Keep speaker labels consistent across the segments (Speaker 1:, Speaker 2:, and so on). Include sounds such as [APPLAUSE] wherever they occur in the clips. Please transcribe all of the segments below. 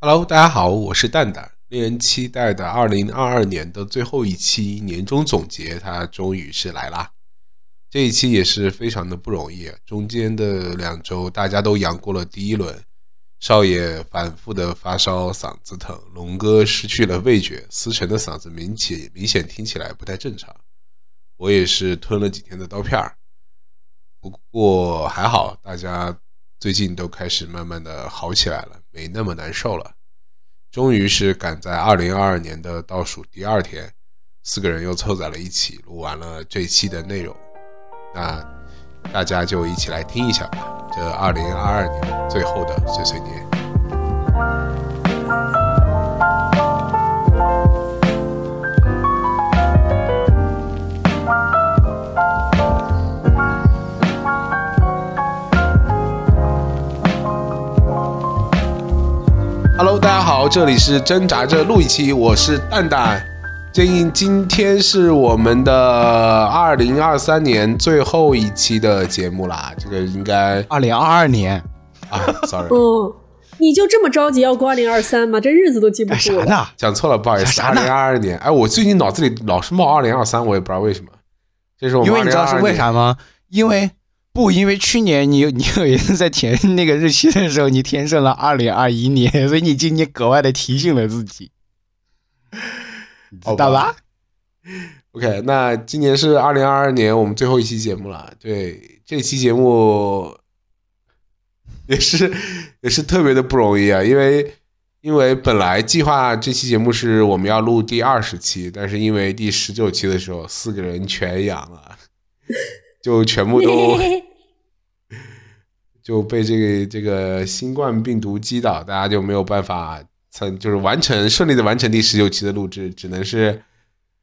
Speaker 1: Hello，大家好，我是蛋蛋。令人期待的2022年的最后一期年终总结，它终于是来啦。这一期也是非常的不容易，中间的两周大家都阳过了第一轮，少爷反复的发烧，嗓子疼，龙哥失去了味觉，思辰的嗓子明显明显听起来不太正常。我也是吞了几天的刀片儿，不过还好，大家最近都开始慢慢的好起来了，没那么难受了。终于是赶在二零二二年的倒数第二天，四个人又凑在了一起，录完了这期的内容。那大家就一起来听一下吧，这二零二二年最后的碎碎念。Hello，大家好，这里是挣扎着录一期，我是蛋蛋。建议今天是我们的二零二三年最后一期的节目啦，这个应该
Speaker 2: 二零二二年
Speaker 1: 啊
Speaker 2: [LAUGHS]
Speaker 1: ，sorry，
Speaker 3: 哦，你就这么着急要过二零二三吗？这日子都记不
Speaker 2: 干哎啥
Speaker 3: 住了。
Speaker 2: 呢？
Speaker 1: 讲错了，不好意思，
Speaker 2: 啥
Speaker 1: 二
Speaker 2: 呢
Speaker 1: 零二二年。哎，我最近脑子里老是冒二零二三，我也不知道为什么。这是我们
Speaker 2: 因为你知道是
Speaker 1: 2022
Speaker 2: 为啥吗？因为不，因为去年你有你有一次在填那个日期的时候，你填成了二零二一年， [LAUGHS] 所以你今年格外的提醒了自己，你知道
Speaker 1: 好
Speaker 2: 吧
Speaker 1: 吧？OK，那今年是二零二二年我们最后一期节目了。对，这期节目也是也是特别的不容易啊，因为因为本来计划这期节目是我们要录第二十期，但是因为第十九期的时候四个人全阳了，就全部都就被这个这个新冠病毒击倒，大家就没有办法参，就是完成顺利的完成第十九期的录制，只能是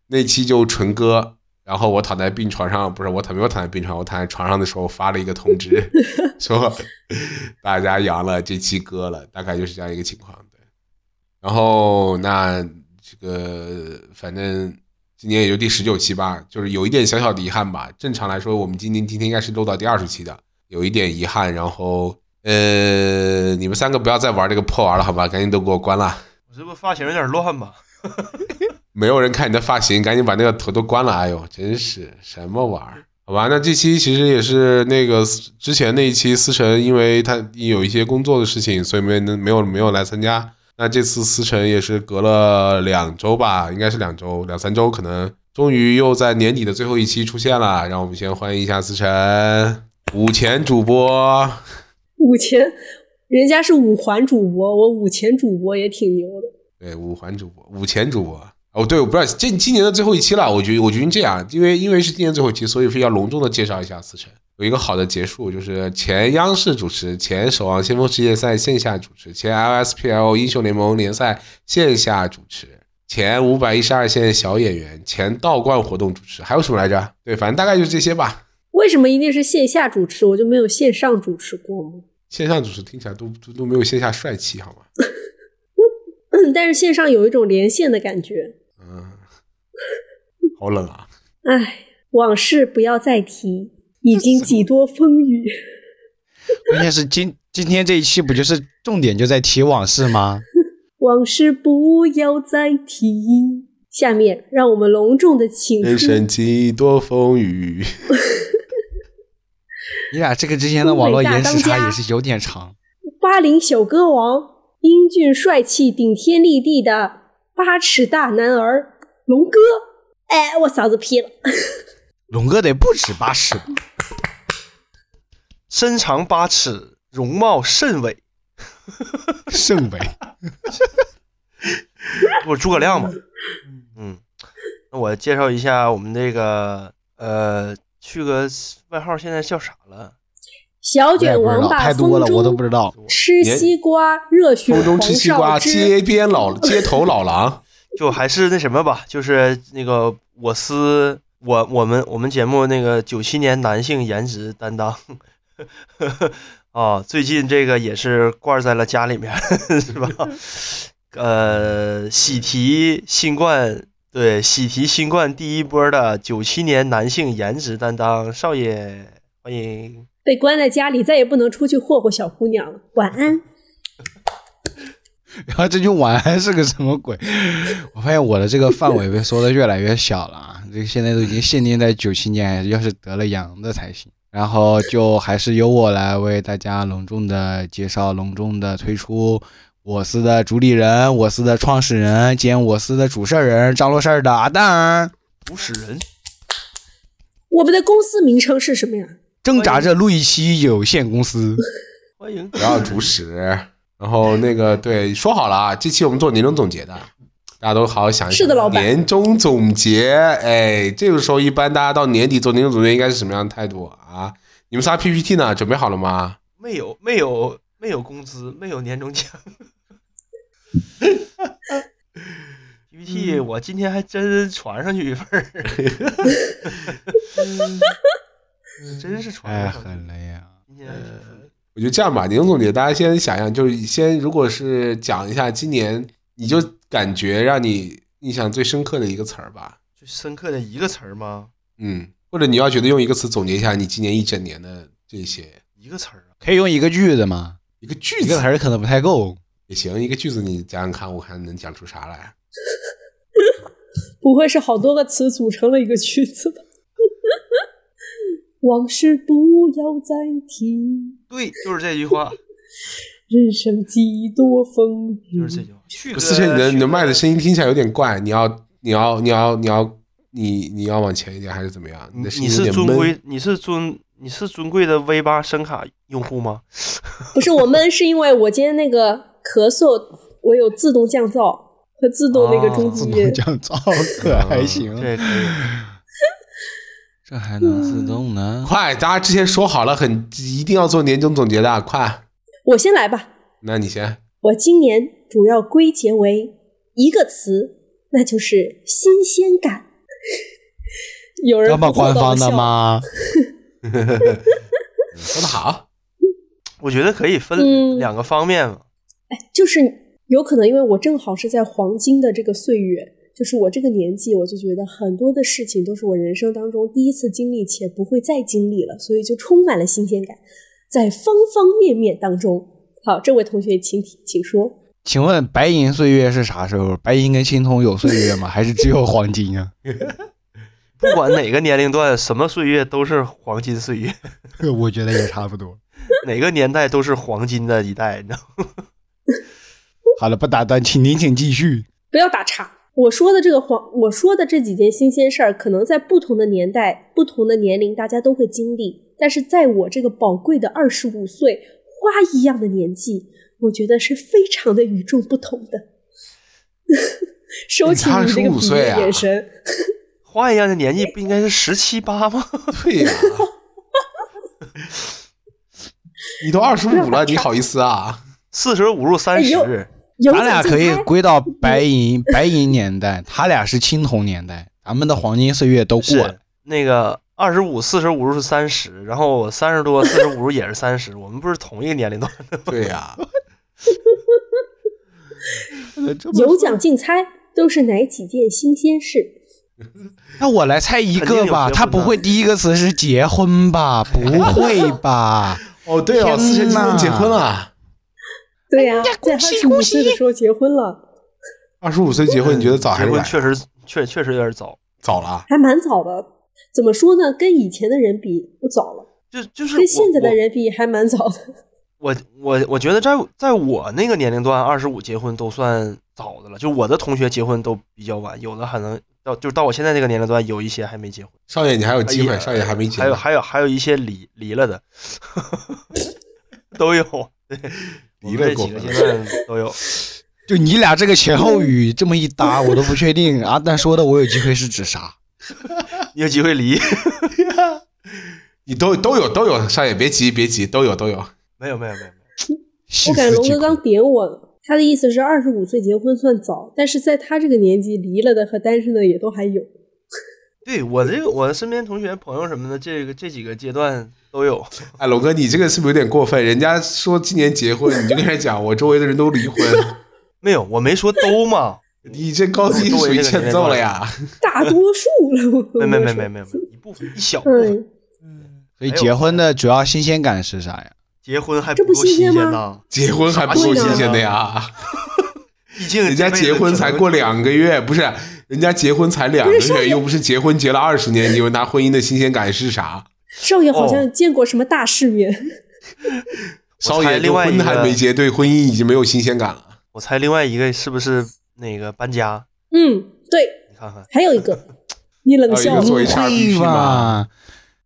Speaker 1: 那期就纯歌。然后我躺在病床上，不是我躺没有躺在病床，我躺在床上的时候发了一个通知，说大家阳了，这期割了，大概就是这样一个情况。对，然后那这个反正今年也就第十九期吧，就是有一点小小的遗憾吧。正常来说，我们今年今天应该是录到第二十期的，有一点遗憾。然后呃，你们三个不要再玩这个破玩了，好吧？赶紧都给我关了。
Speaker 4: 我这不发型有点乱吗？
Speaker 1: 没有人看你的发型，赶紧把那个头都关了。哎呦，真是什么玩意儿？好吧，那这期其实也是那个之前那一期思辰，因为他有一些工作的事情，所以没能没有没有来参加。那这次思辰也是隔了两周吧，应该是两周两三周，可能终于又在年底的最后一期出现了。让我们先欢迎一下思辰，五前主播。
Speaker 3: [LAUGHS] 五千，人家是五环主播，我五千主播也挺牛的。
Speaker 1: 对，五环主播，五前主播。哦，对，我不知道这今年的最后一期了，我觉得我决定这样，因为因为是今年最后一期，所以非要隆重的介绍一下思辰，有一个好的结束，就是前央视主持、前守望先锋世界赛线下主持、前 LSPL 英雄联盟联赛线下主持、前五百一十二线小演员、前道冠活动主持，还有什么来着？对，反正大概就是这些吧。
Speaker 3: 为什么一定是线下主持，我就没有线上主持过吗？
Speaker 1: 线上主持听起来都都都没有线下帅气，好吗？
Speaker 3: 嗯但是线上有一种连线的感觉。
Speaker 1: 嗯， [LAUGHS] 好冷啊。
Speaker 3: 唉，往事不要再提，已经几多风
Speaker 2: [LAUGHS]
Speaker 3: 雨。
Speaker 2: 关键是今今天这一期不就是重点就在提往事吗？
Speaker 3: 往事不要再提。下面让我们隆重的请
Speaker 1: 人
Speaker 3: 出
Speaker 1: 生几多风雨。
Speaker 2: 你俩哎这个之前的网络延时
Speaker 3: 东北大
Speaker 2: 差
Speaker 3: 当家
Speaker 2: 也是有点长，
Speaker 3: 巴林小歌王，英俊帅气、顶天立地的八尺大男儿龙哥。哎，我嗓子劈了，
Speaker 2: 龙哥得不止八十，
Speaker 4: 身长八尺，容貌甚伟，
Speaker 2: [LAUGHS] 甚伟。
Speaker 4: 不是诸葛亮吗？嗯，那我介绍一下我们这个呃，去个外号现在叫啥了？
Speaker 3: 小
Speaker 2: 我也
Speaker 3: 卷
Speaker 2: 哎不知
Speaker 3: 王
Speaker 2: 道，
Speaker 3: 八
Speaker 2: 太
Speaker 3: 风
Speaker 2: 多了，
Speaker 3: 中
Speaker 2: 我都不知道。
Speaker 3: 吃西瓜，热血
Speaker 1: 风中
Speaker 3: 红
Speaker 1: 吃西瓜，
Speaker 3: 少
Speaker 1: 街
Speaker 3: 之。
Speaker 1: 边
Speaker 3: [LAUGHS]
Speaker 1: 老街头老狼，
Speaker 4: 就还是那什么吧，就是那个我司我我们我们节目那个九七年男性颜值担当。 [LAUGHS] 啊，最近这个也是挂在了家里面， [LAUGHS] 是吧？呃，喜提新冠，对，喜提新冠第一波的九七年男性颜值担当少爷，欢迎。
Speaker 3: 被关在家里，再也不能出去霍霍小姑娘了。晚安。
Speaker 2: 然后这句晚安是个什么鬼？我发现我的这个范围被缩的越来越小了啊！这个现在都已经限定在九七年，要是得了羊的才行。然后就还是由我来为大家隆重的介绍、隆重的推出我司的主理人、我司的创始人兼我司的主事儿人张罗事儿的阿蛋儿。
Speaker 4: 主使人，
Speaker 3: 我们的公司名称是什么呀？
Speaker 2: 挣扎着路易期有限公司，
Speaker 4: 欢迎。
Speaker 1: 不要主使。然后那个对，说好了啊，这期我们做年终总结的，大家都好好想一想。
Speaker 3: 是的老板
Speaker 1: 年终总结，哎，这个时候一般大家到年底做年终总结应该是什么样的态度啊？你们仨 PPT 呢？准备好了吗？
Speaker 4: 没有没有没有工资，没有年
Speaker 1: [LAUGHS]
Speaker 4: 终奖。PPT，我今天还真传上去一份儿，
Speaker 1: 嗯
Speaker 4: [LAUGHS] 真是
Speaker 2: 太
Speaker 1: 哎
Speaker 4: 传上去。
Speaker 2: 狠了呀！
Speaker 4: 今天还挺顺利
Speaker 1: 我觉得这样吧，年终总结，大家先想想，就是先如果是讲一下今年，你就感觉让你印象最深刻的一个词儿吧，
Speaker 4: 就深刻的一个词儿吗？
Speaker 1: 嗯，或者你要觉得用一个词总结一下你今年一整年的这些，
Speaker 4: 一个词儿啊，
Speaker 2: 可以用一个句子吗？
Speaker 1: 一个句
Speaker 2: 一
Speaker 1: 子
Speaker 2: 个词儿可能不太够。
Speaker 1: 也行，一个句子你讲讲看，我看能讲出啥来。
Speaker 3: 不会是好多个词组成了一个句子吧？ [LAUGHS] 往事不要再提，
Speaker 4: 对，就是这句话，
Speaker 3: 人生几多风雨。
Speaker 4: 就是这句话。去
Speaker 1: 嗯不
Speaker 4: 哥，
Speaker 1: 是，思辰，你的你的麦的
Speaker 4: 音，
Speaker 1: 声音听起来有点怪，你要你要你要你要你你要往前一点还是怎么样？
Speaker 4: 你
Speaker 1: 的声
Speaker 4: 你
Speaker 1: 音有
Speaker 4: 是
Speaker 1: 点
Speaker 4: 尊
Speaker 1: 闷。
Speaker 4: 贵，你是尊，你是尊贵的 V 八声卡用户吗？
Speaker 3: 不是我们，是因为我今天那个咳嗽，我有自动降噪和自动那个中
Speaker 2: 啊自
Speaker 3: 级
Speaker 2: 动降噪可还
Speaker 1: 嗯
Speaker 2: 行，
Speaker 4: 这可以，
Speaker 2: 这还能自动呢？
Speaker 1: 快，大家之前说好了很，一定要做年终总结的，快，
Speaker 3: 我先来吧，
Speaker 1: 那你先。
Speaker 3: 我今年主要归结为一个词，那就是新鲜感。 [LAUGHS] 有人
Speaker 2: 要么
Speaker 3: 不做
Speaker 2: 官
Speaker 3: 到
Speaker 2: 方的
Speaker 3: 笑？
Speaker 2: 吗？
Speaker 1: 说的好， [LAUGHS]
Speaker 4: 我觉得可以
Speaker 3: 嗯
Speaker 4: 分两个方面嘛。
Speaker 3: 就是有可能因为我正好是在黄金的这个岁月，就是我这个年纪，我就觉得很多的事情都是我人生当中第一次经历且不会再经历了，所以就充满了新鲜感，在方方面面当中。好，这位同学，请提请说。
Speaker 2: 请问白银岁月是啥时候？白银跟青铜有岁月吗？还是只有黄金啊？
Speaker 4: 不管哪个年龄段，什么岁月都是黄金岁月，
Speaker 2: [LAUGHS]
Speaker 4: [LAUGHS]
Speaker 2: 我觉得也差不多。
Speaker 4: 哪个年代都是黄金的一代，你知道吗？ [LAUGHS]
Speaker 2: 好了，不打断，请您请继续。
Speaker 3: 不要打岔。我说的这个黄，我说的这几件新鲜事儿，可能在不同的年代、不同的年龄，大家都会经历。但是在我这个宝贵的二十五岁花一样的年纪，我觉得是非常的与众不同的。 [LAUGHS] 收起你这个
Speaker 1: 你才25
Speaker 3: 鄙夷
Speaker 1: 岁
Speaker 3: 的
Speaker 1: 啊
Speaker 3: 眼神，
Speaker 4: 花一样的年纪不应该是十七八吗？ [LAUGHS]
Speaker 1: 对呀、 [LAUGHS] 你都二十五了，你好意思啊？
Speaker 4: 四舍五入三
Speaker 3: 哎呦
Speaker 4: 十，
Speaker 3: 有
Speaker 2: 咱俩
Speaker 3: 奖竞
Speaker 2: 可以
Speaker 3: 猜
Speaker 2: 归到白银白银年代，他俩是青铜年代，咱们的黄金岁月都过了
Speaker 4: 是。那个二十五、四舍五入是三十，然后我三十
Speaker 3: [LAUGHS]
Speaker 4: 多、四舍五入也是三十，我们不是同一个年龄段的吗？
Speaker 1: 对呀、
Speaker 3: 有奖竞猜都是哪几件新鲜事？
Speaker 2: 那我来猜一
Speaker 4: 肯定
Speaker 2: 个
Speaker 4: 有
Speaker 2: 吧，
Speaker 4: 结婚
Speaker 2: 他不
Speaker 4: 的
Speaker 2: 会第一个词是结婚吧？不会吧？
Speaker 1: 哦，对哦，
Speaker 2: 天
Speaker 1: 思辰今
Speaker 2: 哪
Speaker 1: 天结婚了，
Speaker 3: 对呀、在
Speaker 2: 哎
Speaker 3: 二
Speaker 2: 恭喜
Speaker 3: 十五岁的时候结婚了，
Speaker 1: 二十五岁结婚，你觉得早还
Speaker 4: 结
Speaker 1: 是
Speaker 4: 婚
Speaker 1: 晚？
Speaker 4: 确实确确实有点早，
Speaker 1: 早了，
Speaker 3: 还蛮早的。怎么说呢？跟以前的人比不早了，
Speaker 4: 就就是
Speaker 3: 跟现在
Speaker 4: 我
Speaker 3: 的人比还蛮早的。
Speaker 4: 我我我觉得在在我那个年龄段，二十五结婚都算早的了。就我的同学结婚都比较晚，有的还能到就到我现在这个年龄段，有一些还没结婚，
Speaker 1: 少爷你还有机
Speaker 4: 哎
Speaker 1: 会，
Speaker 4: 呀
Speaker 1: 少爷还没结
Speaker 4: 还有
Speaker 1: 呢，
Speaker 4: 还有还有一些离离了的，都有。对，
Speaker 1: 离
Speaker 4: 我们
Speaker 1: 了
Speaker 4: 这
Speaker 1: 过
Speaker 4: 几个
Speaker 1: 分
Speaker 4: 阶
Speaker 1: 了。
Speaker 4: 段都有。
Speaker 2: [LAUGHS] 就你俩这个前后语这么一搭，我都不确定阿蛋说的我有机会是指啥。
Speaker 4: 你有机会离？ [LAUGHS]
Speaker 1: 你都都有都有，少爷别急别急，都有都有。
Speaker 4: 没有没有没有没有，
Speaker 2: 细
Speaker 3: [LAUGHS] 我感
Speaker 2: 思
Speaker 3: 觉龙
Speaker 2: 极
Speaker 3: 哥
Speaker 2: 恐
Speaker 3: 刚点我，他的意思是二十五岁结婚算早，但是在他这个年纪，离了的和单身的也都还有。
Speaker 4: 对我这个我身边同学朋友什么的，这个这几个阶段都有。
Speaker 1: 哎，龙哥，你这个是不是有点过分？人家说今年结婚，你就跟人家讲我周围的人都离婚，
Speaker 4: 没有，我没说都嘛。
Speaker 1: 你这高低属于欠揍了呀！
Speaker 3: 大多数
Speaker 4: [LAUGHS]
Speaker 3: 了，
Speaker 4: 没没没
Speaker 3: 我
Speaker 4: 没
Speaker 3: 跟
Speaker 4: 没
Speaker 3: 你
Speaker 4: 有没
Speaker 3: 说
Speaker 4: 有，一部分一小部分
Speaker 3: 嗯，
Speaker 2: 所以结婚的主要新鲜感是啥呀？
Speaker 4: 结婚还
Speaker 3: 这
Speaker 4: 不
Speaker 3: 不
Speaker 4: 够
Speaker 3: 新
Speaker 4: 新
Speaker 3: 鲜
Speaker 4: 鲜
Speaker 3: 吗
Speaker 4: 呢。
Speaker 1: 结婚还不够新鲜的呀？
Speaker 4: 毕竟
Speaker 1: 人家
Speaker 4: 这辈子
Speaker 1: 结婚才过两个月，不是？人家结婚才两个
Speaker 3: 不是少
Speaker 1: 月，
Speaker 3: 爷
Speaker 1: 又不是结婚结了二十年，你问他婚姻的新鲜感是啥？
Speaker 3: 少爷好
Speaker 4: 哦
Speaker 3: 像见过什么大世面，
Speaker 1: 少
Speaker 4: 猜
Speaker 1: 爷
Speaker 4: 另
Speaker 1: 就
Speaker 4: 外一
Speaker 1: 婚还
Speaker 4: 个
Speaker 1: 没结，对婚姻已经没有新鲜感了。
Speaker 4: 我猜另外一个是不是那个搬家？
Speaker 3: 嗯，对，
Speaker 4: 你看看，
Speaker 3: 还有一个，
Speaker 4: [LAUGHS]
Speaker 3: 你
Speaker 4: 哦
Speaker 3: 冷
Speaker 1: 还有一
Speaker 3: 笑
Speaker 1: 个
Speaker 3: 我
Speaker 1: 作为
Speaker 2: 不
Speaker 1: 差
Speaker 2: 会
Speaker 1: BP
Speaker 2: 吧
Speaker 1: 嘛？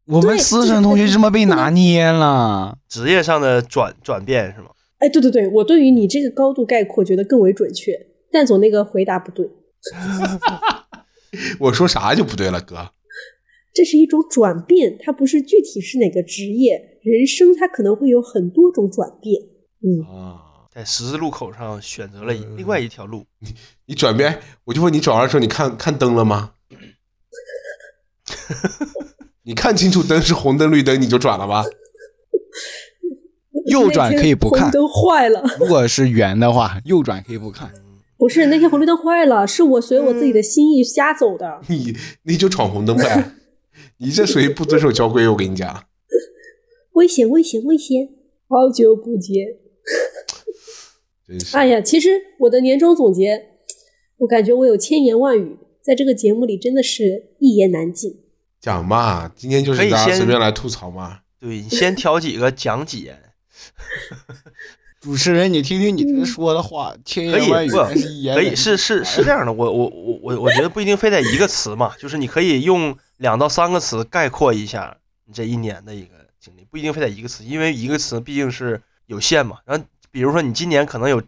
Speaker 2: 我们思成同学这么被拿捏了，
Speaker 4: 职业上的转转变是吗？
Speaker 3: 哎，对对对，我对于你这个高度概括觉得更为准确，但总那个回答不对，
Speaker 1: 我说啥就不对了，哥。
Speaker 3: 这是一种转变，它不是具体是哪个职业，人生它可能会有很多种转变。嗯，
Speaker 1: 啊，
Speaker 4: 在十字路口上选择了
Speaker 1: 嗯
Speaker 4: 一另外一条路，
Speaker 1: 你转变，我就问你转弯的时候，你看看灯了吗？ [LAUGHS] 你看清楚灯是红灯绿灯，你就转了吧。
Speaker 2: 右转可以不看
Speaker 3: 那天红灯坏了，
Speaker 2: [LAUGHS] 如果是圆的话，右转可以不看。
Speaker 3: [LAUGHS] 不是那天红绿灯坏了，是我随我自己的心意瞎走的。
Speaker 1: 你你就闯红灯呗，你这属于不遵守交规。我跟你讲，
Speaker 3: 危险，危险，危险！好久不见。
Speaker 1: 真是
Speaker 3: 哎呀，其实我的年终总结，我感觉我有千言万语，在这个节目里真的是一言难尽。
Speaker 1: 讲嘛，今天就
Speaker 4: 可以
Speaker 1: 是大家
Speaker 4: 先
Speaker 1: 随便来吐槽嘛。
Speaker 4: 对你先挑几个讲几
Speaker 1: [LAUGHS]
Speaker 4: 言，
Speaker 2: [LAUGHS] 主持人，你听听你这说的话，千
Speaker 4: 可
Speaker 2: 言万
Speaker 4: 以
Speaker 2: 语，
Speaker 4: 不
Speaker 2: 但是一言
Speaker 4: 可以
Speaker 2: 难
Speaker 4: 是是是这样的，我我我我我觉得不一定非得一个词嘛，就是你可以用两到三个词概括一下你这一年的一个经历，不一定非得一个词，因为一个词毕竟是有限嘛。然后比如说你今年可能有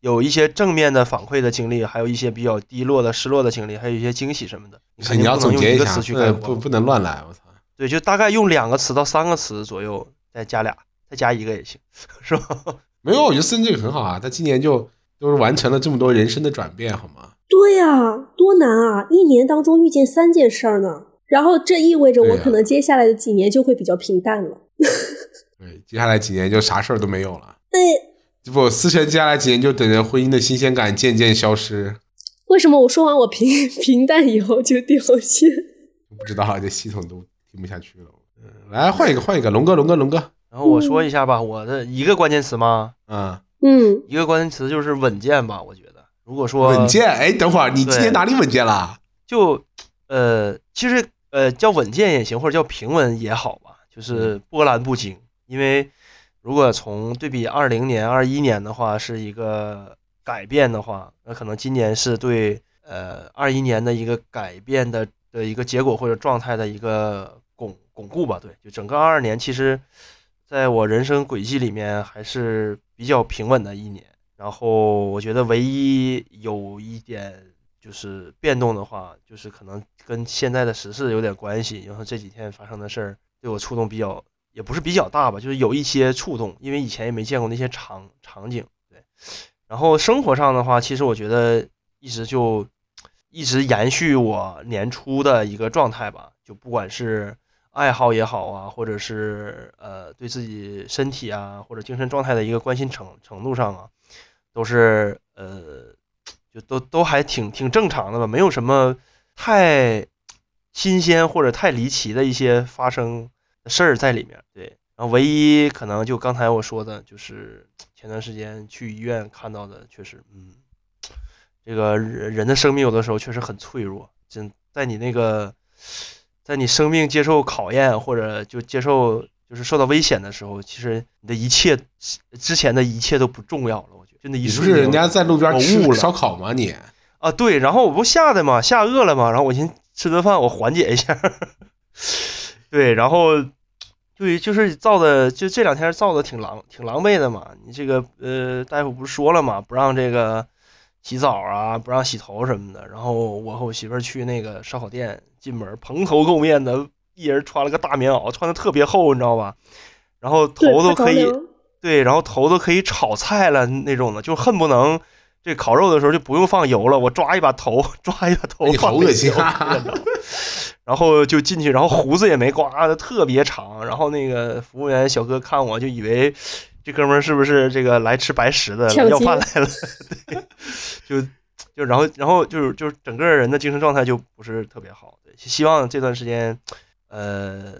Speaker 4: 有一些正面的反馈的经历，还有一些比较低落的、失落的经历，还有一些惊喜什么的，你肯
Speaker 1: 哎你
Speaker 4: 定
Speaker 1: 要
Speaker 4: 不
Speaker 1: 总
Speaker 4: 能用
Speaker 1: 结
Speaker 4: 一
Speaker 1: 一
Speaker 4: 个
Speaker 1: 下
Speaker 4: 词，去
Speaker 1: 不
Speaker 4: 概
Speaker 1: 能不
Speaker 4: 括嘛。
Speaker 1: 不能乱来，我操！
Speaker 4: 对，就大概用两个词到三个词左右，再加俩，再加一个也行，是吧？
Speaker 1: 没有，我觉得森这个很好啊，他今年就都是完成了这么多人生的转变，好吗？
Speaker 3: 对呀、多难啊！一年当中遇见三件事儿呢，然后这意味着
Speaker 1: 对
Speaker 3: 我
Speaker 1: 呀
Speaker 3: 可能接下来的几年就会比较平淡了。
Speaker 1: 对，接下来几年就啥事儿都没有了。
Speaker 3: 哎，
Speaker 1: 这不，思辰接下来几年就等着婚姻的新鲜感渐渐消失。
Speaker 3: 为什么我说完我平 [LAUGHS] 平淡以后就掉线？
Speaker 1: 不知道这系统都听不下去了。嗯，来换一个，换一个，龙哥，龙哥，龙哥，
Speaker 4: 然后我说一下吧，我的一个关键词嘛，
Speaker 1: 啊、
Speaker 3: 嗯，
Speaker 4: 一个关键词就是稳健吧，我觉得。如果说
Speaker 1: 稳，健。哎，等会儿你今
Speaker 4: 对
Speaker 1: 年哪里稳健了？
Speaker 4: 就呃，其实呃叫稳健也行，或者叫平稳也好吧，就是波澜不惊。因为如果从对比二零年、二一年的话，是一个改变的话，那可能今年是对呃二一年的一个改变的的一个结果或者状态的一个巩巩固吧。对，就整个二二年其实在我人生轨迹里面还是比较平稳的一年。然后我觉得唯一有一点就是变动的话，就是可能跟现在的时事有点关系。然后这几天发生的事儿对我触动比较，也不是比较大吧，就是有一些触动，因为以前也没见过那些场场景。对，然后生活上的话，其实我觉得一直就一直延续我年初的一个状态吧，就不管是爱好也好啊，或者是呃对自己身体啊或者精神状态的一个关心程程度上啊，都是呃就都都还挺挺正常的吧，没有什么太新鲜或者太离奇的一些发生的事儿在里面。对，然后唯一可能就刚才我说的，就是前段时间去医院看到的，确实，嗯，这个人人的生命有的时候确实很脆弱，真在你那个在你生命接受考验或者就接受。就是受到危险的时候，其实你的一切之前的一切都不重要了。我觉得真的一
Speaker 1: 你是
Speaker 4: 瞬
Speaker 1: 不
Speaker 4: 间
Speaker 1: 是
Speaker 4: 我，
Speaker 1: 人家在路边
Speaker 4: 我
Speaker 1: 吃
Speaker 4: 悟了
Speaker 1: 烧烤吗？你
Speaker 4: 啊，对，然后我不吓的嘛，吓饿了嘛，然后我先吃顿饭，我缓解一下。 [LAUGHS] 对，然后对，就是造的，就这两天造的挺狼挺狼狈的嘛。你这个呃，大夫不是说了嘛，不让这个洗澡啊，不让洗头什么的。然后我和我媳妇儿去那个烧烤店，进门蓬头垢面的，一人穿了个大棉袄，穿的特别厚，你知道吧？然后
Speaker 3: 对，
Speaker 4: 头都
Speaker 3: 怕着
Speaker 4: 可以，
Speaker 3: 凉
Speaker 4: 对，然后头都可以炒菜了那种的，就恨不能这烤肉的时候就不用放油了，我抓一把头，抓一把头
Speaker 1: 哎，你
Speaker 4: 放
Speaker 1: 好
Speaker 4: 那
Speaker 1: 恶心
Speaker 4: 油
Speaker 1: 啊
Speaker 4: 里头！然后就进去，然后胡子也没刮的特别长，然后那个服务员小哥看我就以为这哥们儿是不是这个来吃白食的来
Speaker 3: 抢
Speaker 4: 要
Speaker 3: 劫
Speaker 4: 饭来了， [LAUGHS] 对，就就然后然后就是就是整个人的精神状态就不是特别好，对，希望这段时间，呃，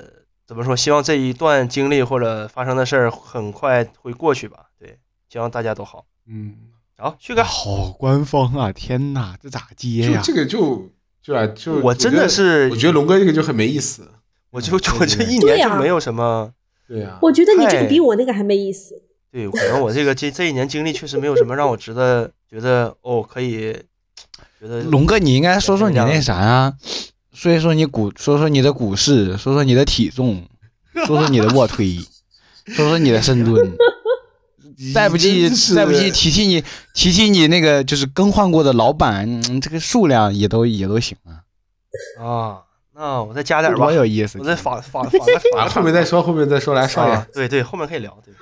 Speaker 4: 怎么说？希望这一段经历或者发生的事儿很快会过去吧，对，希望大家都好。
Speaker 1: 嗯，
Speaker 4: 好，旭哥，
Speaker 2: 好官方啊！天哪，这咋接
Speaker 1: 就
Speaker 2: 呀？
Speaker 1: 这个就就啊就
Speaker 4: 哎我真的
Speaker 1: 觉得
Speaker 4: 是
Speaker 1: 我觉得龙哥这个就很没意思。
Speaker 4: 我就
Speaker 2: 对
Speaker 4: 我
Speaker 2: 对
Speaker 4: 这一
Speaker 3: 对
Speaker 4: 年就
Speaker 3: 啊
Speaker 4: 没有什么，
Speaker 1: 对啊呀、
Speaker 3: 我觉得你这个
Speaker 4: 太
Speaker 3: 比我那个还没意思。
Speaker 4: 对，可能我这个这这一年经历确实没有什么让我值得觉得哦可以觉得
Speaker 2: 龙哥，你应该说说你那啥啊，说一说你股，说说你的股市，说说你的体重，说说你的卧推，说说你的深蹲。再不济，再不济提提你，提提你那个就是更换过的老板，嗯这个数量也都也都行啊，
Speaker 4: 啊，那我再加点儿吧
Speaker 2: 多，有意思。
Speaker 4: 我再反反反个
Speaker 1: 啊，
Speaker 2: [LAUGHS]
Speaker 4: 反
Speaker 1: 后面再说，后面再说，来少爷、
Speaker 4: 啊，对对，后面可以聊，对，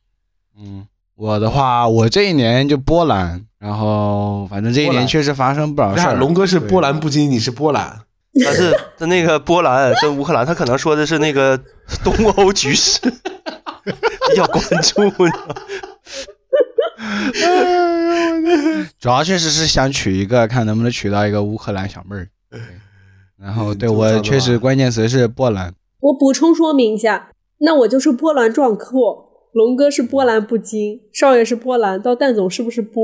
Speaker 4: [LAUGHS]
Speaker 2: 嗯，我的话，我这一年就波兰，然后反正这一
Speaker 1: 波兰
Speaker 2: 年确实发生不少
Speaker 1: 你
Speaker 2: 事
Speaker 1: 看
Speaker 2: 儿。
Speaker 1: 龙哥是
Speaker 2: 对
Speaker 1: 波澜不惊，你是波澜，
Speaker 4: 但是他那个波兰跟乌克兰，他可能说的是那个东欧局势 [LAUGHS] 比较关注，你知道吗
Speaker 2: [LAUGHS] 主要确实是想娶一个，看能不能娶到一个乌克兰小妹 [LAUGHS] 儿。对然后对
Speaker 1: 这么着
Speaker 2: 我
Speaker 1: 的
Speaker 2: 确实
Speaker 1: 吧
Speaker 2: 关键词是波兰，
Speaker 3: 我补充说明一下，那我就是波澜壮阔，龙哥是波澜不惊，少爷是波澜，到蛋总是不是波？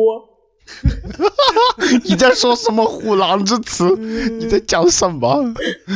Speaker 2: [LAUGHS] 你在说什么虎狼之 [LAUGHS] 词？你在讲什么？ [LAUGHS]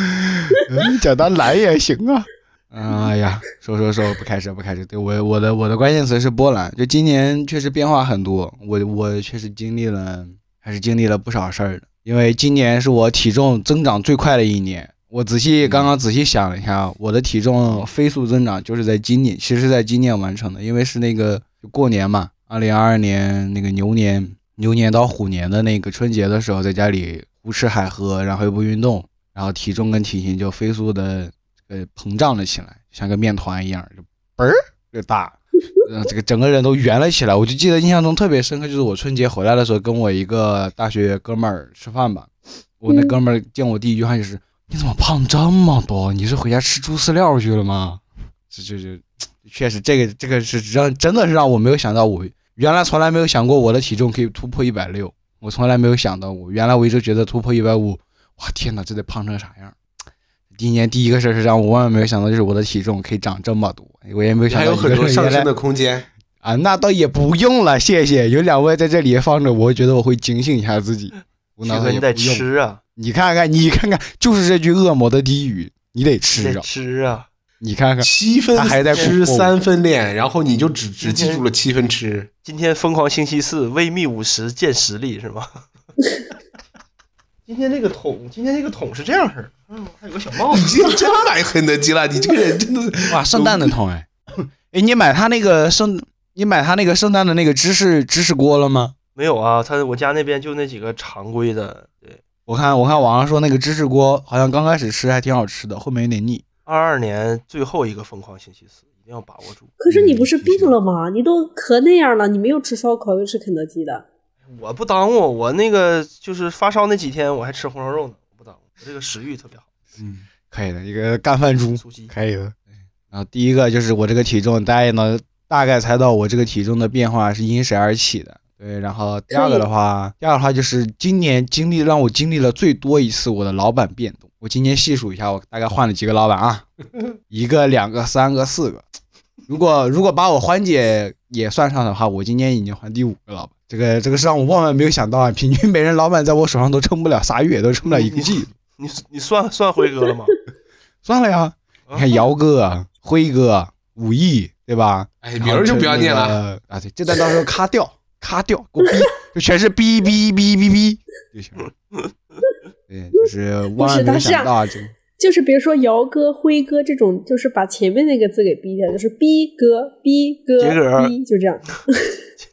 Speaker 2: 嗯讲到来也行啊。哎呀，说说说，不开始不开始。对我我的我的关键词是波兰，就今年确实变化很多，我我确实经历了还是经历了不少事儿的，因为今年是我体重增长最快的一年。我仔细刚刚仔细想了一下，我的体重飞速增长就是在今年，其实是在今年完成的，因为是那个过年嘛，二零二二年那个牛年牛年到虎年的那个春节的时候，在家里胡吃海喝，然后又不运动，然后体重跟体型就飞速的呃膨胀了起来，像个面团一样，就嘣儿就大，呃，这个整个人都圆了起来。我就记得印象中特别深刻，就是我春节回来的时候，跟我一个大学哥们儿吃饭吧，我那
Speaker 3: 嗯
Speaker 2: 哥们儿见我第一句话就是：“你怎么胖这么多？你是回家吃猪饲料去了吗？”这这这，确实这个这个是让真的是让我没有想到我原来从来没有想过我的体重可以突破一百六，我从来没有想到过，原来我一直觉得突破一百五，哇天哪，这得胖成啥样？第一年第一个事儿是让我万万没有想到，就是我的体重可以长这么多，我也没有
Speaker 1: 你
Speaker 2: 想
Speaker 1: 还
Speaker 2: 到
Speaker 1: 有
Speaker 2: 一个
Speaker 1: 很多
Speaker 2: 人
Speaker 1: 上
Speaker 2: 原来
Speaker 1: 升的空间。
Speaker 2: 啊，那倒也不用了，谢谢。有两位在这里放着，我会觉得我会警醒一下自己。我
Speaker 4: 旭
Speaker 2: 脑
Speaker 4: 哥
Speaker 2: 袋
Speaker 4: 你
Speaker 2: 也
Speaker 4: 得
Speaker 2: 不用。
Speaker 4: 吃啊，
Speaker 2: 你看看，你看看，就是这句恶魔的低语，你得
Speaker 4: 你
Speaker 2: 吃
Speaker 4: 得
Speaker 2: 啊！
Speaker 4: 吃啊，
Speaker 2: 你看看，
Speaker 1: 七分
Speaker 2: 他还在
Speaker 1: 吃，
Speaker 2: 苦候
Speaker 1: 三分练，然后你就只只记住了七分吃。
Speaker 4: 今天疯狂星期四，微密五十见实力是吗？ [LAUGHS] 今天这个桶，今天这个桶是这样式儿，嗯，还有个小帽
Speaker 1: [LAUGHS] 你。今天真买肯德基了，你这个人真的是
Speaker 2: [LAUGHS] 哇，圣诞的痛
Speaker 1: [LAUGHS]
Speaker 2: 哎！哎，你买他那个圣，你买他那个圣诞的那个芝士芝士锅了吗？
Speaker 4: [LAUGHS] 没有啊，他我家那边就那几个常规的，对，
Speaker 2: 我看我看网上说那个芝士锅好像刚开始吃还挺好吃的，后面有点腻。
Speaker 4: 二二年最后一个疯狂星期四，一定要把握住。
Speaker 3: 可是你不嗯是病了吗？你都咳那样了，你没有吃烧烤，又吃肯德基的，
Speaker 4: 我不耽误，我那个就是发烧那几天，我还吃红烧肉呢，我不耽误，我这个食欲特别好。
Speaker 1: 嗯，
Speaker 2: 可以的，一个干饭猪
Speaker 4: 熟悉
Speaker 2: 可以的。然后第一个就是我这个体重，大家也能大概猜到我这个体重的变化是因谁而起的。对，然后第二个的话，第二个的话就是今年经历让我经历了最多一次我的老板变动。我今年细数一下，我大概换了几个老板啊，一个、两个、三个、四个。如果如果把我欢姐也算上的话，我今年已经换第五个老板。这个这个是让我万万没有想到啊！平均每人老板在我手上都撑不了仨月，都撑不了一个季。
Speaker 4: 你你算算辉哥了吗？啊
Speaker 2: 算了哎呀，你看姚哥、啊辉哥、武艺，对吧？
Speaker 1: 哎，名儿就不要念
Speaker 2: 然后
Speaker 1: 了。
Speaker 2: 这个啊！对，这段到时候咔掉，咔掉，给我逼，就全是逼逼逼逼逼就行了。对，就是万万没有想到啊，
Speaker 4: [LAUGHS]
Speaker 2: 这个
Speaker 3: 就是比如说姚哥、辉哥这种，就是把前面那个字给逼掉，就是逼哥、逼哥
Speaker 4: 结果、
Speaker 3: 逼，就这样。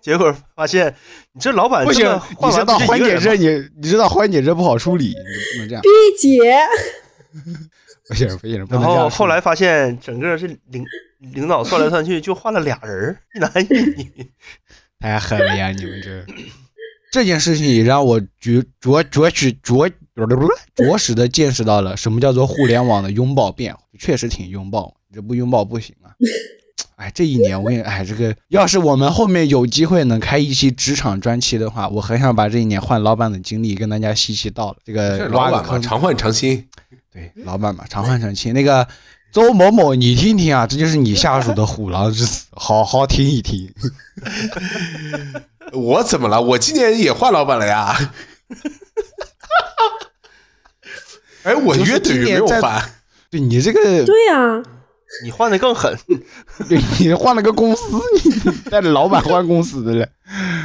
Speaker 4: 结果发现你这老板
Speaker 2: 不行
Speaker 4: 这么，
Speaker 2: 你
Speaker 4: 换
Speaker 2: 知
Speaker 4: 完
Speaker 2: 道
Speaker 4: 不
Speaker 2: 欢
Speaker 4: 是一个
Speaker 2: 姐
Speaker 4: 人吗
Speaker 2: 这你你知道欢姐这不好处理，你就不能这样
Speaker 3: 逼，姐，
Speaker 2: 不行不行，不能
Speaker 4: 然
Speaker 2: 这样说。
Speaker 4: 后后来发现整个是领领导算来算去就换了俩人儿，一男一女。 [LAUGHS]
Speaker 2: 太狠了哎呀！你们这 [COUGHS] 这件事情也让我觉着着实着着实的见识到了什么叫做互联网的拥抱变化，确实挺拥抱，这不拥抱不行啊！哎，这一年我跟你哎，这个要是我们后面有机会能开一期职场专期的话，我很想把这一年换老板的经历跟大家细细道了。这
Speaker 1: 这
Speaker 2: 个
Speaker 1: 是老
Speaker 2: 呃挖
Speaker 1: 板
Speaker 2: 个
Speaker 1: 嘛，
Speaker 2: 坑
Speaker 1: 常换常新。
Speaker 2: 对，老板嘛，常换常新。那个周某某，你听听啊，这就是你下属的虎狼之词，好好听一听。
Speaker 1: 我怎么了？我今年也换老板了呀。哎，我
Speaker 2: 就是
Speaker 1: 约等于没
Speaker 2: 今年
Speaker 1: 有
Speaker 2: 在 [LAUGHS]
Speaker 1: 换，
Speaker 2: 对你这个，
Speaker 3: 对啊，
Speaker 4: 你换的更狠，
Speaker 2: 对 [LAUGHS] 你换了个公司，你带着老板换公司了，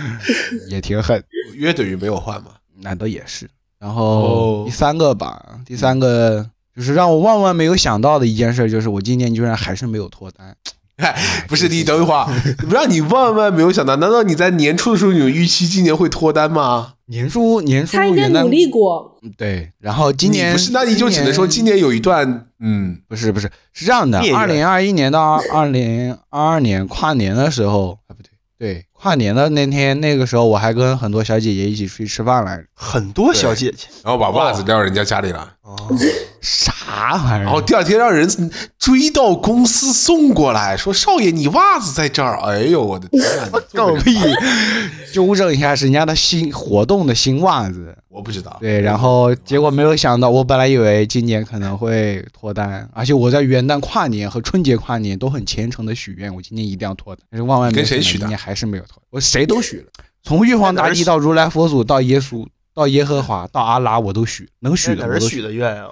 Speaker 2: [LAUGHS] 也挺狠。
Speaker 1: 约等于没有换嘛。哎
Speaker 2: 那倒也是。然
Speaker 1: 哦
Speaker 2: 后第三个吧，第三个就是让我万万没有想到的一件事，就是我今年居然还是没有脱单。
Speaker 1: 哎，不是你等一会儿，
Speaker 2: [LAUGHS]
Speaker 1: 让你万万没有想到，难道你在年初的时候你有预期今年会脱单吗？
Speaker 2: 年初年初
Speaker 3: 他应该
Speaker 2: 元旦
Speaker 3: 努力过。
Speaker 2: 对，然后今年
Speaker 1: 你不是，那你就只能说今年有一段嗯，
Speaker 2: 不是不是是这样的
Speaker 4: 孽，缘
Speaker 2: 二零二一年到二零二二年跨年的时候啊不对对跨年的那天那个时候我还跟很多小姐姐一起出去吃饭来着，
Speaker 4: 很多小姐姐
Speaker 1: 然后把袜子撂人家家里了，
Speaker 4: 哦，
Speaker 2: 啥玩意
Speaker 1: 然后
Speaker 2: 儿？
Speaker 1: 第二天让人追到公司送过来，说少爷你袜子在这儿，哎呦我的天
Speaker 2: [LAUGHS]
Speaker 1: 啊！你做
Speaker 2: 狗
Speaker 1: 不了
Speaker 2: 屁！纠正一下，是人家的新活动的新袜子，
Speaker 1: 我不知道。
Speaker 2: 对，然后结果没有想到，我本来以为今年可能会脱单，而且我在元旦跨年和春节跨年都很虔诚的许愿，我今年一定要脱单，但是万万没有想
Speaker 1: 跟谁
Speaker 2: 到
Speaker 1: 许的
Speaker 2: 今年还是没有脱，我谁都许了，从玉皇大帝到如来佛祖到耶稣到耶和华到阿拉我都许，能许
Speaker 4: 哪
Speaker 2: 的
Speaker 4: 儿
Speaker 2: 我都
Speaker 4: 许
Speaker 2: 许，
Speaker 4: 的愿啊？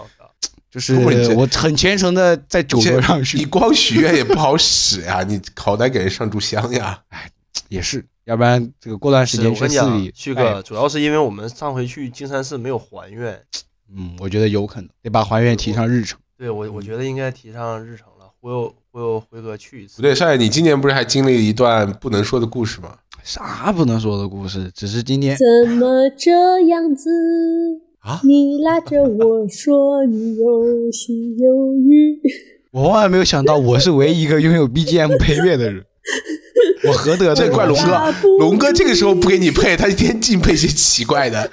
Speaker 2: 就是
Speaker 1: 不是这
Speaker 2: 我很虔诚的在酒桌上
Speaker 1: 你
Speaker 2: 许，
Speaker 1: 光许愿也不好使呀，你好歹给人上炷香呀。
Speaker 2: 也是，要不然这个过段时
Speaker 4: 是
Speaker 2: 间
Speaker 4: 我
Speaker 2: 去
Speaker 4: 跟你
Speaker 2: 寺
Speaker 4: 讲
Speaker 2: 里，哎
Speaker 4: 旭
Speaker 2: 拜
Speaker 4: 哥，主要是因为我们上回去金山寺没有还愿，
Speaker 2: 嗯，我觉得有可能得把还愿提上日程，
Speaker 4: 对我
Speaker 2: 嗯
Speaker 4: 我觉得应该提上日程了，忽悠忽悠辉哥去一次。
Speaker 1: 不对，少爷，你今年不是还经历了一段不能说的故事吗？
Speaker 2: 啥不能说的故事，只是今天
Speaker 3: 怎么这样子？
Speaker 1: 啊
Speaker 3: 你拉着我说你有喜有欲，
Speaker 2: 我万万没有想到，我是唯一一个拥有 BGM 配乐
Speaker 1: [LAUGHS]
Speaker 2: 的人，我何德
Speaker 1: 呃这怪龙啊
Speaker 3: 拉
Speaker 1: 哥
Speaker 3: 不住，
Speaker 1: 龙哥这个时候不给你配，他一天净配些奇怪的。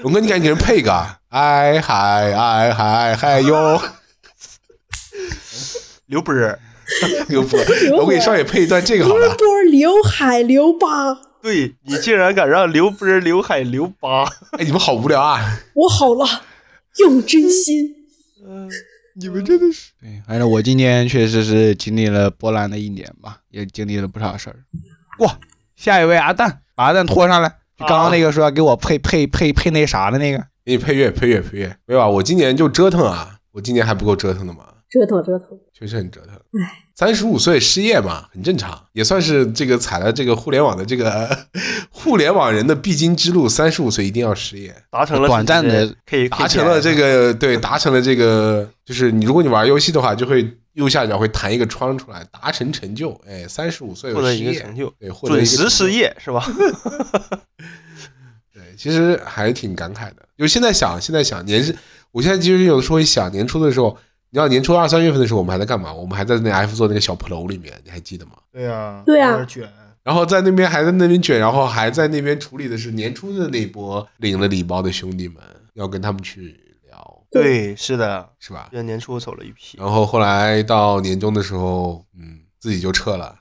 Speaker 1: 龙哥，你赶紧给人配一个啊，哎嗨哎嗨嗨哟，
Speaker 4: 刘波儿，
Speaker 1: 又不，我给少爷配一段这个好
Speaker 3: 刘
Speaker 1: 了。
Speaker 3: 波、刘海、刘疤，
Speaker 4: 对你竟然敢让刘波儿、刘海、刘八，
Speaker 1: 哎，你们好无聊啊！
Speaker 3: 我好了，用真心。
Speaker 2: 你们真的是对。反正我今年确实是经历了波澜的一年吧，也经历了不少事儿。哇，下一位阿蛋，把阿蛋拖上来，就刚刚那个说要给我配配配配那啥的那个，
Speaker 1: 给你配乐配乐配乐，没有啊？我今年就折腾啊，我今年还不够折腾的吗？
Speaker 3: 折腾折腾，
Speaker 1: 确实很折腾。三十五岁失业嘛，很正常，也算是这个踩了这个互联网的这个互联网人的必经之路。三十五岁一定要失业，
Speaker 4: 达成了
Speaker 2: 短暂的
Speaker 4: 自己 K，
Speaker 1: 达成了这个对，达成了这个就是你如果你玩游戏的话，就会右下角会弹一个窗出来，达成成就。哎，三十五岁
Speaker 4: 获
Speaker 1: 有
Speaker 4: 得
Speaker 1: 失
Speaker 4: 一个
Speaker 1: 业
Speaker 4: 成，就，
Speaker 1: 对，获得一
Speaker 4: 准
Speaker 1: 个
Speaker 4: 时失
Speaker 1: 业，
Speaker 4: 业是吧？
Speaker 1: 对，其实还挺感慨的。就现在想，现在想年是，我现在其实有的时候一想年初的时候。你知道年初二三月份的时候，我们还在干嘛？我们还在那 F 座那个小破楼里面，你还记得吗？
Speaker 4: [LAUGHS] 对呀，
Speaker 3: 对啊有点
Speaker 4: 卷。
Speaker 1: 然后在那边还在那边卷，然后还在那边处理的是年初的那波领了礼包的兄弟们，要跟他们去聊，
Speaker 4: 对，是的，
Speaker 1: 是吧？
Speaker 4: 这年初走了一批
Speaker 1: 然后后来到年终的时候，嗯，自己就撤了。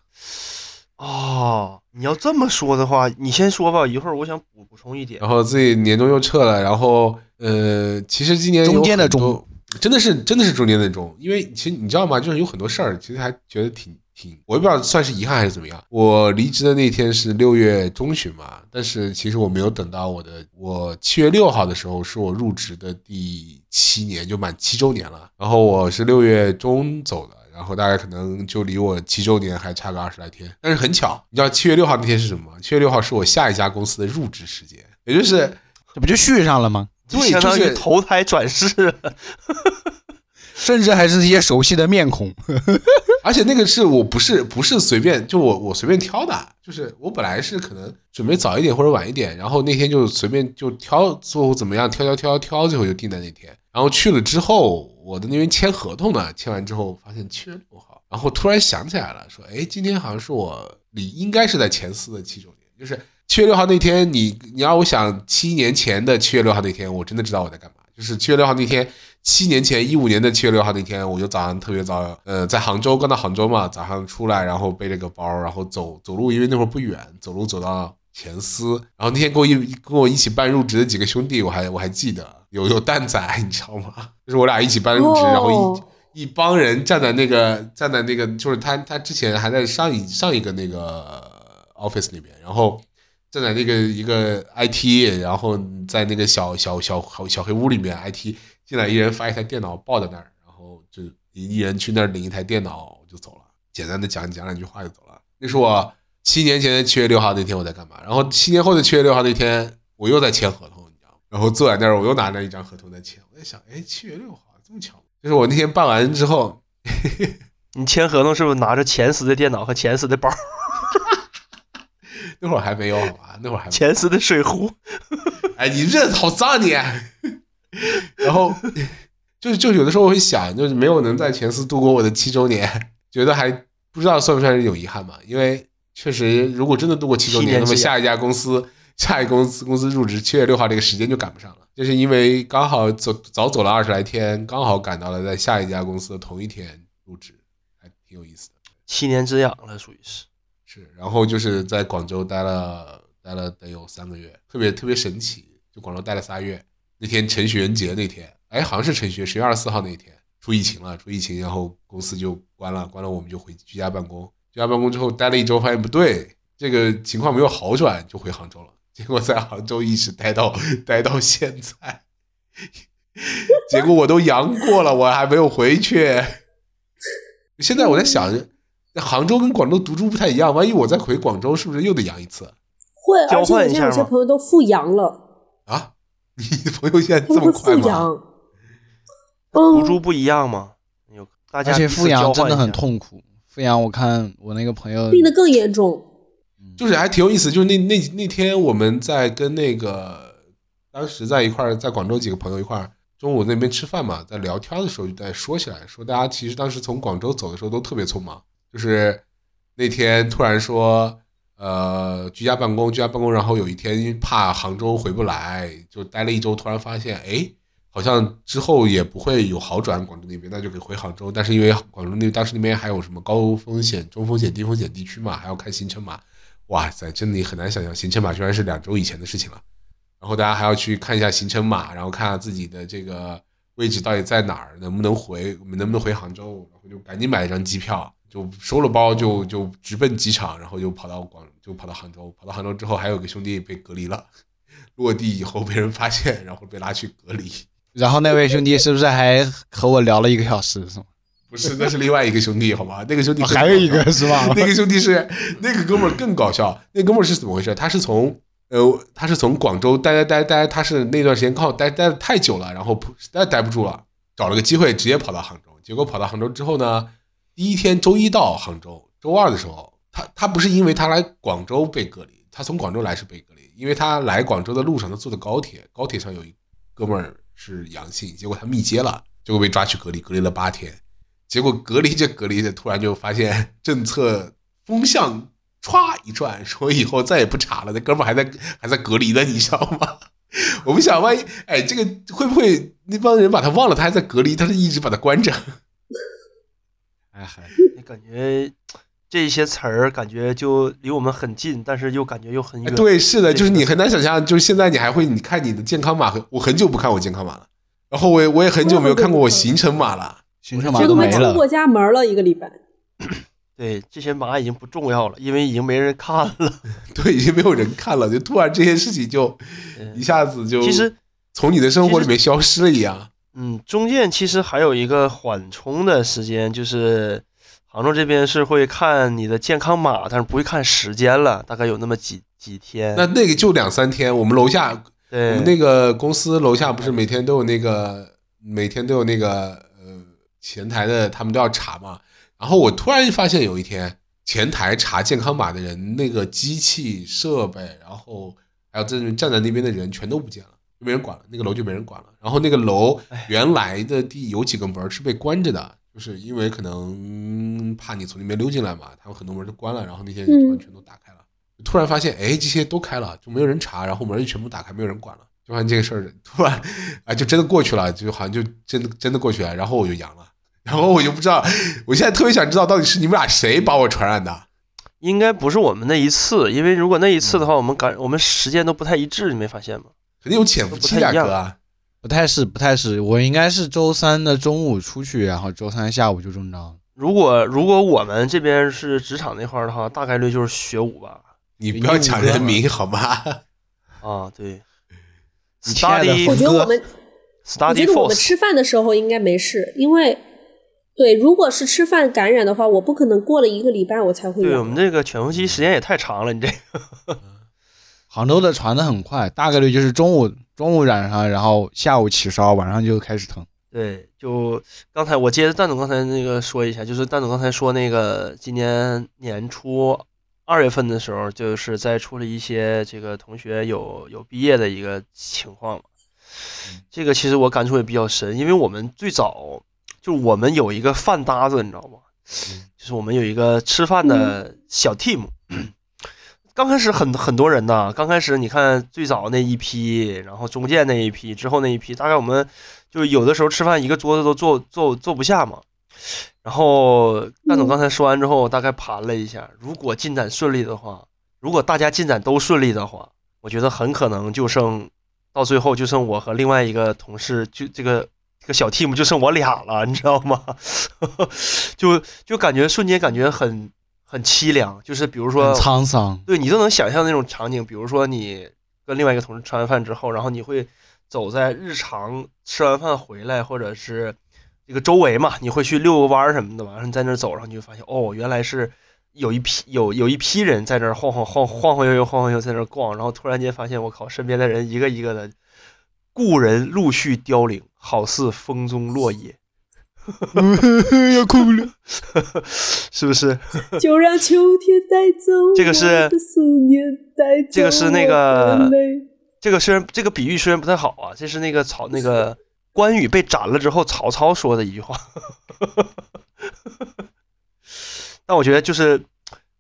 Speaker 4: 哦。你要这么说的话，你先说吧，一会儿我想补补充一点
Speaker 1: 然。后自己年终又撤了，然后呃，其实今年有
Speaker 2: 中间的
Speaker 1: 很多
Speaker 2: 中，
Speaker 1: 真的是真的是中间的中，因为其实你知道吗？就是有很多事儿，其实还觉得挺挺，我也不知道算是遗憾还是怎么样。我离职的那天是六月中旬嘛，但是其实我没有等到我的，我七月六号的时候是我入职的第七年，就满七周年了。然后我是六月中走的。然后大概可能就离我七周年还差个二十来天，但是很巧，你知道七月六号那天是什么吗？七月六号是我下一家公司的入职时间，也就是
Speaker 2: 这不就续上了吗？
Speaker 4: 就
Speaker 1: 对
Speaker 4: 相当
Speaker 1: 就
Speaker 4: 于
Speaker 1: 是
Speaker 4: 投胎转世了。 [LAUGHS]
Speaker 2: 甚至还是一些熟悉的面孔，
Speaker 1: 而且那个是我不是不是随便，就我我随便挑的，就是我本来是可能准备早一点或者晚一点，然后那天就随便就挑最后怎么样挑挑挑挑，最后就定在那天。然后去了之后，我的那边签合同呢，签完之后发现七月六号，然后突然想起来了，说哎，今天好像是我理应该是在前四的七周年，就是七月六号那天，你你让我想七年前的七月六号那天，我真的知道我在干嘛。就是七月六号那天，七年前一五年的七月六号那天，我就早上特别早，呃，在杭州刚到杭州嘛，早上出来，然后背了个包，然后走走路，因为那会儿不远，走路走到前司，然后那天跟我一跟我一起办入职的几个兄弟，我还我还记得有有蛋仔，你知道吗？ [LAUGHS] 就是我俩一起办入职，然后一。
Speaker 3: 哦
Speaker 1: 一帮人站在那个站在那个，就是他他之前还在上一上一个那个 office 里面，然后站在那个一个 IT，然后在那个小小小小小黑屋里面，IT 进来一人发一台电脑抱在那儿，然后就一人去那儿领一台电脑就走了，简单的讲讲两句话就走了。那是我七年前的七月六号那天我在干嘛，然后七年后的七月六号那天我又在签合同，你知道吗？然后坐在那儿我又拿着一张合同在签，我在想，哎，七月六号这么巧吗，就是我那天办完之后。
Speaker 4: 你签合同是不是拿着前司的电脑和前司的包、
Speaker 1: 那会儿还没有好吧？那会儿还没有
Speaker 4: 前司的水壶？
Speaker 1: 哎，你这好脏你！然 [LAUGHS] 后就就有的时候我会想，就是没有能在前四度过我的七周年，觉得还不知道算不算是一种遗憾吧。因为确实，如果真的度过七周
Speaker 4: 七
Speaker 1: 年，
Speaker 4: 年
Speaker 1: 那么
Speaker 4: 之痒
Speaker 1: 下一家公司，下一公司公司入职七月六号这个时间就赶不上了，就是因为刚好走早走了二十来天，刚好赶到了在下一家公司的同一天入职，还挺有意思的。
Speaker 4: 七年之痒了，属于是。
Speaker 3: 嗯
Speaker 1: 是，然后就是在广州待了待了得有三个月，特别特别神奇，就广州待了仨月。那天陈雪人节那天，哎，好像是陈雪，十月二十四号那一天出疫情了，出疫情，然后公司就关了，关了我们就回居家办公，居家办公之后待了一周，发现不对，这个情况没有好转，就回杭州了。结果在杭州一直待到待到现在，结果我都阳过了，我还没有回去。现在我在想，那杭州跟广州毒株不太一样，万一我再回广州，是不是又得阳一次
Speaker 3: 会，
Speaker 4: 交
Speaker 3: 而且
Speaker 4: 换
Speaker 3: 我
Speaker 4: 一
Speaker 3: 现在
Speaker 4: 下
Speaker 3: 有些
Speaker 4: 吗
Speaker 3: 朋友都复阳了，
Speaker 1: 啊？你的朋友现在
Speaker 3: 他
Speaker 1: 这
Speaker 3: 们
Speaker 1: 么
Speaker 3: 会
Speaker 1: 快
Speaker 3: 复
Speaker 1: 吗？
Speaker 3: 阳。
Speaker 4: 毒株
Speaker 3: 嗯，
Speaker 4: 不一样吗？有大家
Speaker 2: 而且
Speaker 4: 彼此
Speaker 2: 复
Speaker 4: 交
Speaker 2: 阳
Speaker 4: 换
Speaker 2: 真的
Speaker 4: 一
Speaker 2: 很
Speaker 4: 下。
Speaker 2: 痛苦。复阳，我看我那个朋友，
Speaker 3: 病得更严重。
Speaker 1: 就是还挺有意思，就是那那那天我们在跟那个当时在一块儿在广州几个朋友一块儿中午那边吃饭嘛，在聊天的时候就在说起来，说大家其实当时从广州走的时候都特别匆忙，就是那天突然说呃居家办公居家办公，然后有一天怕杭州回不来，就待了一周，突然发现哎。诶好像之后也不会有好转，广州那边那就可以回杭州。但是因为广州那当时那边还有什么高风险、中风险、低风险地区嘛，还要看行程码，哇塞，真的你很难想象行程码居然是两周以前的事情了。然后大家还要去看一下行程码，然后看下自己的这个位置到底在哪儿，能不能回，能不能回杭州，然后就赶紧买一张机票，就收了包就就直奔机场，然后就跑到广，就跑到杭州，跑到杭州之后还有个兄弟被隔离了，落地以后被人发现，然后被拉去隔离。 [LAUGHS]
Speaker 2: 然后那位兄弟是不是还和我聊了一个小时？是吗？
Speaker 1: 不是，那是另外一个兄弟， [LAUGHS] 好吗？那个兄弟
Speaker 2: 哦
Speaker 1: 更
Speaker 2: [LAUGHS] 还有一
Speaker 1: 搞笑
Speaker 2: 个是吧
Speaker 1: [LAUGHS] 那个兄弟是那个哥们儿更搞笑，那哥们儿是怎么回事？他是从呃，他是从广州待待待待，他是那段时间靠待待的太久了，然后不实在待不住了，找了个机会直接跑到杭州。结果跑到杭州之后呢，第一天周一到杭州，周二的时候，他他不是因为他来广州被隔离，他从广州来是被隔离，因为他来广州的路上他坐的高铁，高铁上有一哥们儿是阳性，结果他密接了，结果被抓去隔离，隔离了八天。结果隔离着隔离着，突然就发现政策风向歘一转，说以后再也不查了。那哥们儿还在还在隔离呢，你知道吗？ [LAUGHS] 我们想，万一哎，这个会不会那帮人把他忘了，他还在隔离，他是一直把他关着？
Speaker 2: 哎嗨，
Speaker 4: 感觉这些词儿感觉就离我们很近，但是又感觉又很
Speaker 1: 哎
Speaker 4: 远。
Speaker 1: 对，是的，
Speaker 4: 对
Speaker 1: 就是你很难想象，就是现在你还会，你看你的健康码，我很久不看我健康码了，然后我也我也很久没有看过我行程码
Speaker 4: [LAUGHS]
Speaker 1: 了。
Speaker 2: 行程码
Speaker 3: 我
Speaker 2: 都
Speaker 3: 都没
Speaker 2: 没
Speaker 3: 出
Speaker 2: 了。
Speaker 3: 过家门了，一个礼
Speaker 1: 哎
Speaker 3: 拜。
Speaker 4: 对，这些码已经不重要了，因为已经没人
Speaker 1: [LAUGHS]
Speaker 4: 看了。
Speaker 1: 对，已经没有人看了，就突然这些事情就
Speaker 4: 嗯
Speaker 1: 一下子就
Speaker 4: 其实，
Speaker 1: 从你的生活
Speaker 4: 其
Speaker 1: 里
Speaker 4: 实
Speaker 1: 面消失了一样。
Speaker 4: 嗯，中间其实还有一个缓冲的时间，就是杭州这边是会看你的健康码，但是不会看时间了，大概有那么几几天。
Speaker 1: 那那个就两三天，我们楼下我
Speaker 4: 对
Speaker 1: 们，那个公司楼下不是每天都有那个每天都有那个呃前台的，他们都要查嘛。然后我突然发现有一天，前台查健康码的人，那个机器设备，然后还有站站在那边的人全都不见了，就没人管了，那个楼就没人管了。然后那个楼
Speaker 4: 哎
Speaker 1: 原来的地有几个门是被关着的，就是因为可能怕你从那边溜进来嘛，他们很多门都关了，然后那些人突然
Speaker 3: 嗯
Speaker 1: 全都打开了。突然发现，哎，这些都开了，就没有人查，然后门全部打开，没有人管了，就发现这个事儿突然， [LAUGHS] 啊，就真的过去了，就好像就真的真的过去了，然后我就阳了，然后我就不知道，我现在特别想知道到底是你们俩谁把我传染的，
Speaker 4: 应该不是我们那一次，因为如果那一
Speaker 1: 嗯
Speaker 4: 次的话，我们感我们时间都不太一致，你没发现吗？
Speaker 1: 肯定有潜伏期呀，
Speaker 4: 都不太一样
Speaker 1: 哥啊，
Speaker 2: 不太是，不太是，我应该是周三的中午出去，然后周三下午就中招了。
Speaker 4: 如果如果我们这边是职场那块儿的话，大概率就是学五吧，
Speaker 1: 你不要讲人名好吗？
Speaker 4: 啊，对
Speaker 2: [LAUGHS] 你亲爱的
Speaker 3: 我觉得
Speaker 4: ，study
Speaker 2: 哥
Speaker 3: 我们，我觉
Speaker 4: study
Speaker 3: 得我们
Speaker 4: force
Speaker 3: 吃饭的时候应该没事，因为对，如果是吃饭感染的话，我不可能过了一个礼拜我才会
Speaker 4: 对我
Speaker 3: 有。
Speaker 4: 们这个潜伏期时间也太长了，你这
Speaker 2: 杭州的传的很快，大概率就是中午中午染上，然后下午起烧，晚上就开始疼。
Speaker 4: 对，就刚才我接着蛋总刚才那个说一下，就是蛋总刚才说那个今年年初二月份的时候，就是在出了一些这个同学有有毕业的一个情况嘛。这个其实我感触也比较深，因为我们最早就是我们有一个饭搭子，你知道吗？就是我们有一个吃饭的小 team。刚开始很很多人呐，刚开始你看最早那一批，然后中间那一批，之后那一批，大概我们就是有的时候吃饭一个桌子都坐坐坐不下嘛。然后蛋总刚才说完之后，我大概盘了一下，如果进展顺利的话，如果大家进展都顺利的话，我觉得很可能就剩到最后就剩我和另外一个同事，就这个这个小 team 就剩我俩了，你知道吗？ [LAUGHS] 就就感觉瞬间感觉很很凄凉，就是比如说
Speaker 2: 很沧桑，
Speaker 4: 对你都能想象那种场景，比如说你跟另外一个同事吃完饭之后，然后你会走在日常吃完饭回来，或者是这个周围嘛，你会去遛个弯儿什么的，完了你在那儿走，然后你就发现哦，原来是有一批有有一批人在那儿晃晃晃晃晃悠悠晃晃悠悠在那儿逛，然后突然间发现我靠，身边的人一个一个的，故人陆续凋零，好似风中落叶，
Speaker 2: [LAUGHS]
Speaker 4: [LAUGHS]
Speaker 2: 要哭了。
Speaker 4: 是不是？ [LAUGHS]
Speaker 3: 就让秋天带走
Speaker 4: 这个是
Speaker 3: 我的思念，带走
Speaker 4: 这个是那个
Speaker 3: 我的泪
Speaker 4: 这个虽然这个比喻虽然不太好啊，这是那个曹那个关羽被斩了之后，曹操说的一句话。 [LAUGHS] 但我觉得就是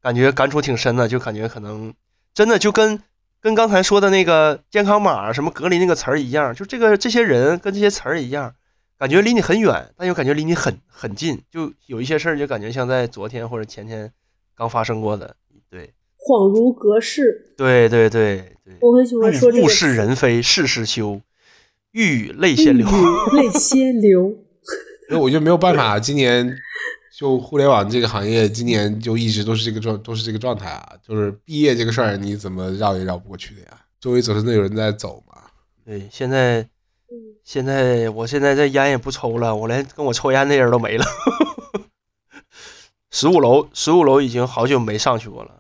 Speaker 4: 感觉感触挺深的，就感觉可能真的就跟跟刚才说的那个健康码什么隔离那个词儿一样，就这个这些人跟这些词儿一样，感觉离你很远，但又感觉离你很很近，就有一些事儿就感觉像在昨天或者前天刚发生过的。对
Speaker 3: 恍如隔世。
Speaker 4: 对对对对。
Speaker 3: 我很喜欢说这个
Speaker 4: 物
Speaker 3: 词
Speaker 4: 是人非事事休，欲语泪先流。
Speaker 3: 嗯泪先流。
Speaker 1: 因为我就没有办法，今年就互联网这个行业，今年就一直都是这个状，都是这个状态啊。就是毕业这个事儿，你怎么绕也绕不过去的呀？周围总是有人在走嘛。
Speaker 4: 对，现在
Speaker 3: 嗯
Speaker 4: 现在我现在这烟也不抽了，我连跟我抽烟的人都没了。十五楼，十五楼已经好久没上去过了。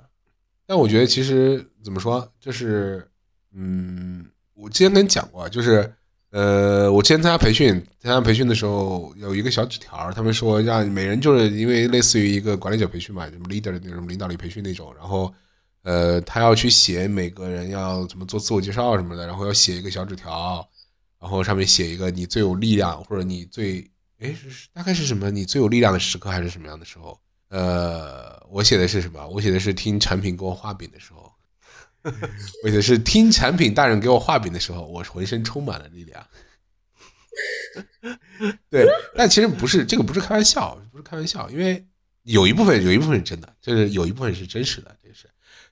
Speaker 1: 但我觉得其实怎么说，就是嗯，我之前跟你讲过啊，就是呃，我之前参加培训，参加培训的时候有一个小纸条儿，他们说让每人就是因为类似于一个管理者培训嘛，什么 leader 的那种领导力培训那种，然后呃，他要去写每个人要怎么做自我介绍什么的，然后要写一个小纸条，然后上面写一个你最有力量或者你最哎是大概是什么你最有力量的时刻还是什么样的时候？呃，我写的是什么？我写的是听产品给我画饼的时候， [LAUGHS] 我写的是听产品大人给我画饼的时候，我浑身充满了力量。 [LAUGHS] 对，但其实不是这个，不是开玩笑，不是开玩笑，因为有一部分有一部分是真的，就是有一部分是真实的，这个是，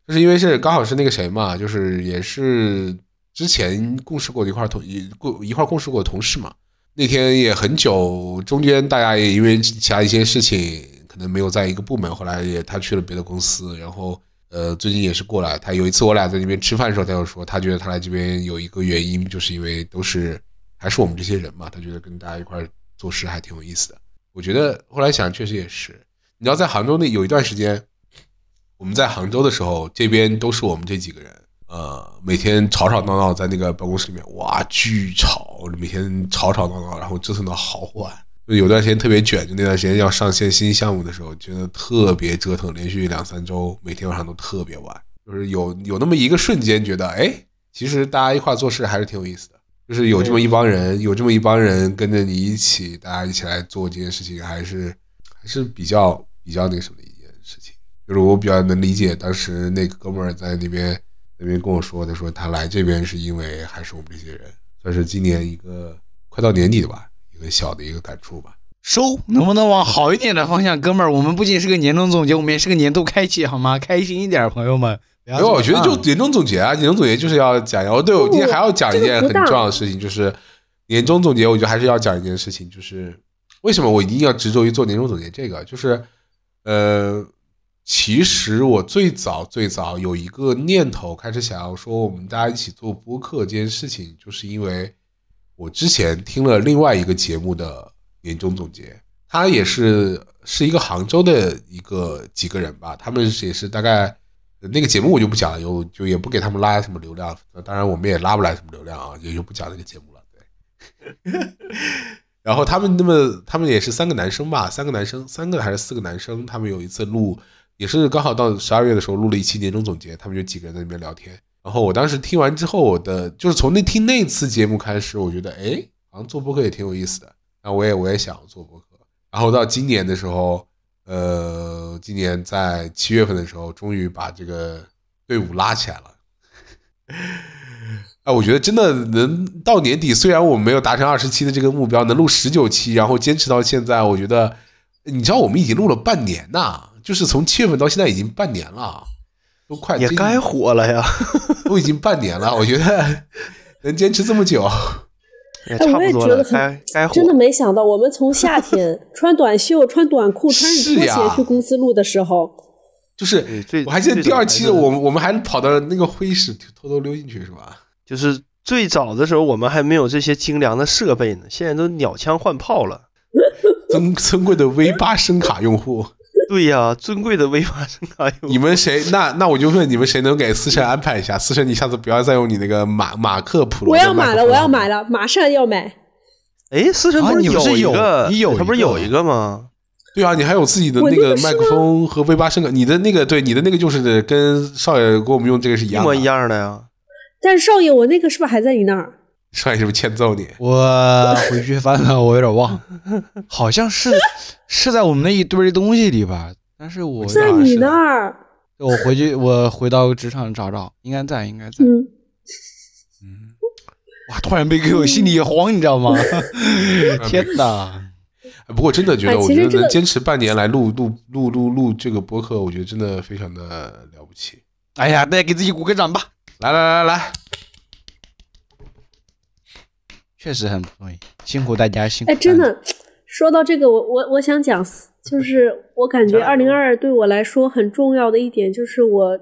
Speaker 1: 就是因为是刚好是那个谁嘛，就是也是之前共事过的一块儿同一共一块儿共事过的同事嘛，那天也很久，中间大家也因为其他一些事情，可能没有在一个部门。后来也他去了别的公司，然后呃，最近也是过来。他有一次我俩在那边吃饭的时候，他就说，他觉得他来这边有一个原因，就是因为都是还是我们这些人嘛，他觉得跟大家一块儿做事还挺有意思的。我觉得后来想，确实也是。你知道，在杭州那有一段时间，我们在杭州的时候，这边都是我们这几个人，呃，每天吵吵闹闹在那个办公室里面，哇，巨吵，每天吵吵闹闹，然后折腾到好晚。就有段时间特别卷，就那段时间要上线新项目的时候，觉得特别折腾，连续两三周，每天晚上都特别晚。就是有有那么一个瞬间，觉得哎，其实大家一块做事还是挺有意思的。就是有这么一帮人，有这么一帮人跟着你一起，大家一起来做这件事情，还是还是比较比较那个什么的一件事情。就是我比较能理解当时那个哥们儿在那边那边跟我说的，说他来这边是因为还是我们这些人，算是今年一个快到年底了吧，一个小的一个感触吧。
Speaker 2: 收，能不能往好一点的方向，哥们儿？我们不仅是个年终总结，我们也是个年度开启，好吗？开心一点，朋友们。没
Speaker 1: 没有，我觉得就
Speaker 3: 嗯
Speaker 1: 年终总结啊，年终总结就是要讲一下。哦，对，我今天还要讲一件
Speaker 3: 这个
Speaker 1: 很
Speaker 3: 不大
Speaker 1: 重要的事情，就是年终总结。我觉得还是要讲一件事情，就是为什么我一定要执着于做年终总结这个，就是呃，其实我最早最早有一个念头，开始想要说我们大家一起做播客这件事情，就是因为我之前听了另外一个节目的年终总结，他也是是一个杭州的一个几个人吧，他们也是大概那个节目我就不讲了，有就也不给他们拉什么流量，当然我们也拉不来什么流量啊，也就不讲那个节目了。 [LAUGHS] 然后他们那么，他们也是三个男生吧，三个男生，三个还是四个男生？他们有一次录，也是刚好到十二月的时候录了一期年终总结，他们就几个人在那边聊天。然后我当时听完之后，我的就是从那听那次节目开始，我觉得哎，好像做播客也挺有意思的。那我也我也想做播客。然后到今年的时候，呃，今年在七月份的时候，终于把这个队伍拉起来了。 [LAUGHS] 啊，我觉得真的能到年底，虽然我们没有达成二十期的这个目标，能录十九期，然后坚持到现在，我觉得，你知道我们已经录了半年呐、就是从七月份到现在已经半年了，都
Speaker 2: 哎
Speaker 1: 快
Speaker 4: 也
Speaker 1: 接近
Speaker 4: 该火了呀，
Speaker 1: [LAUGHS] 都已经半年
Speaker 4: [LAUGHS]
Speaker 1: 了，我觉得能坚持这么久，
Speaker 4: [LAUGHS] 也
Speaker 3: 哎
Speaker 4: 差
Speaker 3: 我也
Speaker 4: 不多
Speaker 3: 觉得
Speaker 4: 了，
Speaker 3: 很
Speaker 4: 该该火
Speaker 3: 真的没想到，我们从夏天穿短袖、穿短裤、穿着拖
Speaker 1: 是呀
Speaker 4: 啊
Speaker 3: 鞋去公司录的时候，
Speaker 1: 就是
Speaker 4: 对最
Speaker 1: 我还记得
Speaker 4: 最
Speaker 1: 第
Speaker 4: 早
Speaker 1: 二
Speaker 4: 还
Speaker 1: 期，
Speaker 4: 是
Speaker 1: 我们我们还跑到那个会议室偷偷溜进去是吧？
Speaker 4: 就是最早的时候，我们还没有这些精良的设备呢，现在都鸟枪换炮了。
Speaker 1: [LAUGHS] 尊尊贵的 V 八声卡用
Speaker 4: [LAUGHS]
Speaker 1: 户，
Speaker 4: 对呀、尊贵的威马声卡用户
Speaker 1: 你们谁？那那我就问你们谁能给思辰安排一下？思辰，你下次不要再用你那个马马克普罗。
Speaker 3: 我要买了，我要买
Speaker 1: 了。
Speaker 3: 了，马上要买。
Speaker 4: 哎，思辰
Speaker 2: 啊
Speaker 4: 不
Speaker 2: 你不是
Speaker 4: 有一
Speaker 2: 有
Speaker 4: 个，
Speaker 2: 你有
Speaker 4: 他不是
Speaker 2: 一个
Speaker 4: 有一个吗？
Speaker 1: 对啊，你还有自己的
Speaker 3: 我
Speaker 1: 那
Speaker 3: 那
Speaker 1: 个
Speaker 3: 个是
Speaker 1: 麦克风和 V 八声卡，你的那个对，你的那个就是跟少爷给我们用这个是一
Speaker 4: 一
Speaker 1: 样的。
Speaker 4: 模一。样的呀。
Speaker 3: 但是少爷，我那个是不是还在你那儿？
Speaker 1: 少爷是不是欠揍你？
Speaker 2: [LAUGHS] 我回去翻翻，我有点忘，好像
Speaker 3: [LAUGHS]
Speaker 2: 是是在我们那一堆东西里吧，但是我
Speaker 4: 啊
Speaker 1: 在
Speaker 3: 在
Speaker 1: 哪儿
Speaker 3: 你
Speaker 1: 是的
Speaker 3: 那儿？
Speaker 2: 我回去我回到职场找找，应该在，应该在。
Speaker 3: 嗯，
Speaker 2: 哇，突然被给我心里一慌，你知道吗？天哪！
Speaker 1: 不过真的觉
Speaker 3: 哎
Speaker 1: 得，我
Speaker 3: 其
Speaker 1: 觉
Speaker 3: 实
Speaker 1: 得
Speaker 3: 这
Speaker 1: 能
Speaker 3: 个
Speaker 1: 坚持半年来录录录录录这个播客，我觉得真的非常的了不起。
Speaker 2: 哎呀，大家给自己鼓个掌吧，
Speaker 1: 来来来来，
Speaker 2: 确实很不容易，辛苦大家，辛苦。
Speaker 3: 哎，真，的，说到这个，我我我想讲，就是我感觉二零二二对我来说很重要的一点，就是我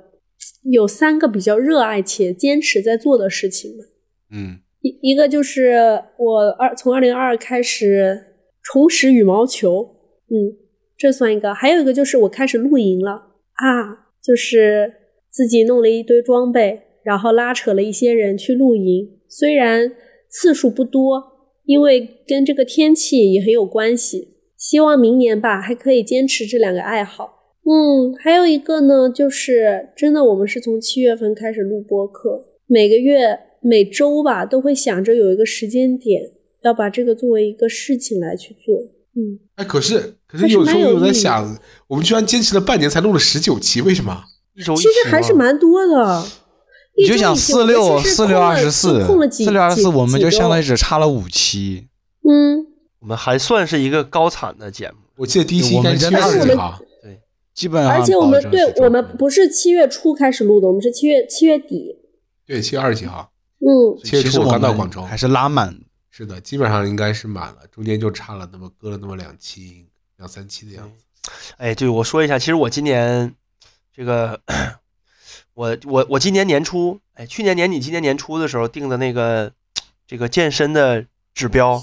Speaker 3: 有三个比较热爱且坚持在做的事情嘛。
Speaker 1: 嗯，
Speaker 3: 一一个就是我二从二零二二开始重拾羽毛球，嗯，这算一个。还有一个就是我开始露营了啊，就是自己弄了一堆装备，然后拉扯了一些人去露营，虽然次数不多，因为跟这个天气也很有关系。希望明年吧还可以坚持这两个爱好。嗯，还有一个呢，就是真的，我们是从七月份开始录播客，每个月每周吧，都会想着有一个时间点，要把这个作为一个事情来去做。嗯，
Speaker 1: 哎，可是可是
Speaker 3: 还是
Speaker 1: 有时候
Speaker 3: 蛮有
Speaker 1: 我在
Speaker 3: 意义的
Speaker 1: 想，我们居然坚持了半年才录了十九期，为什么？
Speaker 4: 一周一
Speaker 3: 其实还是蛮多的。
Speaker 2: 你
Speaker 3: 一周
Speaker 2: 就想
Speaker 3: 以前
Speaker 2: 四
Speaker 3: 我
Speaker 2: 六
Speaker 3: 们其实
Speaker 2: 四六
Speaker 3: 空了
Speaker 2: 二十
Speaker 3: 就
Speaker 2: 四，
Speaker 3: 空了几
Speaker 2: 四六二十
Speaker 3: 几
Speaker 2: 四，我们
Speaker 3: 几
Speaker 2: 就
Speaker 3: 周
Speaker 2: 相当于只差了五期。
Speaker 3: 嗯，
Speaker 4: 我们还算是一个高产的节目。
Speaker 1: 我记得第一期应
Speaker 2: 我
Speaker 1: 该
Speaker 2: 们
Speaker 1: 是七
Speaker 2: 真
Speaker 1: 月
Speaker 2: 的
Speaker 1: 二
Speaker 3: 是
Speaker 1: 十几号。
Speaker 2: 基本上，
Speaker 3: 而且我们对我们不是七月初开始录的，我们是七月七月底。
Speaker 1: 对，七月二十几号。
Speaker 3: 嗯，
Speaker 1: 其实
Speaker 2: 实
Speaker 1: 我
Speaker 2: 我
Speaker 1: 刚到
Speaker 2: 们
Speaker 1: 广州
Speaker 2: 还是拉满。
Speaker 1: 是的，基本上应该是满了，中间就差了那么隔了那么两期、两三期的样子。
Speaker 4: 哎，对，我说一下，其实我今年这个，我我我今年年初，哎，去年年底、今年年初的时候定的那个这个健身的指标，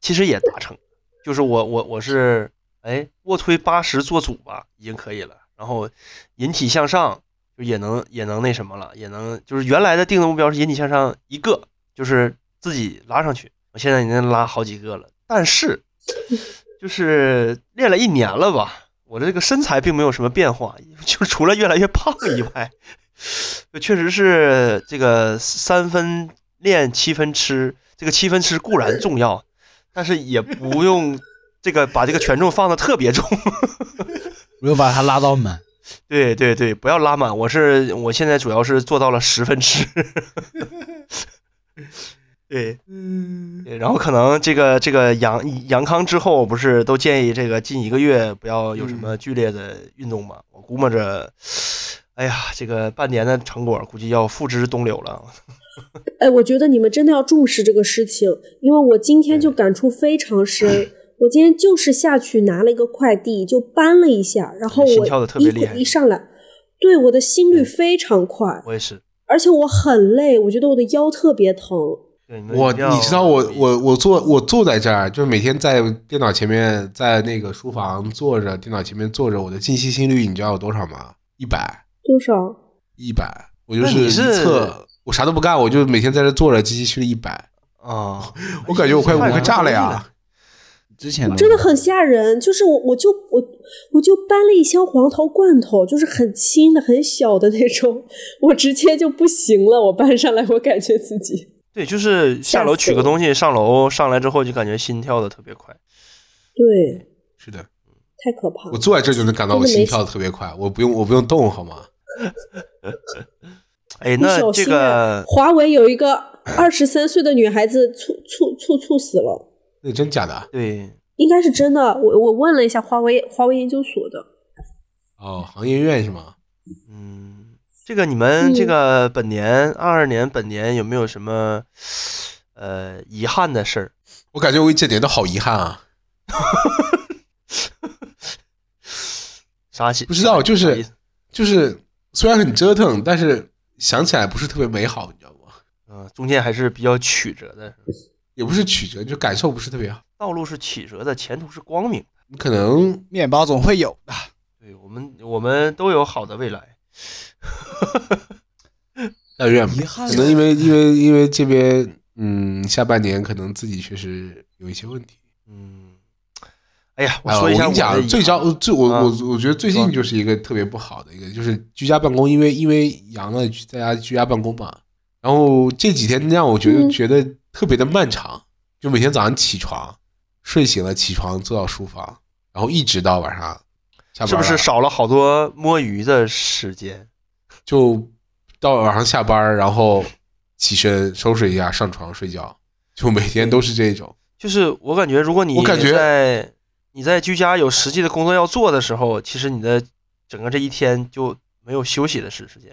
Speaker 4: 其实也达成，就是我我我是哎卧推八十做组吧，已经可以了，然后引体向上就也能也能那什么了，也能就是原来的定的目标是引体向上一个，就是自己拉上去，我现在已经拉好几个了，但是。就是练了一年了吧，我这个身材并没有什么变化，就是除了越来越胖以外， [LAUGHS] 确实是这个三分练七分吃，这个七分吃固然重要，但是也不用这个把这个权重放的特别重。 [LAUGHS]
Speaker 2: 没有把它拉到满，
Speaker 4: 对对对，不要拉满，我是我现在主要是做到了十分吃。 [LAUGHS] 对，
Speaker 1: 嗯，
Speaker 4: 对然后可能这个这个阳阳康之后，不是都建议这个近一个月不要有什
Speaker 1: 嗯
Speaker 4: 么剧烈的运动嘛？我估摸着，哎呀，这个半年的成果估计要付之东流了。
Speaker 3: 哎，我觉得你们真的要重视这个事情，因为我今天就感触非常深。我今天就是下去拿了一个快递，就搬了一下，然后
Speaker 4: 心跳得特
Speaker 3: 我
Speaker 4: 别
Speaker 3: 一
Speaker 4: 厉害
Speaker 3: 一上来，对我的心率非常快，
Speaker 4: 我也是。
Speaker 3: 而且我很累，我觉得我的腰特别疼。
Speaker 4: 对，你们
Speaker 1: 我
Speaker 4: 一定要
Speaker 1: 你知道我我我坐我坐在这儿，就是每天在电脑前面，在那个书房坐着，电脑前面坐着，我的静息心率你知道有多少吗？一百
Speaker 3: 多少？
Speaker 1: 一百，我就
Speaker 4: 那你
Speaker 1: 一
Speaker 4: 是
Speaker 1: 测，我啥都不干，我就每天在这坐着，静息心率一百，
Speaker 4: 啊，
Speaker 1: 我感觉
Speaker 4: [LAUGHS]
Speaker 1: 我快
Speaker 4: 哎
Speaker 1: 五个炸了呀！！
Speaker 2: 之前呢
Speaker 3: 真的很吓人，就是我，我就我我就搬了一箱黄桃罐头，就是很轻的、很小的那种，我直接就不行了。我搬上来，我感觉自己
Speaker 4: 对，就是下楼
Speaker 3: 吓死
Speaker 4: 取个
Speaker 3: 我
Speaker 4: 东西，上楼上来之后就感觉心跳的特别快。
Speaker 3: 对
Speaker 1: 是的，
Speaker 3: 太可怕
Speaker 1: 我
Speaker 3: 了。
Speaker 1: 坐在这就能感到
Speaker 3: 真
Speaker 1: 我
Speaker 3: 的没
Speaker 1: 心跳特别快，我不用我不用动好吗？
Speaker 4: 哎，
Speaker 3: 你
Speaker 4: 那
Speaker 3: 小
Speaker 4: 这
Speaker 3: 心啊
Speaker 4: 个！
Speaker 3: 华为有一个二十三岁的女孩子猝猝猝猝死了。
Speaker 1: 那真假的？
Speaker 4: 对，
Speaker 3: 应该是真的。我我问了一下华为华为研究所的，
Speaker 1: 哦，行业院是吗？
Speaker 4: 嗯，这个你们这
Speaker 3: 嗯
Speaker 4: 个本年二二年本年有没有什么呃遗憾的事儿？
Speaker 1: 我感觉我一整年都好遗憾啊，
Speaker 4: 啥？不
Speaker 1: 不知道就是就是虽然很折腾，但是想起来不是特别美好，你知道吗？
Speaker 4: 嗯，中间还是比较曲折的，
Speaker 1: 也不是曲折，就感受不是特别好。
Speaker 4: 道路是曲折的，前途是光明的。
Speaker 1: 你可能
Speaker 2: 面包总会有的。
Speaker 4: 对我们，我们都有好的未来。
Speaker 1: 但愿吧
Speaker 2: 遗憾
Speaker 1: 可能因为因为因为这边嗯下半年可能自己确实有一些问题。
Speaker 4: 嗯，哎呀，我
Speaker 1: 啊
Speaker 4: 说一下
Speaker 1: 跟你
Speaker 4: 的
Speaker 1: 讲，
Speaker 4: 遗
Speaker 1: 最
Speaker 4: 憾
Speaker 1: 糟最我
Speaker 4: 啊
Speaker 1: 我我觉得最近就是一个特别不好的一个，就是居家办公，因为因为阳了，在家居家办公嘛。然后这几天让我觉得
Speaker 3: 嗯
Speaker 1: 觉得特别的漫长，就每天早上起床，睡醒了起床坐到书房，然后一直到晚上下班
Speaker 4: 是不是
Speaker 1: 了
Speaker 4: 少了好多摸鱼的时间？
Speaker 1: 就到晚上下班，然后起身收拾一下上床睡觉，就每天都是这种。
Speaker 4: 就是我感觉，如果你
Speaker 1: 我感觉
Speaker 4: 在你在居家有实际的工作要做的时候，其实你的整个这一天就没有休息的时时间。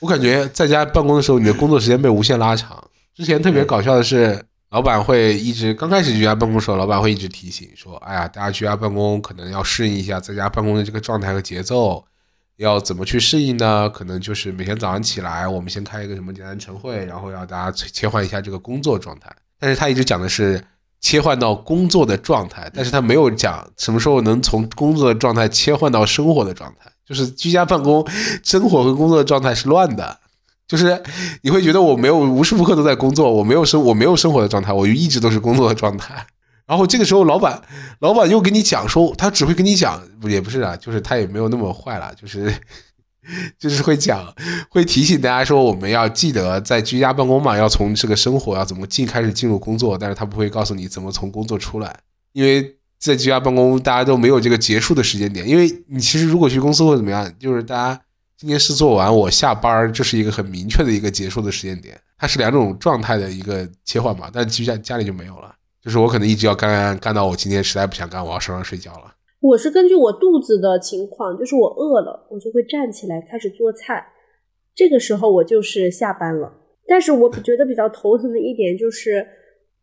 Speaker 1: 我感觉在家办公的时候，你的工作时间被无限拉长。之前特别搞笑的是，老板会一直刚开始居家办公的时候，老板会一直提醒说：“哎呀，大家居家办公可能要适应一下在家办公的这个状态和节奏，要怎么去适应呢？可能就是每天早上起来，我们先开一个什么简单晨会，然后要大家切切换一下这个工作状态。但是他一直讲的是切换到工作的状态，但是他没有讲什么时候能从工作的状态切换到生活的状态。就是居家办公，生活和工作的状态是乱的。就是你会觉得我没有无时无刻都在工作，我没有生我没有生活的状态，我一直都是工作的状态。然后这个时候，老板老板又跟你讲说，他只会跟你讲，不也不是啊，就是他也没有那么坏了，就是就是会讲，会提醒大家说，我们要记得在居家办公嘛，要从这个生活要怎么进开始进入工作，但是他不会告诉你怎么从工作出来，因为在居家办公，大家都没有这个结束的时间点，因为你其实如果去公司或者怎么样，就是大家今天事做完，我下班儿，这是一个很明确的一个结束的时间点，它是两种状态的一个切换嘛，但居家家里就没有了。就是我可能一直要干干干到我今天实在不想干，我要上床睡觉了。 [LAUGHS]
Speaker 3: 我是根据我肚子的情况，就是我饿了，我就会站起来开始做菜。这个时候我就是下班了。但是我觉得比较头疼的一点就是，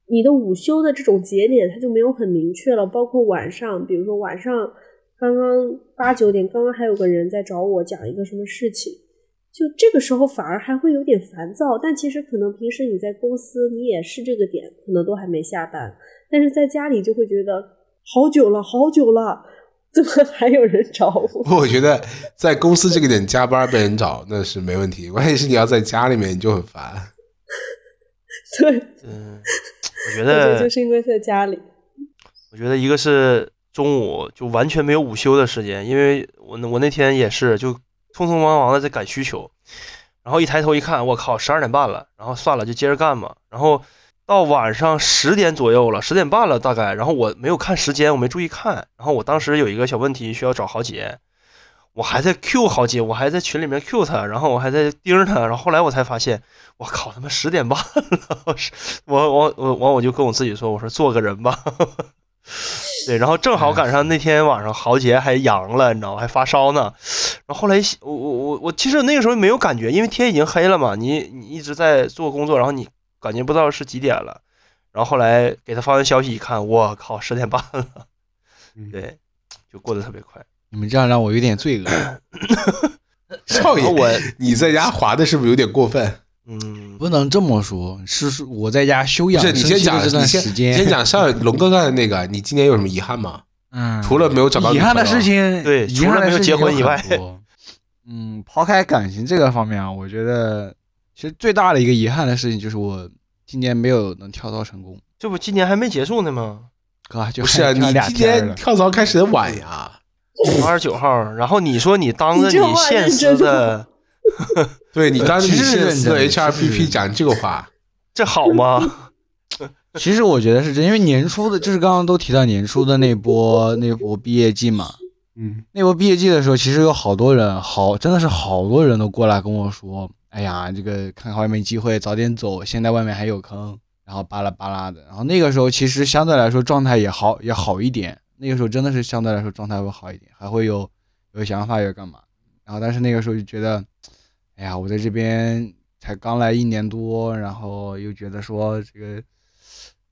Speaker 3: 你的午休的这种节点它就没有很明确了，包括晚上，比如说晚上刚刚八九点，刚刚还有个人在找我讲一个什么事情，就这个时候反而还会有点烦躁。但其实可能平时你在公司你也是这个点，可能都还没下班，但是在家里就会觉得好久了，好久了，怎么还有人找我？
Speaker 1: 我觉得在公司这个点加班被人找那是没问题，关键是你要在家里面你就很烦。
Speaker 3: 对，
Speaker 4: 嗯，我觉
Speaker 3: 我 [LAUGHS] 觉得
Speaker 4: 得
Speaker 3: 就是因为在家里。
Speaker 4: 我觉得一个是中午就完全没有午休的时间，因为我那我那天也是就匆匆忙忙的在赶需求，然后一抬头一看，我靠，十二点半了，然后算了，就接着干吧。然后到晚上十点左右了，十点半了大概，然后我没有看时间，我没注意看，然后我当时有一个小问题需要找豪杰。我还在 Q 豪杰，我还在群里面 Q 他，然后我还在盯着他，然后后来我才发现，我靠，他妈十点半了， [LAUGHS] 我是我我我我我就跟我自己说，我说做个人吧， [LAUGHS] 对，然后正好赶上那天晚上豪杰还阳了，你知道吗？还发烧呢。然后后来一我我我我其实那个时候没有感觉，因为天已经黑了嘛，你你一直在做工作，然后你感觉不到是几点了。然后后来给他发完消息一看，我靠，十点半了， [LAUGHS]
Speaker 1: 嗯
Speaker 4: 对，就过得特别快。
Speaker 2: 你们这样让我有点罪
Speaker 1: [CLEARS THROAT]
Speaker 2: 恶。
Speaker 1: [LAUGHS] 少
Speaker 4: 然
Speaker 1: 爷 [LAUGHS]
Speaker 4: 后，我，
Speaker 1: 你在家滑的是不是有点过分？
Speaker 4: 嗯，
Speaker 2: 不能这么说，是是我在家休
Speaker 1: 不
Speaker 2: 养
Speaker 1: 是，你
Speaker 2: 生
Speaker 1: 先
Speaker 2: 息的
Speaker 1: 讲，
Speaker 2: 这段
Speaker 1: 你
Speaker 2: 时
Speaker 1: 先
Speaker 2: 间。
Speaker 1: 先，讲上龙哥刚才那个，你今年有什么遗憾吗？
Speaker 2: 嗯，
Speaker 1: 除了没有找到
Speaker 2: 遗憾的
Speaker 1: 女朋友啊
Speaker 2: 事，情，
Speaker 4: 对
Speaker 2: 遗憾的事情
Speaker 4: 除了没有结婚以外
Speaker 2: 有很多， [LAUGHS] 嗯，抛开感情这个方面啊，我觉得其实最大的一个遗憾的事情就是我今年没有能跳槽成功。
Speaker 4: 这不今年还没结束
Speaker 3: [LAUGHS]
Speaker 4: 呢吗？
Speaker 2: 哥，就
Speaker 1: 不是啊，
Speaker 2: 还差
Speaker 1: 你
Speaker 2: 俩
Speaker 1: 今
Speaker 2: 天
Speaker 1: [LAUGHS]
Speaker 2: 儿
Speaker 1: 天
Speaker 2: 了
Speaker 1: 跳槽开始的晚呀。
Speaker 4: 二十九号，然后你说你当着
Speaker 3: 你这
Speaker 4: 你
Speaker 3: 话
Speaker 4: 现
Speaker 3: 认
Speaker 4: 实
Speaker 3: 真
Speaker 4: 的，
Speaker 1: 对你当时
Speaker 2: 其
Speaker 1: 你
Speaker 2: 实是
Speaker 1: 是
Speaker 2: 认真
Speaker 1: 四
Speaker 2: 的其实是
Speaker 1: HRPP 讲这个话，
Speaker 4: 这好吗？ [LAUGHS]
Speaker 2: 其实我觉得是真，因为年初的，就是刚刚都提到年初的那波那波毕业季嘛。
Speaker 1: 嗯，
Speaker 2: 那波毕业季的时候，其实有好多人，好真的是好多人都过来跟我说：“哎呀，这个看看外面机会，早点走，现在外面还有坑。”然后巴拉巴拉的。然后那个时候其实相对来说状态也好也好一点，那个时候真的是相对来说状态会好一点，还会有有想法有干嘛。然后但是那个时候就觉得，哎呀，我在这边才刚来一年多，然后又觉得说这个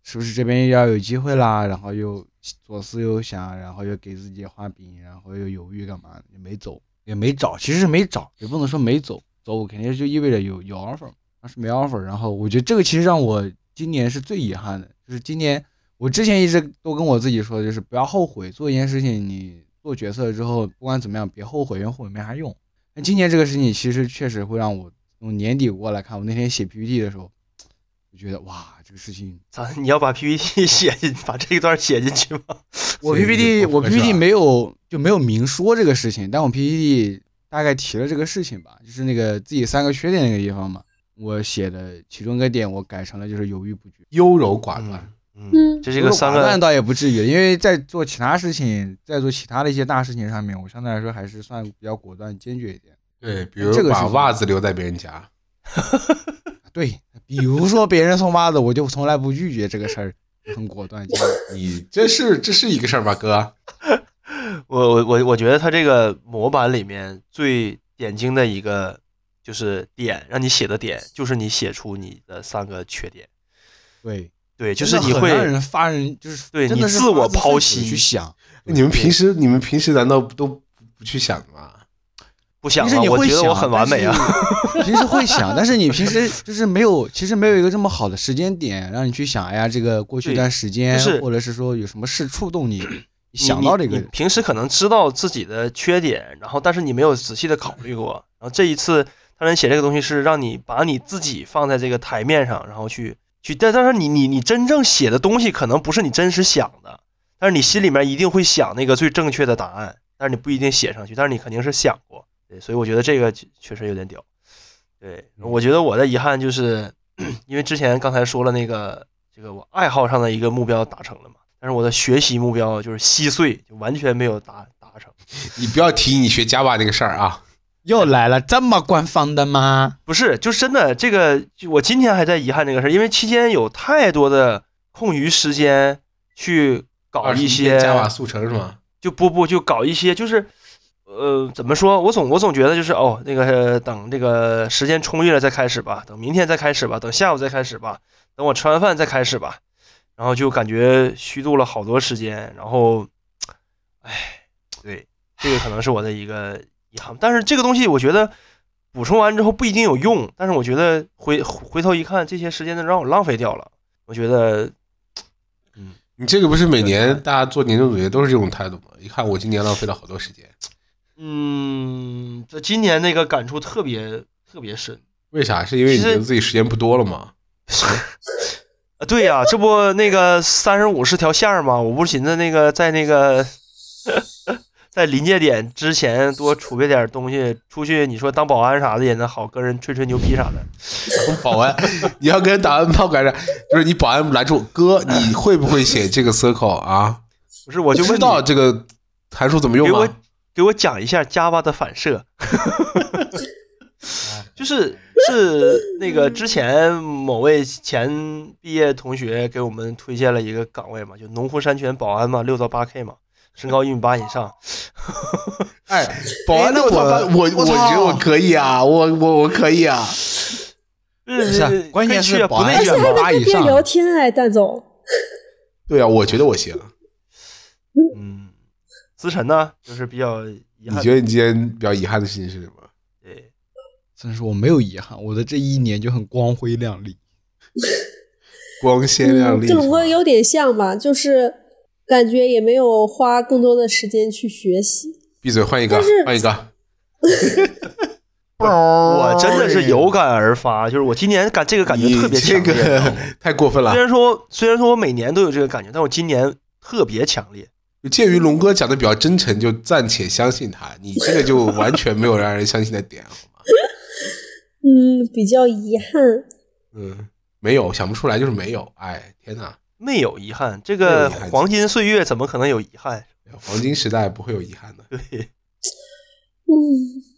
Speaker 2: 是不是这边又要有机会啦？然后又左思右想，然后又给自己画饼，然后又犹豫干嘛？也没走，也没找，其实是没找，也不能说没走，走肯定就意味着有有 offer 嘛当时没 offer，然后我觉得这个其实让我今年是最遗憾的，就是今年我之前一直都跟我自己说的，就是不要后悔做一件事情，你做决策之后不管怎么样别后悔，因为后悔没啥用。那今年这个事情其实确实会让我从年底过来看，我那天写 PPT 的时候，我觉得哇，这个事情
Speaker 4: 咱你要把 PPT 写进，把这一段写进去吗？
Speaker 2: 我
Speaker 1: 所以
Speaker 2: PPT
Speaker 1: 就不
Speaker 2: 我
Speaker 1: 合适啊
Speaker 2: PPT 没有就没有明说这个事情，但我 PPT 大概提了这个事情吧，就是那个自己三个缺点那个地方嘛，我写的其中一个点我改成了就是犹豫不决。
Speaker 1: 优柔寡断。
Speaker 4: 嗯嗯，
Speaker 3: 嗯
Speaker 4: 这是一个三
Speaker 2: 果断
Speaker 4: 个，
Speaker 2: 倒也不至于，因为在做其他事情，在做其他的一些大事情上面，我相对来说还是算比较果断坚决一点。
Speaker 1: 对，比
Speaker 2: 这
Speaker 1: 如
Speaker 2: 个
Speaker 1: 把
Speaker 2: 是
Speaker 1: 袜子留在别人家，
Speaker 2: 对，比如说别人送袜子，我就从来不拒绝这个事儿，很果断坚决。
Speaker 1: [LAUGHS] 你这是这是一个事儿吧，哥？
Speaker 4: 我我我我觉得他这个模板里面最点睛的一个就是点，让你写的点就是你写出你的三个缺点，
Speaker 2: 对，
Speaker 4: 对，就
Speaker 2: 真的
Speaker 4: 是你
Speaker 2: 很
Speaker 4: 会
Speaker 2: 让人发人就是
Speaker 4: 对
Speaker 2: 真
Speaker 4: 你
Speaker 2: 的是
Speaker 4: 自我
Speaker 2: 发自肺
Speaker 4: 剖
Speaker 2: 腑
Speaker 4: 析
Speaker 2: 去想。
Speaker 1: 你们平时你们平时难道都不不去想吗？
Speaker 4: 不想
Speaker 2: 平时
Speaker 4: 啊，
Speaker 2: 你
Speaker 4: 我
Speaker 2: 会
Speaker 4: 觉
Speaker 2: 想，
Speaker 4: 得我很完美啊。 [LAUGHS]
Speaker 2: 但是你。平时会想，但是你平时就是没有，其实没有一个这么好的时间点让你去想，哎呀，这个过去一段时间
Speaker 4: 对就，是
Speaker 2: 或者是说有什么事触动你，你
Speaker 4: 你
Speaker 2: 想到这
Speaker 4: 你
Speaker 2: 个
Speaker 4: 你，平时可能知道自己的缺点，然后但是你没有仔细的考虑过，然后这一次他能写这个东西是让你把你自己放在这个台面上，然后去去，但但是你你你真正写的东西可能不是你真实想的，但是你心里面一定会想那个最正确的答案，但是你不一定写上去，但是你肯定是想过，对，所以我觉得这个确确实有点屌。对，
Speaker 2: 嗯
Speaker 4: 我觉得我的遗憾就是 [CLEARS THROAT] 因为之前刚才说了那个这个我爱好上的一个目标达成了嘛，但是我的学习目标就是稀碎，就完全没有达达成。
Speaker 1: 你不要提你学 Java 那个事儿啊！
Speaker 2: 又来了，这么官方的吗？
Speaker 4: 不是，就真的这个，就我今天还在遗憾这个事儿，因为期间有太多的空余时间去搞一些
Speaker 1: Java 速成是吗？
Speaker 4: 就不不就搞一些就是，呃，怎么说？我总我总觉得就是哦，那个呃等这个时间充裕了再开始吧，等明天再开始吧，等下午再开始吧，等我吃完饭再开始吧，然后就感觉虚度了好多时间，然后，唉，对，这个可能是我的一个遗憾。但是这个东西我觉得补充完之后不一定有用，但是我觉得回回头一看，这些时间都让我浪费掉了。我觉得
Speaker 1: 你这个不是每年大家做年终总结都是这种态度吗？一看我今年浪费了好多时间，
Speaker 4: 嗯，这今年那个感触特别特别深
Speaker 1: 为啥？是因为你
Speaker 4: 其
Speaker 1: 觉
Speaker 4: 实
Speaker 1: 得自己时间不多了
Speaker 4: [LAUGHS]
Speaker 1: 吗？
Speaker 4: 啊！对呀、这不那个三十五是条线儿吗？我不是寻思那个在那个在临界点之前多储备点东西，出去你说当保安啥的也能好，跟人吹吹牛逼啥的。
Speaker 1: 保安， [LAUGHS] 你要跟保安报告上，就是你保安拦住哥，你会不会写这个 circle 啊？
Speaker 4: 不是，我
Speaker 1: 我
Speaker 4: 就
Speaker 1: 知
Speaker 4: 问
Speaker 1: 道
Speaker 4: 你，
Speaker 1: 这个函数怎么用
Speaker 4: 给我
Speaker 1: 吗？
Speaker 4: 给我讲一下 Java 的反射。就是是那个之前某位前毕业同学给我们推荐了一个岗位嘛，就农夫山泉保安嘛，六到八 K 嘛，身高一米八以上。
Speaker 1: 哎，保安
Speaker 2: 哎那
Speaker 1: 我
Speaker 2: 我
Speaker 1: 我我
Speaker 2: 我
Speaker 1: 觉
Speaker 2: 操
Speaker 1: 得我可以啊，我我我可以啊。
Speaker 2: 不是
Speaker 4: 呃
Speaker 2: 关键是
Speaker 4: 可以去啊
Speaker 2: 保
Speaker 4: 不内
Speaker 2: 安
Speaker 3: 而且
Speaker 4: 卷
Speaker 3: 还能
Speaker 4: 吧？
Speaker 3: 跟别人聊天哎，蛋总，
Speaker 1: 对啊，我觉得我行。
Speaker 4: 嗯，思辰呢，就是比较遗
Speaker 1: 你
Speaker 4: 憾，
Speaker 1: 觉得你今天比较遗憾的事情是什么？
Speaker 4: 对
Speaker 2: 真是我没有遗憾，我的这一年就很光辉亮丽。
Speaker 1: 光鲜亮
Speaker 3: 嗯，
Speaker 1: 丽。
Speaker 3: 跟龙哥有点像吧，就是感觉也没有花更多的时间去学习。
Speaker 1: 闭嘴，换一个
Speaker 3: 但是，
Speaker 1: 换一个。
Speaker 4: 我
Speaker 2: 我
Speaker 4: 哎真的是有感而发，就是我今年感这个感觉特别
Speaker 1: 哦你这
Speaker 4: 强烈。
Speaker 1: 个 [LAUGHS] 太过分了
Speaker 4: 虽。然说虽然说我每年都有这个感觉，但我今年特别强烈。
Speaker 1: 鉴于龙哥讲的比较真诚，就暂且相信他。你这个就完全没有让人相信的点，好吗？
Speaker 3: 嗯，比较遗憾。
Speaker 1: 嗯，没有，想不出来就是没有。哎，天哪，
Speaker 4: 没有遗憾，这
Speaker 1: 没有
Speaker 4: 个
Speaker 1: 遗憾
Speaker 4: 黄金岁月怎么可能有遗憾？
Speaker 1: 黄金时代不会有遗憾的。
Speaker 4: 对，
Speaker 3: 嗯，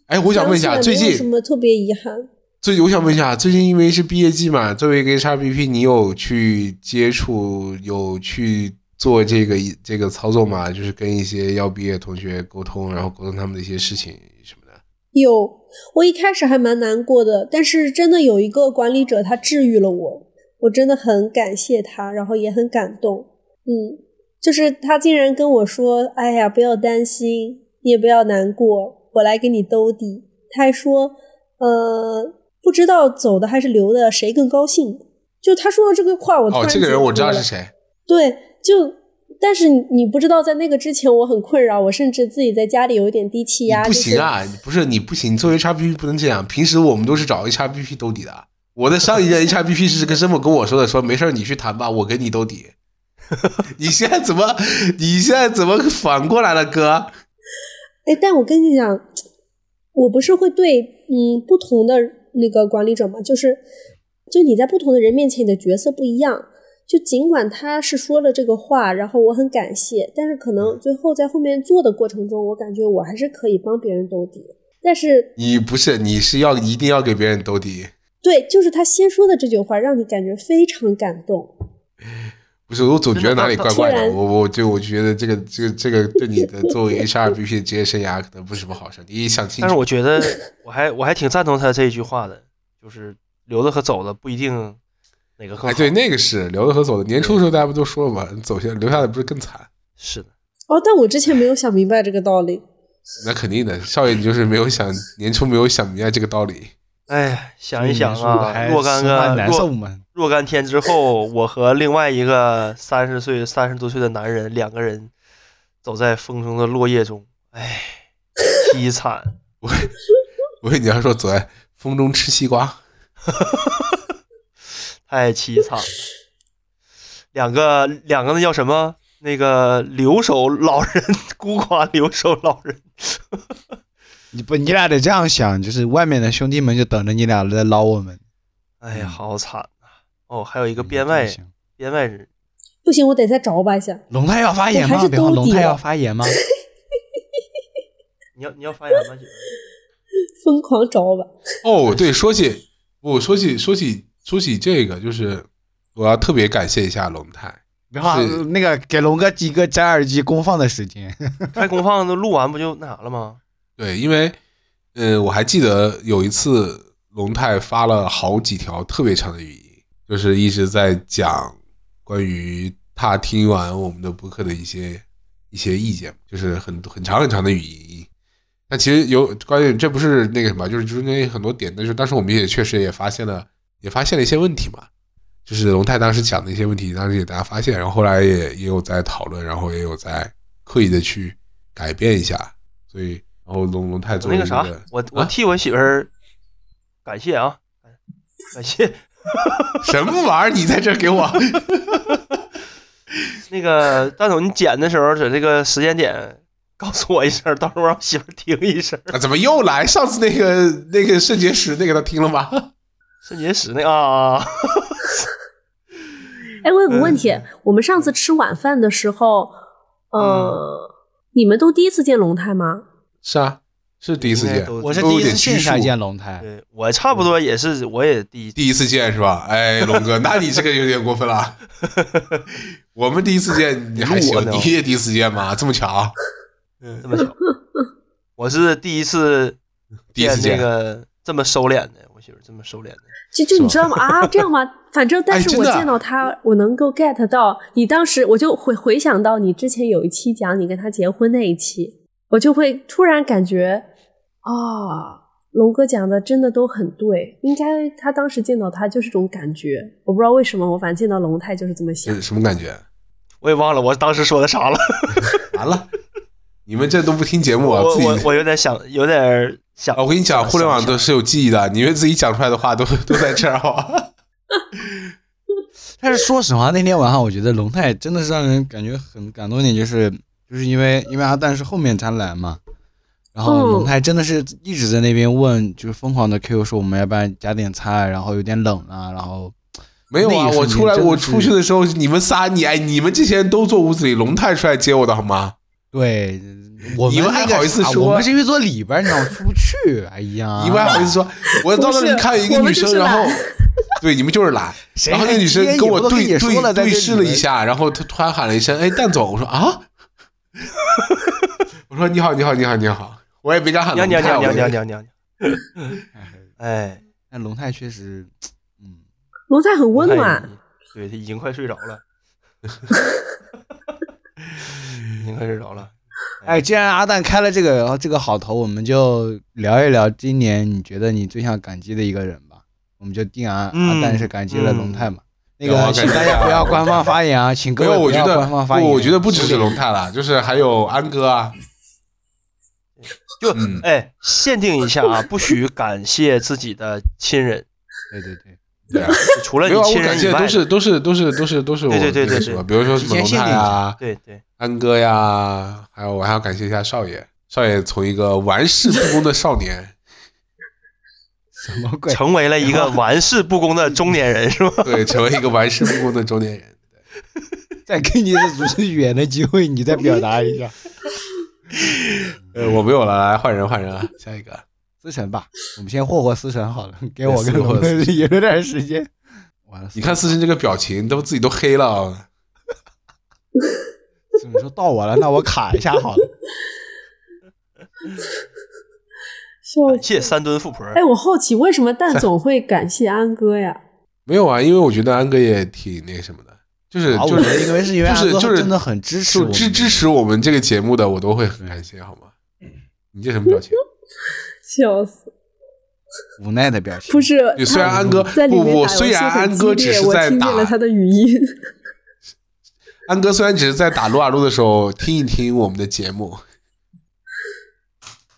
Speaker 1: 哎，我想问一下，
Speaker 3: 想
Speaker 1: 最
Speaker 3: 起来没有什
Speaker 1: 近
Speaker 3: 么特别遗憾？
Speaker 1: 最近我想问一下，最近因为是毕业季嘛，作为一个 HRBP，你有去接触，有去做这个这个操作吗？就是跟一些要毕业的同学沟通，然后沟通他们的一些事情什么的。
Speaker 3: 有，我一开始还蛮难过的，但是真的有一个管理者他治愈了我，我真的很感谢他，然后也很感动。嗯，就是他竟然跟我说：“哎呀，不要担心，你也不要难过，我来给你兜底。”他还说：“呃，不知道走的还是留的，谁更高兴？”就他说了这个话，我突
Speaker 1: 哦
Speaker 3: 然，
Speaker 1: 这个人我知道
Speaker 3: 解脱
Speaker 1: 是
Speaker 3: 了
Speaker 1: 谁。
Speaker 3: 对，就但是你你不知道，在那个之前我很困扰，我甚至自己在家里有一点低气
Speaker 1: 你
Speaker 3: 压。
Speaker 1: 不行
Speaker 3: 就是、
Speaker 1: 啊，你不是你不行，你作为 XBP 不能这样。平时我们都是找 XBP 兜底的。我的上一任 XBP 是跟这么跟我说的，说没事儿你去谈吧，我给你兜底。 [LAUGHS] 你现在怎么？你现在怎么反过来了，哥？
Speaker 3: 哎，但我跟你讲，我不是会对嗯不同的那个管理者嘛，就是就你在不同的人面前，你的角色不一样。就尽管他是说了这个话，然后我很感谢，但是可能最后在后面做的过程中，我感觉我还是可以帮别人兜底。但是
Speaker 1: 你不是你是要一定要给别人兜底？
Speaker 3: 对，就是他先说的这句话，让你感觉非常感动。
Speaker 1: 不是，我总觉得哪里怪怪
Speaker 3: 突
Speaker 1: 的。
Speaker 3: 然
Speaker 1: 我我就我觉得这个这个这个对你的作为 HRBP 的职业生涯可能不是什么好事。你想清
Speaker 4: 但是
Speaker 1: 楚。
Speaker 4: 我觉得我还我还挺赞同他这一句话的，就是留的和走的不一定哪个更好。
Speaker 1: 哎，对，那个是留的和走的。年初的时候大家不都说了嘛，走下留下的不是更惨？
Speaker 4: 是的，
Speaker 3: 哦，但我之前没有想明白这个道理。
Speaker 1: 那肯定的，少爷你就是没有想年初没有想明白这个道理。
Speaker 4: 哎呀，想一想啊，
Speaker 2: 还
Speaker 4: 若干
Speaker 2: 还
Speaker 4: 个
Speaker 2: 难受
Speaker 4: 若
Speaker 2: 嘛。
Speaker 4: 若干天之后，我和另外一个三十岁三十多岁的男人，两个人走在风中的落叶中，哎，凄惨。
Speaker 1: 我以为你要说走在风中吃西瓜，
Speaker 4: 太凄惨了。两个两个那叫什么？那个留守老人，孤寡留守老人。
Speaker 2: 你不，你俩得这样想，就是外面的兄弟们就等着你俩来捞我们。
Speaker 4: 哎呀，
Speaker 2: 嗯哎
Speaker 4: 好惨呐、哦，还有一
Speaker 2: 一
Speaker 4: 个编外编外人，
Speaker 3: 不行，我得再找吧一下。
Speaker 2: 龙太要发言
Speaker 3: 我还
Speaker 2: 吗？
Speaker 3: 是
Speaker 2: 别忘
Speaker 3: 兜
Speaker 2: 龙
Speaker 3: 底
Speaker 2: 太
Speaker 3: 了
Speaker 2: 要发
Speaker 3: [LAUGHS]
Speaker 2: 言吗？
Speaker 4: 你要你要发言吗？姐 [LAUGHS] 们
Speaker 3: 疯狂找吧。
Speaker 1: 哦，对，说起我说起说起说起这个，就是我要特别感谢一下龙太。
Speaker 2: 别话
Speaker 1: 是
Speaker 2: 那个给龙哥几个摘耳机公放的时间。
Speaker 4: 儿，开公放都录完不就那啥了吗？
Speaker 1: 对，因为呃，我还记得有一次龙太发了好几条特别长的语音，就是一直在讲关于他听完我们的播客的一些一些意见，就是很很长很长的语音。那其实有关于这不是那个什么，就是中间有很多点，但是当时我们也确实也发现了，也发现了一些问题嘛。就是龙太当时讲的一些问题，当时也大家发现，然后后来也也有在讨论，然后也有在刻意的去改变一下，所以然后龙龙太
Speaker 4: 我
Speaker 1: 作为
Speaker 4: 那
Speaker 1: 一
Speaker 4: 个
Speaker 1: 个
Speaker 4: 啥，我我
Speaker 1: 啊
Speaker 4: 替我媳妇儿感谢啊，感谢
Speaker 1: 什么玩意儿？你在这儿给我
Speaker 4: 那个大总，你剪的时候在这个时间点告诉我一声，到时候让媳妇儿听一声。
Speaker 1: [LAUGHS] 啊？怎么又来？上次那个那个肾结石那个他听了
Speaker 4: [LAUGHS]
Speaker 1: 吗？
Speaker 4: 肾结石那个啊。啊
Speaker 3: 哎，我有个问题，
Speaker 1: 嗯
Speaker 3: 我们上次吃晚饭的时候，
Speaker 1: 嗯
Speaker 3: 呃，你们都第一次见龙太吗？
Speaker 1: 是啊，是第一次
Speaker 4: 应该
Speaker 1: 见，
Speaker 2: [LAUGHS]
Speaker 4: 都
Speaker 2: 我是
Speaker 1: 都
Speaker 2: 第
Speaker 1: 有
Speaker 2: 一次
Speaker 1: 点
Speaker 2: 线
Speaker 1: 拘
Speaker 2: 下
Speaker 1: 束。
Speaker 2: 见龙太，
Speaker 4: 对我差不多也是，我也第一
Speaker 1: 第一次见是吧？哎，龙
Speaker 4: [LAUGHS]
Speaker 1: 哥，那你这个有点过分了。我们第一次见你还
Speaker 4: 你录
Speaker 1: 行
Speaker 4: 我，呢
Speaker 1: 你也第一次见吗？这么巧，
Speaker 4: 这
Speaker 2: [LAUGHS]
Speaker 4: 么巧，我是第一次
Speaker 1: 第一次见
Speaker 4: 见那个这么收敛的，我媳妇儿这么收敛的。
Speaker 3: 就就你知道吗？啊，这样吗？反
Speaker 1: [LAUGHS]
Speaker 3: 正，但是
Speaker 1: 真
Speaker 3: 我
Speaker 1: 的啊
Speaker 3: 见到他，我能够 get 到你当时，我就回回想到你之前有一期讲你跟他结婚那一期，我就会突然感觉啊、龙哥讲的真的都很对，应该他当时见到他就是这种感觉，我不知道为什么，我反正见到龙太就是这么想
Speaker 1: 是。什么感
Speaker 4: [LAUGHS]
Speaker 1: 觉？
Speaker 4: 我也忘了我当时说的
Speaker 1: [LAUGHS]
Speaker 4: 啥了，
Speaker 1: 完了，你们这都不听节目啊
Speaker 4: 我！
Speaker 1: 自己
Speaker 4: 我我有点想，有点想。
Speaker 1: 啊我跟你讲，互联网都
Speaker 4: 的，
Speaker 1: 是有记忆的，你们自己讲出来的
Speaker 4: [LAUGHS]
Speaker 1: 话都都在这儿啊。
Speaker 2: 但是说实话，那天晚上我觉得龙太真的是让人感觉很感动一点，就是就是因为因为阿蛋是后面才来嘛，然后
Speaker 3: 嗯
Speaker 2: 龙太真的是一直在那边问，就是疯狂的 Q 说我们要不然加点菜，然后有点冷了、然后
Speaker 1: 没有
Speaker 2: 那
Speaker 1: 啊，
Speaker 2: 一
Speaker 1: 我
Speaker 2: 瞬间
Speaker 1: 出来
Speaker 2: 真的
Speaker 1: 我
Speaker 2: 是
Speaker 1: 出去的时候，你们仨你哎，你们这些人都坐屋子里，龙太出来接我的好吗？
Speaker 2: [LAUGHS] 对我
Speaker 1: 你
Speaker 2: 们
Speaker 1: 们还
Speaker 2: 那个
Speaker 1: 好意思
Speaker 2: 啥
Speaker 1: 说
Speaker 2: 我们是因为坐里边儿，你让我出不去，哎 [LAUGHS] 呀，
Speaker 1: 你们还好意思说，我到那里看一个
Speaker 3: 我
Speaker 1: 女
Speaker 3: 们就
Speaker 1: 生，
Speaker 3: 啊是
Speaker 1: 然
Speaker 3: 懒
Speaker 1: 后对你们就是懒，
Speaker 2: 谁
Speaker 1: 然后那
Speaker 2: 还
Speaker 1: 女生
Speaker 2: 接
Speaker 1: 跟
Speaker 2: 你
Speaker 1: 我
Speaker 2: 都
Speaker 1: 对
Speaker 2: 你说了
Speaker 1: 对
Speaker 2: 在
Speaker 1: 对
Speaker 2: 这
Speaker 1: 视了
Speaker 2: 里
Speaker 1: 一
Speaker 2: 面，
Speaker 1: 下，然后她突然喊了一声：“哎，蛋总！”我说：“啊！” [LAUGHS] 我说：“你好，你好，你好，你好！”我也没敢喊
Speaker 4: 娘
Speaker 1: 龙
Speaker 4: 娘
Speaker 1: 太，
Speaker 4: 娘
Speaker 1: 我也
Speaker 4: 娘娘娘娘，哎，
Speaker 2: 但龙太确实，嗯，
Speaker 3: 龙太很温暖，
Speaker 4: 太已经，对，已经快睡着了，已经快睡着了。
Speaker 2: 哎，既然阿蛋开了这个这个好头，我们就聊一聊今年你觉得你最想感激的一个人吧。我们就定啊，
Speaker 4: 嗯
Speaker 2: 阿蛋是感激了嗯龙太嘛。那
Speaker 1: 有啊
Speaker 2: 个，请
Speaker 1: 感
Speaker 2: 大
Speaker 1: 激啊
Speaker 2: 家不要官方发言啊，请各
Speaker 1: 没
Speaker 2: 位
Speaker 1: 有，我
Speaker 2: 不
Speaker 1: 觉
Speaker 2: 要
Speaker 1: 得
Speaker 2: 官方发言。
Speaker 1: 不我觉得不只是龙太了，就是还有安哥啊，
Speaker 4: 就
Speaker 1: 嗯
Speaker 4: 哎，限定一下啊，不许感谢自己的亲人，
Speaker 2: 对对对，
Speaker 1: 对啊，
Speaker 4: 除了
Speaker 1: 没
Speaker 4: 你
Speaker 1: 有啊，我
Speaker 4: 亲人
Speaker 1: 感
Speaker 4: 以
Speaker 1: 谢
Speaker 4: 外
Speaker 1: 都
Speaker 4: 的，
Speaker 1: 是都是都是都是都是我
Speaker 4: 对对对
Speaker 1: 那个
Speaker 4: 对
Speaker 1: 什
Speaker 4: 对
Speaker 1: 么，比如说什么龙
Speaker 2: 提前
Speaker 1: 太啊、
Speaker 4: 对对，
Speaker 1: 安哥呀，还有我还要感谢一下少爷，少爷从一个玩世不恭的少年。
Speaker 2: 什么鬼？
Speaker 4: 成为了一
Speaker 1: [LAUGHS]
Speaker 4: 个玩世不恭的中年人，是吧？
Speaker 1: 对，成为一个玩世不恭的中年人。
Speaker 2: 再给你一次主持人的机会，你再表达一下。
Speaker 1: [LAUGHS] 呃，我没有了，来换人，换人啊，下一个。
Speaker 2: 思辰吧，我们先霍霍思辰好了，给我跟
Speaker 1: 对霍霍
Speaker 2: 龙
Speaker 1: 思
Speaker 2: 太也留点时间。完了，
Speaker 1: 你看思辰这个表情，都自己都黑了啊。
Speaker 2: 思辰说到我了，那我卡一下好了。
Speaker 3: 笑
Speaker 4: 感
Speaker 3: 死！
Speaker 4: 谢三蹲富婆，
Speaker 3: 哎，我好奇为什么蛋总会感谢安哥呀？
Speaker 1: 没有啊，因为我觉得安哥也挺那个什么的，就是
Speaker 2: 啊，
Speaker 1: 就
Speaker 2: 我觉得
Speaker 1: 是
Speaker 2: 因为是因为
Speaker 1: 就
Speaker 2: 阿
Speaker 1: 是
Speaker 2: 哥
Speaker 1: 就是
Speaker 2: 真的很支持我
Speaker 1: 就
Speaker 2: 们，
Speaker 1: 支支持我们这个节目的，我都会很感谢，好吗？你这什么表情？
Speaker 3: [LAUGHS] 笑死！
Speaker 2: 无奈的表情。
Speaker 3: 不是，
Speaker 1: 对虽然
Speaker 3: 他
Speaker 1: 安哥
Speaker 3: 在里
Speaker 1: 不
Speaker 3: 面
Speaker 1: 不
Speaker 3: 打游
Speaker 1: 虽
Speaker 3: 戏
Speaker 1: 然
Speaker 3: 很
Speaker 1: 安哥
Speaker 3: 激
Speaker 1: 只
Speaker 3: 烈
Speaker 1: 是
Speaker 3: 我
Speaker 1: 在
Speaker 3: 听
Speaker 1: 打
Speaker 3: 见了他的语 [LAUGHS] 音，
Speaker 1: 安哥虽然只是在打撸啊撸的时候听一听我们的节目，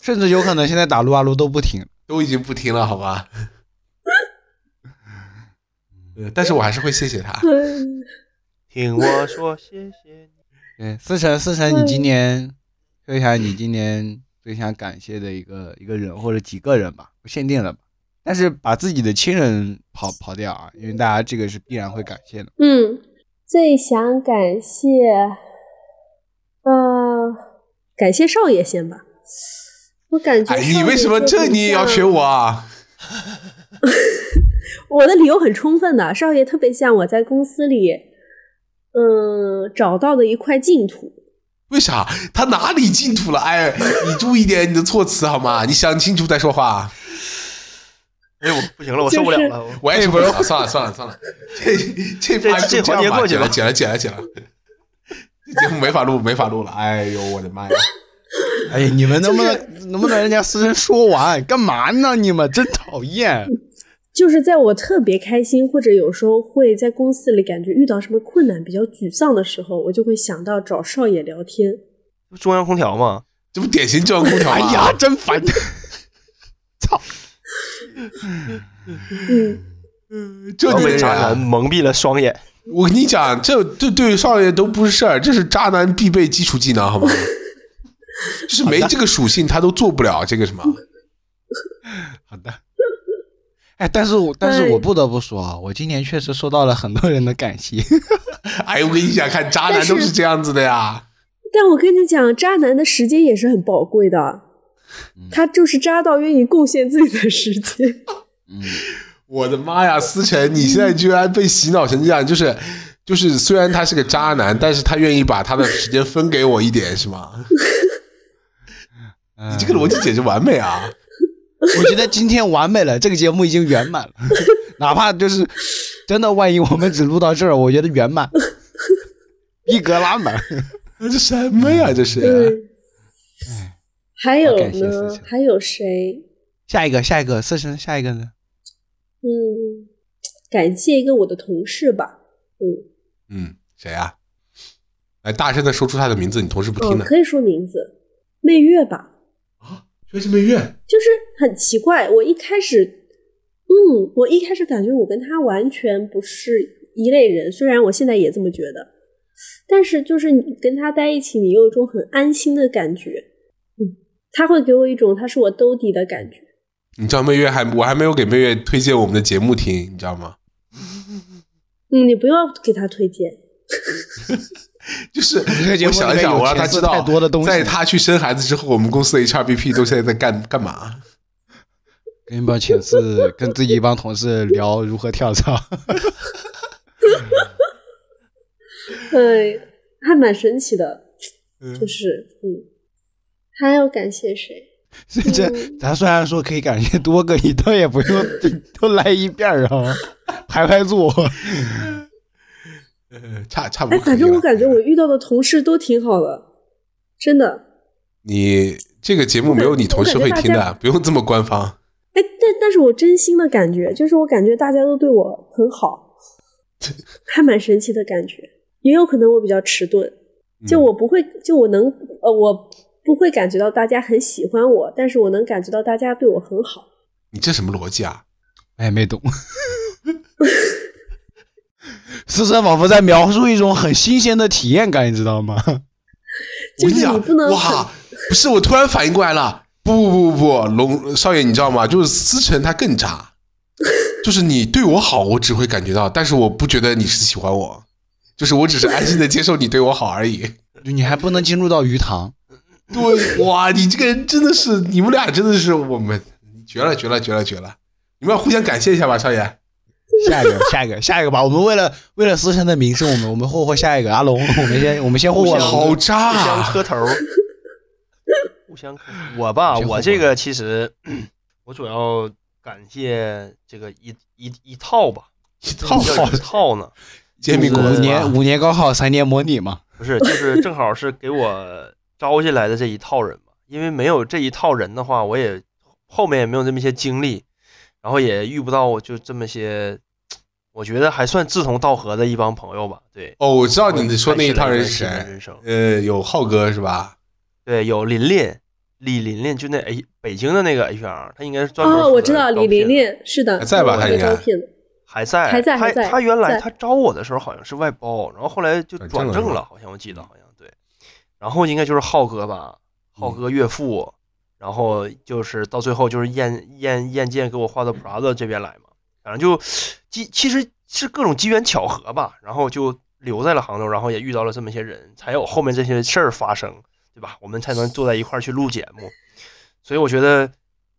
Speaker 2: 甚至有可能现在打撸啊撸都不停。
Speaker 1: 都已经不听了，好吧？ [LAUGHS] 呃但是我还是会谢谢他。
Speaker 3: 嗯
Speaker 4: 听我说，谢谢你。
Speaker 2: 对，思辰，思辰，你今年说一下你今年最想感谢的一个一个人或者几个人吧，不限定了吧。但是把自己的亲人跑跑掉啊，因为大家这个是必然会感谢的。
Speaker 3: 嗯，最想感谢，呃，感谢少爷先吧。我感觉、
Speaker 1: 哎，你为什么这你也要学？我啊？
Speaker 3: 我的理由很充分的，少爷特别像我在公司里，嗯，找到的一块净土。
Speaker 1: 为啥？他哪里进土了？哎，你注意点你的措辞好吗？你想清楚再说话。
Speaker 4: 哎呦，我不行了，我受不了了。我
Speaker 1: 我也不是，啊算了算了算了，这这
Speaker 4: 哎
Speaker 1: 趴
Speaker 4: 这这
Speaker 1: 就样
Speaker 4: 环节
Speaker 1: 吧
Speaker 4: 过去了
Speaker 1: 剪了剪了剪了剪了，这节目没法录没法录了。哎呦我的妈呀！
Speaker 2: 哎呀，你们能不能、能不能人家思辰说完？干嘛呢？你们真讨厌！
Speaker 3: 就是在我特别开心，或者有时候会在公司里感觉遇到什么困难、比较沮丧的时候，我就会想到找少爷聊天。嗯
Speaker 4: 中央空调嘛，
Speaker 1: 这不典型中央空调吗？啊
Speaker 2: 哎呀，真烦！
Speaker 3: 嗯，
Speaker 1: 就
Speaker 4: 我
Speaker 1: 你
Speaker 4: 被
Speaker 1: 的
Speaker 4: 渣
Speaker 1: 啊
Speaker 4: 男蒙蔽了双眼。
Speaker 1: 我跟你讲，这这对于少爷都不是事儿，这是渣男必备基础技能，
Speaker 4: [LAUGHS]
Speaker 1: 好吗？就是没这个属性，他都做不了这个什么。
Speaker 2: 好的。哎，但是我但是我不得不说啊，我今年确实收到了很多人的感 [LAUGHS] 谢。
Speaker 1: 哎，我跟你讲，看渣男都是这样子的呀。
Speaker 3: 但我跟你讲，渣男的时间也是很宝贵的，他就是渣到愿意贡献自己的时间。
Speaker 2: 嗯，
Speaker 1: 我的妈呀，思辰，你现在居然被洗脑成这样，就是就是，虽然他是个渣男，但是他愿意把他的时间分给 [LAUGHS] 我一点，是吗？你这个逻辑简直完美啊！
Speaker 2: 嗯我觉得今天完美了，这个节目已经圆 [LAUGHS] 满了，哪怕就是真的，万一我们只录到这儿，我觉得圆满，一格拉满。
Speaker 1: 这什么呀？这是
Speaker 3: 对，还有
Speaker 2: 啊哎好感谢
Speaker 3: 呢
Speaker 2: 思？想
Speaker 3: 还有谁？
Speaker 2: 下一个，下一个，四神，下一个呢？
Speaker 3: 嗯，感谢一个我的同事吧。嗯，
Speaker 1: 嗯，谁啊？来，大声的说出他的名字，你同事不听
Speaker 3: 哦，
Speaker 1: 呢？
Speaker 3: 可以说名字，媚月吧。
Speaker 1: 说是媚月，
Speaker 3: 就是很奇怪，我一开始，嗯，我一开始感觉我跟他完全不是一类人，虽然我现在也这么觉得，但是就是你跟他在一起，你有一种很安心的感觉，嗯，他会给我一种他是我兜底的感觉，
Speaker 1: 你知道媚月还我还没有给媚月推荐我们的节目听，你知道吗？
Speaker 3: 嗯，你不要给他推荐，
Speaker 1: 就是
Speaker 2: 这个节目
Speaker 1: 我想
Speaker 2: 里
Speaker 1: 一
Speaker 2: 面
Speaker 1: 想，
Speaker 2: 有
Speaker 1: 我让他
Speaker 2: 钱
Speaker 1: 知
Speaker 2: 色
Speaker 1: 道
Speaker 2: 太多的东西
Speaker 1: 在他去生孩子之后，我们公司的 HRBP 都现在在干干嘛？
Speaker 2: 跟一帮前四，跟自己一帮同事聊如何跳槽。
Speaker 3: 对，还蛮神奇的，
Speaker 1: 嗯
Speaker 3: 就是嗯，还要感谢谁？
Speaker 2: [LAUGHS] 所以这咱虽然说可以感谢多个，你倒也不用都来一遍儿啊，排排坐。
Speaker 1: 呃差差不
Speaker 3: 哎，
Speaker 1: 多可以了。
Speaker 3: 反正我感觉我遇到的同事都挺好的，真的。
Speaker 1: 你这个节目没有你同事会听
Speaker 3: 我感觉大
Speaker 1: 的，不用这么官方。
Speaker 3: 哎，但但是我真心的感觉，就是我感觉大家都对我很好，还蛮神奇的感觉。也有可能我比较迟钝，
Speaker 1: 嗯
Speaker 3: 就我不会，就我能，呃，我不会感觉到大家很喜欢我，但是我能感觉到大家对我很好。
Speaker 1: 你这什么逻辑啊？
Speaker 2: 我也哎没懂。 [LAUGHS] 思深仿佛在描述一种很新鲜的体验感，你知道吗？ [LAUGHS]
Speaker 1: 我
Speaker 3: 就
Speaker 1: 跟你
Speaker 3: 是
Speaker 1: 讲
Speaker 3: 你不，能
Speaker 1: 哇，不是，我突然反应过来了，不不不不，龙少爷，你知道吗？就是思成他更
Speaker 3: [LAUGHS]
Speaker 1: 渣，就是你对我好，我只会感觉到，但是我不觉得你是喜欢我，就是我只是安心的接受你对我好而
Speaker 3: [LAUGHS]
Speaker 1: 已。
Speaker 2: 你还不能进入到鱼塘，
Speaker 1: 对，哇，你这个人真的是，你们俩真的是我们绝了，绝了，绝了，绝了！你们要互相感谢一下吧，少爷。
Speaker 2: 下一个，下一个，下一个吧。我们为了为了思深的名声，我们我们霍霍下一个阿龙，我们先我们先霍霍
Speaker 4: 互相
Speaker 2: 龙
Speaker 1: 好渣
Speaker 4: 互相
Speaker 1: 啊！
Speaker 4: 磕头 [LAUGHS] 儿，互相磕头儿。我吧，
Speaker 1: 你先
Speaker 4: 我
Speaker 1: 互
Speaker 4: 这
Speaker 1: 吧
Speaker 4: 个其实我主要感谢这个一一一套吧，
Speaker 1: 一
Speaker 4: 套
Speaker 1: 套
Speaker 4: 一套呢，
Speaker 1: 煎饼果
Speaker 2: 五
Speaker 1: 子
Speaker 2: 年
Speaker 1: 吧，
Speaker 2: 五年高考三年模拟嘛，
Speaker 4: 不是，就是正好是给我招进来的这一套人吧，因为没有这一套人的话，我也后面也没有这么些经历，然后也遇不到我就这么些，我觉得还算志同道合的一帮朋友吧。对，
Speaker 1: 哦，我知道你说那一套人是
Speaker 4: 开始了一段新的
Speaker 1: 谁，
Speaker 4: 人生
Speaker 1: 呃，有浩哥是吧？
Speaker 4: 对，有琳琳，李琳琳就那 A 北京的那个 HR，他应该是专门
Speaker 3: 哦，
Speaker 4: 负
Speaker 3: 我
Speaker 4: 责
Speaker 3: 知道
Speaker 4: 招
Speaker 3: 李
Speaker 4: 聘
Speaker 3: 琳
Speaker 4: 的
Speaker 3: 琳是的，
Speaker 1: 还哎在吧
Speaker 3: 我
Speaker 1: 她
Speaker 3: 被
Speaker 1: 应该
Speaker 3: 招聘的
Speaker 4: 还在
Speaker 3: 还在
Speaker 4: 他
Speaker 3: 还在
Speaker 4: 他原来
Speaker 3: 在
Speaker 4: 他招我的时候好像是外包，然后后来就
Speaker 1: 转
Speaker 4: 转
Speaker 1: 正了
Speaker 4: 正
Speaker 1: 是吧
Speaker 4: 了，好像我记得好像对，然后应该就是浩哥吧，
Speaker 1: 嗯
Speaker 4: 浩哥岳父，然后就是到最后就是燕燕燕剑给我
Speaker 1: 嗯
Speaker 4: 划到 Prada 这边来嘛，反正就机其实是各种机缘巧合吧，然后就留在了杭州，然后也遇到了这么些人，才有后面这些事儿发生，对吧？我们才能坐在一块儿去录节目，所以我觉得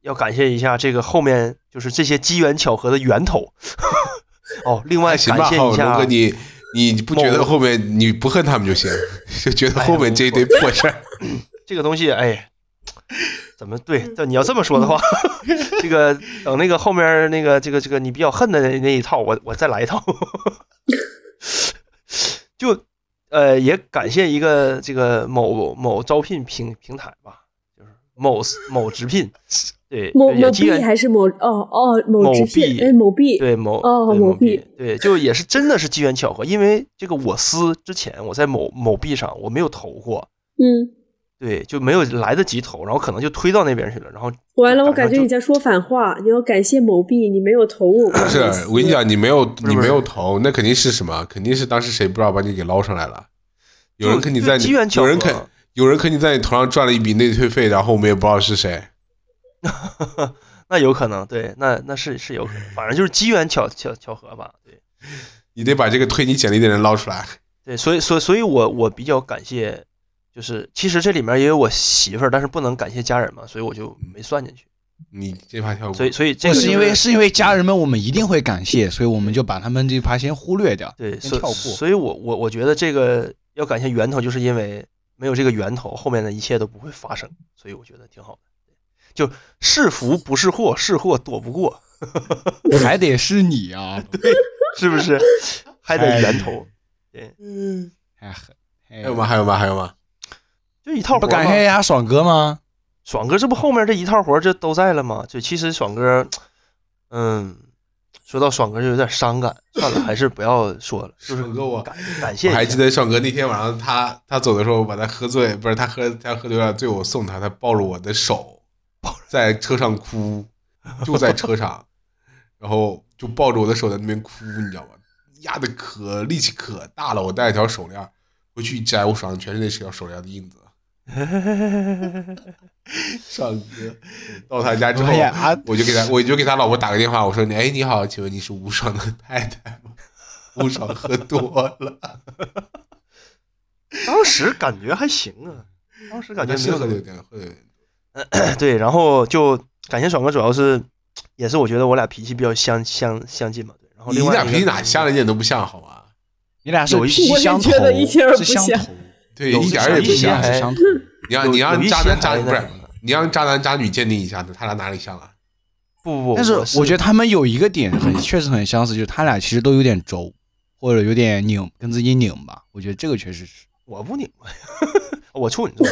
Speaker 4: 要感谢一下这个后面就是这些机缘巧合的源头。 [LAUGHS] 哦，另外
Speaker 1: 还行
Speaker 4: 感
Speaker 1: 吧，
Speaker 4: 谢
Speaker 1: 浩
Speaker 4: 一
Speaker 1: 龙
Speaker 4: 下
Speaker 1: 哥，，你你不觉得后面你不恨他们就
Speaker 4: [LAUGHS]
Speaker 1: 行，就觉
Speaker 4: 哎
Speaker 1: 得后面这一堆破事儿，
Speaker 4: 这个东西，哎，怎么
Speaker 3: 嗯
Speaker 4: 对？但你要这么说
Speaker 3: [LAUGHS]
Speaker 4: 的话，这个等那个后面那个这个这个你比较恨的那那一套，我我再来一套。 [LAUGHS] 就呃，也感谢一个这个某某招聘平平台吧，就是某某直聘，对，
Speaker 3: 某
Speaker 4: 也
Speaker 3: 某
Speaker 4: 机
Speaker 3: B
Speaker 4: 缘
Speaker 3: 还是某哦哦某
Speaker 4: 某
Speaker 3: 直
Speaker 4: B
Speaker 3: 聘哎某 B
Speaker 4: 对某
Speaker 3: 哦
Speaker 4: 对
Speaker 3: 某
Speaker 4: 某
Speaker 3: B
Speaker 4: 对，就也是真的是机缘巧合，因为这个我司之前我在某某 B 上我没有投过，
Speaker 3: 嗯，
Speaker 4: 对，就没有来得及投，然后可能就推到那边去了，然后
Speaker 3: 完了，
Speaker 4: 就
Speaker 3: 我感
Speaker 4: 赶上
Speaker 3: 觉
Speaker 4: 就
Speaker 3: 你在说反话，你要感谢某 B，你没有投我，
Speaker 1: 不是，我跟你讲，你没有
Speaker 4: 是
Speaker 1: 你没有投，那肯定是什么？肯定是当时谁不知道把你给捞上来了，有人
Speaker 4: 就
Speaker 1: 肯你
Speaker 4: 就
Speaker 1: 在
Speaker 4: 机
Speaker 1: 你
Speaker 4: 缘巧
Speaker 1: 有人
Speaker 4: 合
Speaker 1: 肯有人肯定在你头上赚了一笔内退费，然后我们也不知道是谁。
Speaker 4: 那有可能，对，那那是是有可能，反正就是机缘巧巧巧合吧，对
Speaker 1: 你得把这个推你简历的人捞出来。
Speaker 4: 对，所以所以所以我我比较感谢，就是其实这里面也有我媳妇儿，但是不能感谢家人嘛，所以我就没算进去，
Speaker 1: 你这趴跳过，
Speaker 4: 所以所以这
Speaker 2: 这
Speaker 4: 个
Speaker 2: 是
Speaker 4: 就
Speaker 2: 因为是因为家人们，我们一定会感谢，所以我们就把他们这一趴先忽略掉，
Speaker 4: 对，
Speaker 2: 先
Speaker 4: 所以
Speaker 2: 跳过。
Speaker 4: 所以我我我觉得这个要感谢源头，就是因为没有这个源头，后面的一切都不会发生，所以我觉得挺好的。就是福不是祸，是祸躲不过，
Speaker 2: [LAUGHS] 还得是你啊，
Speaker 4: 是不是？ [LAUGHS] 还得源
Speaker 2: 哎
Speaker 4: 头，
Speaker 3: 嗯，
Speaker 2: 太狠。还
Speaker 1: 还有吗？？还有吗？还有吗？
Speaker 4: 就一套活
Speaker 2: 哎不
Speaker 4: 儿
Speaker 2: 感
Speaker 4: 嘛
Speaker 2: 谢一下爽哥吗？
Speaker 4: 爽哥这不后面这一套活儿这都在了吗？就其实爽哥，嗯，说到爽哥就有点伤感，算了，还是不要说了。就是
Speaker 1: 爽哥我
Speaker 4: 感感谢
Speaker 1: 我
Speaker 4: 一下，
Speaker 1: 还记得爽哥那天晚上他他走的时候，我把他喝醉，不是他喝他喝的有点醉，我送他，他抱着我的手，在车上
Speaker 4: [LAUGHS]
Speaker 1: 哭，就在车上，然后就抱着我的手在那边哭，你知道吗？压的可力气可大了，我戴了条手链，回去一摘，我手上全是那条手链的印子。上哥到他家之后
Speaker 2: 哎呀啊，
Speaker 1: 我就给他，我就给他老婆打个电话，我说：“你哎，你好，请问你是吴爽的太太吗？”吴爽喝多
Speaker 4: [LAUGHS]
Speaker 1: 了，
Speaker 4: [LAUGHS] 当时感觉还行啊，当时感觉
Speaker 1: [LAUGHS]
Speaker 4: 没
Speaker 1: 是
Speaker 4: 有
Speaker 1: 喝
Speaker 4: 怎
Speaker 1: 的
Speaker 4: 么
Speaker 1: 有点喝的有点
Speaker 4: 对，然后就感谢爽哥，主要是也是我觉得我俩脾气比较相相相近嘛。对，
Speaker 2: 哦
Speaker 4: 然后
Speaker 1: 你
Speaker 4: 另外
Speaker 1: 俩
Speaker 4: 一个
Speaker 1: 脾气哪像了一点都不像，好吗？
Speaker 2: 你俩是
Speaker 4: 有一
Speaker 2: 皮
Speaker 3: 我也
Speaker 2: 相投，
Speaker 3: 觉得一点儿不
Speaker 2: 是相
Speaker 3: 像
Speaker 2: 投，
Speaker 1: 对，
Speaker 4: 有
Speaker 1: 一
Speaker 4: 一
Speaker 1: 点儿也
Speaker 4: 有
Speaker 1: 不
Speaker 4: 一些
Speaker 1: 像
Speaker 2: 是。
Speaker 4: 还
Speaker 2: 相投。
Speaker 1: 你让
Speaker 4: 有
Speaker 1: 你
Speaker 4: 有
Speaker 1: 让
Speaker 4: 一
Speaker 1: 渣
Speaker 4: 些
Speaker 1: 男渣
Speaker 4: 还
Speaker 1: 女不是
Speaker 4: 那什么
Speaker 1: 你让渣男渣女鉴定一下子，他俩哪里像啊？
Speaker 4: 不不不，
Speaker 2: 但是
Speaker 4: 是
Speaker 2: 我觉得他们有一个点很确实很相似，就是他俩其实都有点轴，或者有点拧，跟自己拧吧。我觉得这个确实是。
Speaker 4: 我不拧 [LAUGHS] 巴，我处女座，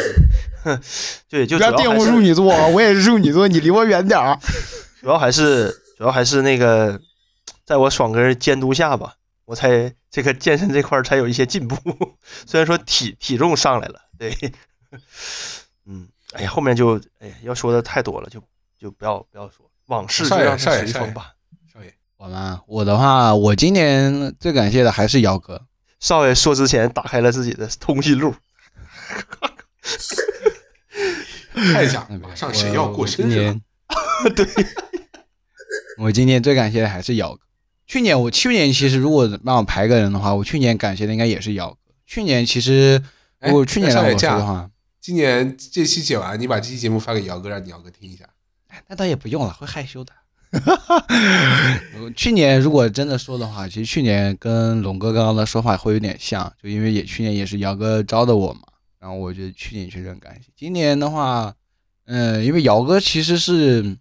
Speaker 4: [LAUGHS] 对，就主要还是
Speaker 2: 女座，我也是处女座，你离我远点儿。
Speaker 4: 主要还是主要还是那个，在我爽哥监督下吧，我才这个健身这块儿才有一些进步。虽然说体体重上来了，对，嗯，哎呀，后面就哎呀要说的太多了，就就不要不要说往事，就
Speaker 1: 少爷
Speaker 4: 让它
Speaker 1: 少爷
Speaker 4: 随
Speaker 1: 少爷
Speaker 4: 风吧。
Speaker 1: 少爷，
Speaker 2: 我吗？我的话，我今年最感谢的还是姚哥。
Speaker 4: 少爷说之前打开了自己的通讯
Speaker 2: [LAUGHS]
Speaker 4: 录，
Speaker 1: 看一下
Speaker 2: 那，边
Speaker 1: 马上谁要过生日了？？
Speaker 2: 我我今年对， [LAUGHS] 我今年最感谢的还是姚哥。去年我去年其实如果让我排个人的话，我去年感谢的应该也是姚哥。去年其实
Speaker 1: 哎
Speaker 2: 如果去年
Speaker 1: 少
Speaker 2: 让我
Speaker 1: 爷
Speaker 2: 说
Speaker 1: 这样
Speaker 2: 的话，
Speaker 1: 今年这期剪完，你把这期节目发给姚哥，让姚哥听一下。
Speaker 2: 那倒也不用了，会害羞的。 [LAUGHS] 我去年如果真的说的话，其实去年跟龙哥刚刚的说法会有点像，就因为也去年也是姚哥招的我嘛，然后我觉得去年确实很感谢。今年的话，嗯，因为姚哥其实是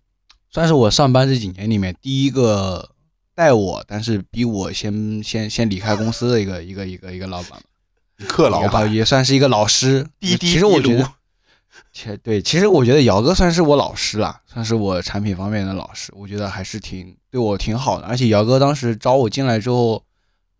Speaker 2: 算是我上班这几年里面第一个带我，但是比我先先先离开公司的一个一个一个一个老板嘛。
Speaker 1: 克老
Speaker 2: 然后
Speaker 1: 板，
Speaker 2: 也算是一个老师。
Speaker 4: 滴滴
Speaker 2: 其实我
Speaker 4: 滴
Speaker 2: 觉
Speaker 4: 炉
Speaker 2: 得，其实对，其实我觉得姚哥算是我老师啦，算是我产品方面的老师，我觉得还是挺对我挺好的。而且姚哥当时招我进来之后，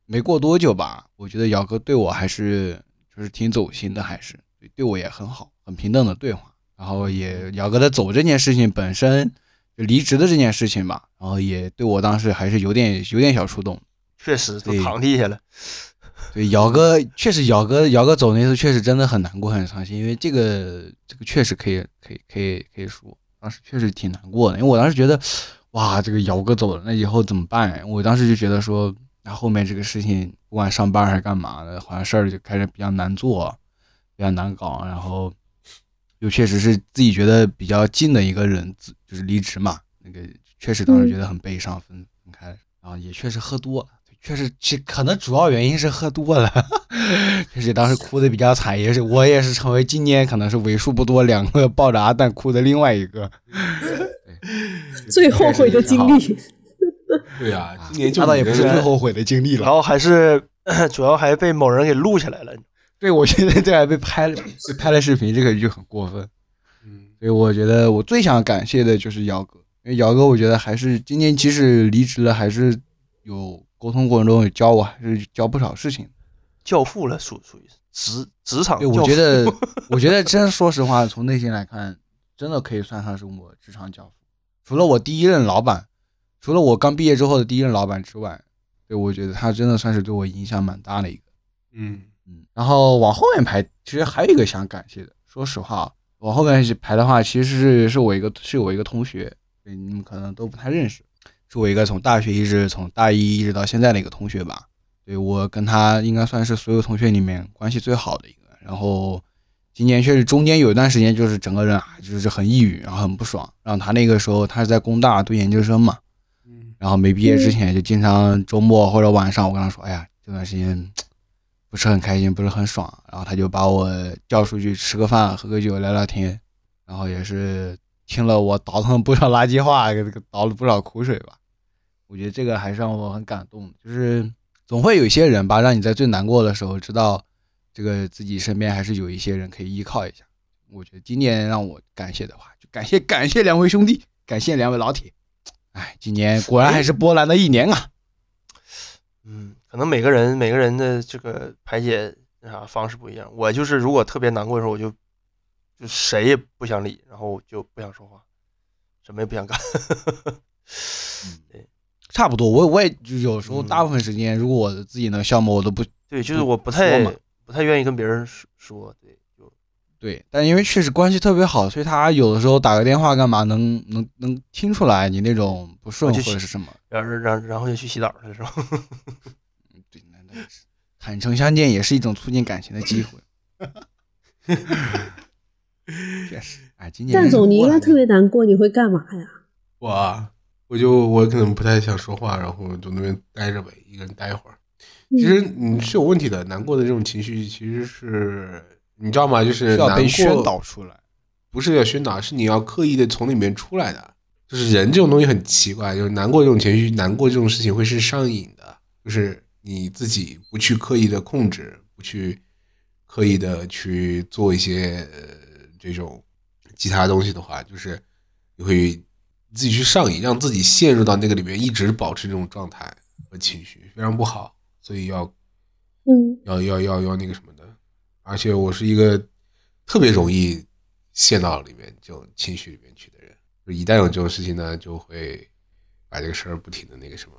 Speaker 2: 没过多久吧，我觉得姚哥对我还是就是挺走心的，还是对对我也很好，很平等的对话。然后也姚哥的走这件事情本身，就离职的这件事情吧，然后也对我当时还是有点有点小触动。
Speaker 4: 确实都
Speaker 2: 对
Speaker 4: 躺地下了。
Speaker 2: 对，姚哥确实，姚哥姚哥走那次确实真的很难过，很伤心，因为这个这个确实可以可以可以可以说，当时确实挺难过的，因为我当时觉得，哇，这个姚哥走了，那以后怎么办呀？我当时就觉得说，那后面这个事情不管上班还是干嘛的，好像事儿就开始比较难做，比较难搞，然后又确实是自己觉得比较近的一个人，自就是离职嘛，那个确实当时觉得很悲伤，分分开了，然后也确实喝多了。确实，其可能主要原因是喝多了，确实当时哭的比较惨，也是我也是成为今年可能是为数不多两个抱着阿蛋哭的另外一个。
Speaker 3: 最后悔的经历，
Speaker 1: 对啊，今年就
Speaker 2: 那倒也
Speaker 1: 你的
Speaker 2: 不是最后悔的经历
Speaker 4: 然
Speaker 2: 了。
Speaker 4: 后还是 [CLEARS THROAT] 主要还被某人给录下来了，
Speaker 2: 对，我觉得这还被拍了，被拍了视频，这个就很过分。
Speaker 1: 嗯
Speaker 2: 所以我觉得我最想感谢的就是姚哥，因为姚哥我觉得还是今年即使离职了，还是有沟通过程中有教我，还是教不少事情。
Speaker 4: 教父了，属属于职职场
Speaker 2: 对，
Speaker 4: 教父。
Speaker 2: 我觉得， [LAUGHS] 我觉得真说实话，从内心来看，真的可以算上是我职场教父。除了我第一任老板，除了我刚毕业之后的第一任老板之外，对我觉得他真的算是对我影响蛮大的一个。
Speaker 1: 嗯，
Speaker 2: 嗯，然后往后面排，其实还有一个想感谢的。说实话，往后面排的话，其实是是我一个是我一个同学，对你们可能都不太认识，是我一个从大学一直从大一一直到现在的一个同学吧。对我跟他应该算是所有同学里面关系最好的一个。然后今年确实中间有一段时间就是整个人啊就是很抑郁，然后很不爽。然后他那个时候他是在工大读研究生嘛，
Speaker 1: 嗯
Speaker 2: 然后没毕业之前就经常周末或者晚上，我跟他说，哎呀，这段时间不是很开心，不是很爽。然后他就把我叫出去吃个饭、喝个酒、聊聊天，然后也是听了我倒腾不少垃圾话， [LAUGHS] 给倒了不少苦水吧。我觉得这个还是让我很感动的，就是总会有一些人吧，让你在最难过的时候知道，这个自己身边还是有一些人可以依靠一下。我觉得今年让我感谢的话，就感谢感谢两位兄弟，感谢两位老铁。哎，今年果然还是波澜的一年啊！
Speaker 4: 嗯，可能每个人每个人的这个排解那啥方式不一样。我就是如果特别难过的时候，我就就谁也不想理，然后就不想说话，什么也不想干。 [LAUGHS] 对
Speaker 2: 差不多，我我也就有时候大部分时间，如果我自己能消磨，我都不
Speaker 4: 对，就是
Speaker 2: 不
Speaker 4: 我不太
Speaker 2: 说嘛
Speaker 4: 不太愿意跟别人说说，对，就
Speaker 2: 对。但因为确实关系特别好，所以他有的时候打个电话干嘛，能能能听出来你那种不顺
Speaker 4: 我就
Speaker 2: 或
Speaker 4: 是
Speaker 2: 者是什么。
Speaker 4: 然后然然后就去洗澡去了，是吧？ [LAUGHS]
Speaker 2: 对，那那也是坦诚相见也是一种促进感情的机 [LAUGHS] 会。确实，哎，今年
Speaker 3: 蛋总，你应该
Speaker 2: 过来
Speaker 3: 特别难过，你会干嘛呀？
Speaker 1: 我啊我就我可能不太想说话，然后就那边待着呗，一个人待一会儿。其实
Speaker 2: 嗯
Speaker 1: 你是有问题的，难过的这种情绪其实是你知道吗？就是
Speaker 2: 需要
Speaker 1: 难
Speaker 2: 被
Speaker 1: 过
Speaker 2: 宣导出来。
Speaker 1: 不是要宣导，是你要刻意的从里面出来的。就是人这种东西很奇怪，就是难过这种情绪，难过这种事情会是上瘾的，就是你自己不去刻意的控制，不去刻意的去做一些呃这种其他东西的话，就是你会自己去上瘾，让自己陷入到那个里面，一直保持这种状态和情绪，非常不好。所以要
Speaker 3: 嗯，
Speaker 1: 要要要要那个什么的，而且我是一个特别容易陷到里面这种情绪里面去的人，就一旦有这种事情呢，就会把这个事儿不停的那个什么，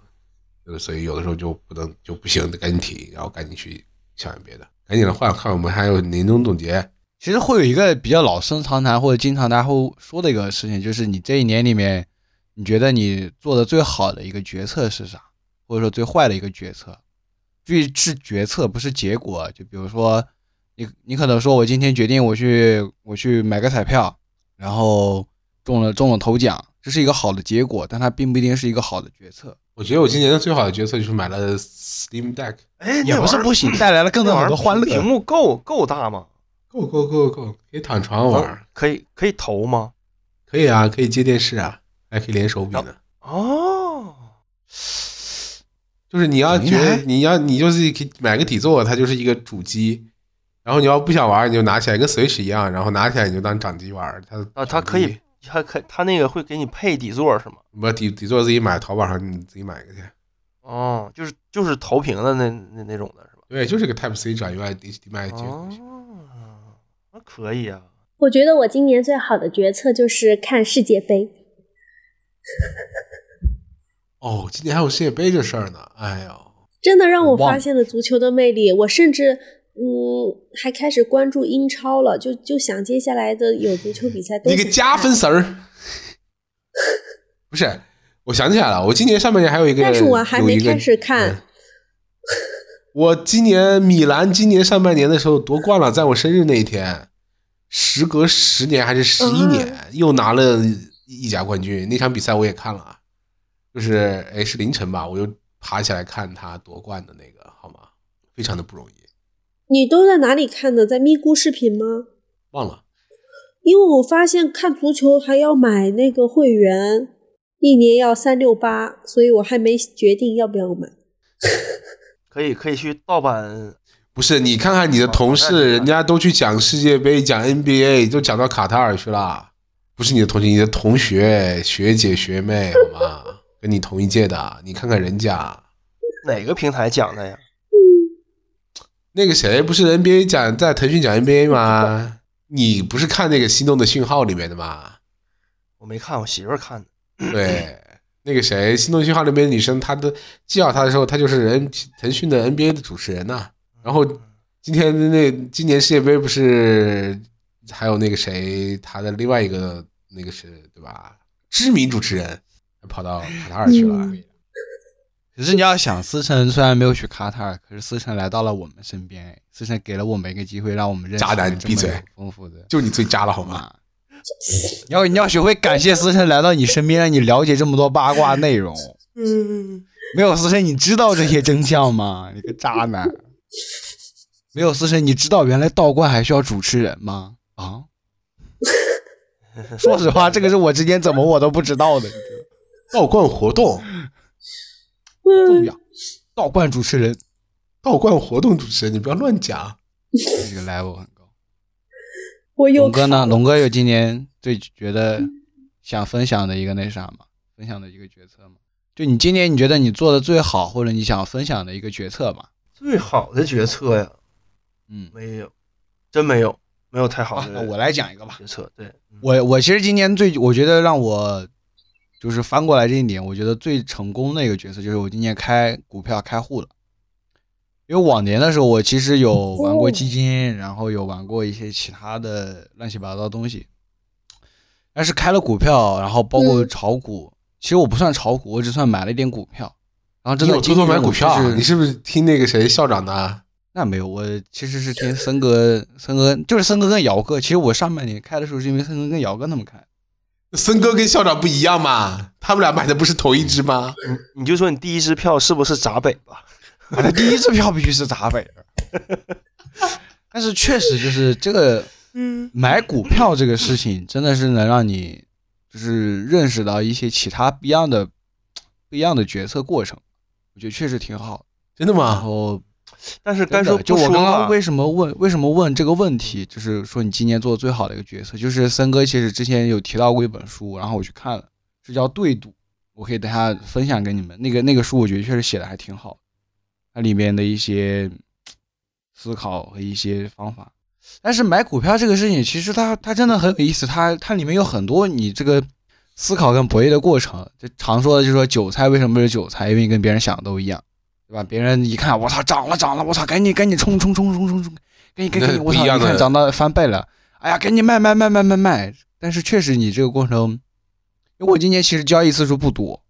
Speaker 1: 呃，所以有的时候就不能就不行，得赶紧停，然后赶紧去想点别的，赶紧的换看我们还有年终总结，
Speaker 2: 其实会有一个比较老生常谈或者经常大家会说的一个事情，就是你这一年里面，你觉得你做的最好的一个决策是啥，或者说最坏的一个决策？注意是决策，不是结果。就比如说，你你可能说我今天决定我去我去买个彩票，然后中了中了头奖，这是一个好的结果，但它并不一定是一个好的决策，
Speaker 1: 我觉得我今年的最好的决策就是买了 Steam Deck，
Speaker 4: 哎，
Speaker 2: 也
Speaker 4: 那
Speaker 2: 不是
Speaker 4: 玩意儿
Speaker 2: 不行，带来了更
Speaker 4: 那
Speaker 2: 多
Speaker 4: 玩
Speaker 2: 很
Speaker 4: 意儿
Speaker 2: 多欢乐。
Speaker 4: 屏幕够够大吗？
Speaker 1: 够够够够，可以躺床上玩，
Speaker 4: 可以可以投吗？
Speaker 1: 可以啊，可以接电视啊，还可以连手柄呢。
Speaker 4: 哦，
Speaker 1: 就是你要
Speaker 2: 等于
Speaker 1: 觉得
Speaker 2: 还
Speaker 1: 你要你就是可以买个底座，它就是一个主机，然后你要不想玩，你就拿起来跟 Switch 一样，然后拿起来你就当掌机玩。它
Speaker 4: 啊，它可以，它可它那个会给你配底座是吗？
Speaker 1: 不底底座自己买，淘宝上你自己买一个去。
Speaker 4: 哦，就是就是投屏的那那那种的是吧？
Speaker 1: 对，就是个 Type C 转 U I
Speaker 2: 哎
Speaker 1: HDMI 接口。
Speaker 4: 哦，那可以啊。
Speaker 3: 我觉得我今年最好的决策就是看世界杯。
Speaker 1: 哦，今年还有世界杯这事儿呢，哎呦，
Speaker 3: 真的让
Speaker 2: 我
Speaker 3: 我
Speaker 2: 忘
Speaker 3: 发
Speaker 2: 了
Speaker 3: 现了足球的魅力。我甚至嗯，还开始关注英超了，就就想接下来的有足球比赛都
Speaker 1: 你个
Speaker 3: 想
Speaker 1: 加
Speaker 3: 看
Speaker 1: 分。词
Speaker 3: [LAUGHS]
Speaker 1: 儿，不是，我想起来了，我今年上半年还有一个，
Speaker 3: 但是我还
Speaker 1: 有
Speaker 3: 没
Speaker 1: 一个
Speaker 3: 开始看
Speaker 1: 嗯我今年米兰今年上半年的时候夺冠了，在我生日那一天，时隔十年还是十一年，又拿了意甲冠军。那场比赛我也看了，啊就是哎是凌晨吧，我又爬起来看他夺冠的那个，好吗？非常的不容易，
Speaker 3: 你都在哪里看的？在咪咕视频吗？
Speaker 1: 忘了
Speaker 3: 因为我发现看足球还要买那个会员，一年要三六八，所以我还没决定要不要买。
Speaker 4: 可以可以去盗版，
Speaker 1: 不是你看看你的同
Speaker 4: 哦那
Speaker 1: 事，
Speaker 4: 你
Speaker 1: 人家都去讲世界杯、讲 NBA，都讲到卡塔尔去了。不是你的同学，你的同学、学姐、学妹，好吗？跟你同一届的，你看看人家。
Speaker 4: 哪个平台讲的呀？
Speaker 1: 那个谁不是 NBA 讲在腾讯讲 NBA 吗？你不是看那个《心动的讯号》里面的吗？
Speaker 4: 我没看，我媳妇儿看的。
Speaker 1: 对，那个谁，《心动讯号》里面的女生，她的介绍她的时候，她就是 N 腾讯的 NBA 的主持人呐、然后今天的那今年世界杯不是还有那个谁，他的另外一个那个是对吧？知名主持人还跑到卡塔尔去了。
Speaker 3: 嗯
Speaker 2: 可是你要想，思辰虽然没有去卡塔尔，可是思辰来到了我们身边，哎思辰给了我们一个机会，让我们认识
Speaker 1: 渣男
Speaker 2: 了这
Speaker 1: 闭
Speaker 2: 么
Speaker 1: 嘴
Speaker 2: 有丰富的
Speaker 1: 就你最渣了好吗？
Speaker 2: 嘛。你要你要学会感谢思辰来到你身边，让你了解这么多八卦内容。
Speaker 1: 嗯，
Speaker 2: 没有思辰，你知道这些真相吗？ [LAUGHS] 你个渣男！没有思辰，你知道原来道观还需要主持人吗？啊，说实话，这个是我之前怎么我都不知道的。
Speaker 1: 道观活动，
Speaker 2: 重
Speaker 3: 嗯，
Speaker 2: 要，道观主持人
Speaker 1: 道观活动主持人，你不要乱讲。
Speaker 2: 这个 level 很高。
Speaker 3: 我有
Speaker 2: 龙哥呢？龙哥有今年最觉得想分享的一个那啥吗？分享的一个决策吗？就你今年你觉得你做的最好，或者你想分享的一个决策吧？
Speaker 4: 最好的决策呀，
Speaker 2: 嗯，
Speaker 4: 没有，真没有，没有太好
Speaker 2: 啊
Speaker 4: 的。
Speaker 2: 那我来讲一个吧
Speaker 4: 决策对，嗯
Speaker 2: 我我其实今年最我觉得让我就是翻过来这一点，我觉得最成功的一个决策就是我今年开股票开户了。因为往年的时候，我其实有玩过基金，然后有玩过一些其他的乱七八糟的东西，但是开了股票，然后包括
Speaker 3: 嗯
Speaker 2: 炒股，其实我不算炒股，我只算买了一点股票。然后真
Speaker 1: 你
Speaker 2: 的
Speaker 1: 有偷偷买股票啊
Speaker 2: 今年我就？是
Speaker 1: 你是不是听那个谁校长的啊？
Speaker 2: 那没有，我其实是听森哥，森哥就是森哥跟姚哥。其实我上半年开的时候是因为森哥跟姚哥他们开，
Speaker 1: 森哥跟校长不一样嘛？他们俩买的不是同一只吗？
Speaker 4: 你就说你第一支票是不是闸北吧？
Speaker 2: 买的第一支票必须是闸北的。但是确实就是这个，买股票这个事情真的是能让你就是认识到一些其他不一样的、不一样的决策过程，我觉得确实挺好的。
Speaker 1: 真的
Speaker 2: 然
Speaker 1: 吗？
Speaker 2: 后
Speaker 4: 但是
Speaker 2: 真
Speaker 4: 该
Speaker 2: 的
Speaker 4: 说
Speaker 2: 就
Speaker 4: 不
Speaker 2: 我
Speaker 4: 说
Speaker 2: 刚
Speaker 4: 啊
Speaker 2: 刚
Speaker 4: 吧
Speaker 2: 为，什么问为什么问这个问题，就是说你今年做的最好的一个角色，就是森哥其实之前有提到过一本书，然后我去看了，是叫《对赌》，我可以等下分享给你们。那个那个书我觉得确实写的还挺好，它里面的一些思考和一些方法。但是买股票这个事情，其实它它真的很有意思，它它里面有很多你这个思考跟博弈的过程。就常说的就是说韭菜为什么是韭菜，因为你跟别人想的都一样，对吧？别人一看我操涨了涨了，我操赶紧赶紧冲冲冲冲冲冲，赶紧赶紧赶紧，
Speaker 1: 那
Speaker 2: 我
Speaker 1: 不
Speaker 2: 操
Speaker 1: 一样
Speaker 2: 一
Speaker 1: 的
Speaker 2: 看涨到翻倍了，哎呀赶紧卖卖卖卖卖卖。但是确实你这个过程，因为我今年其实交易次数不多，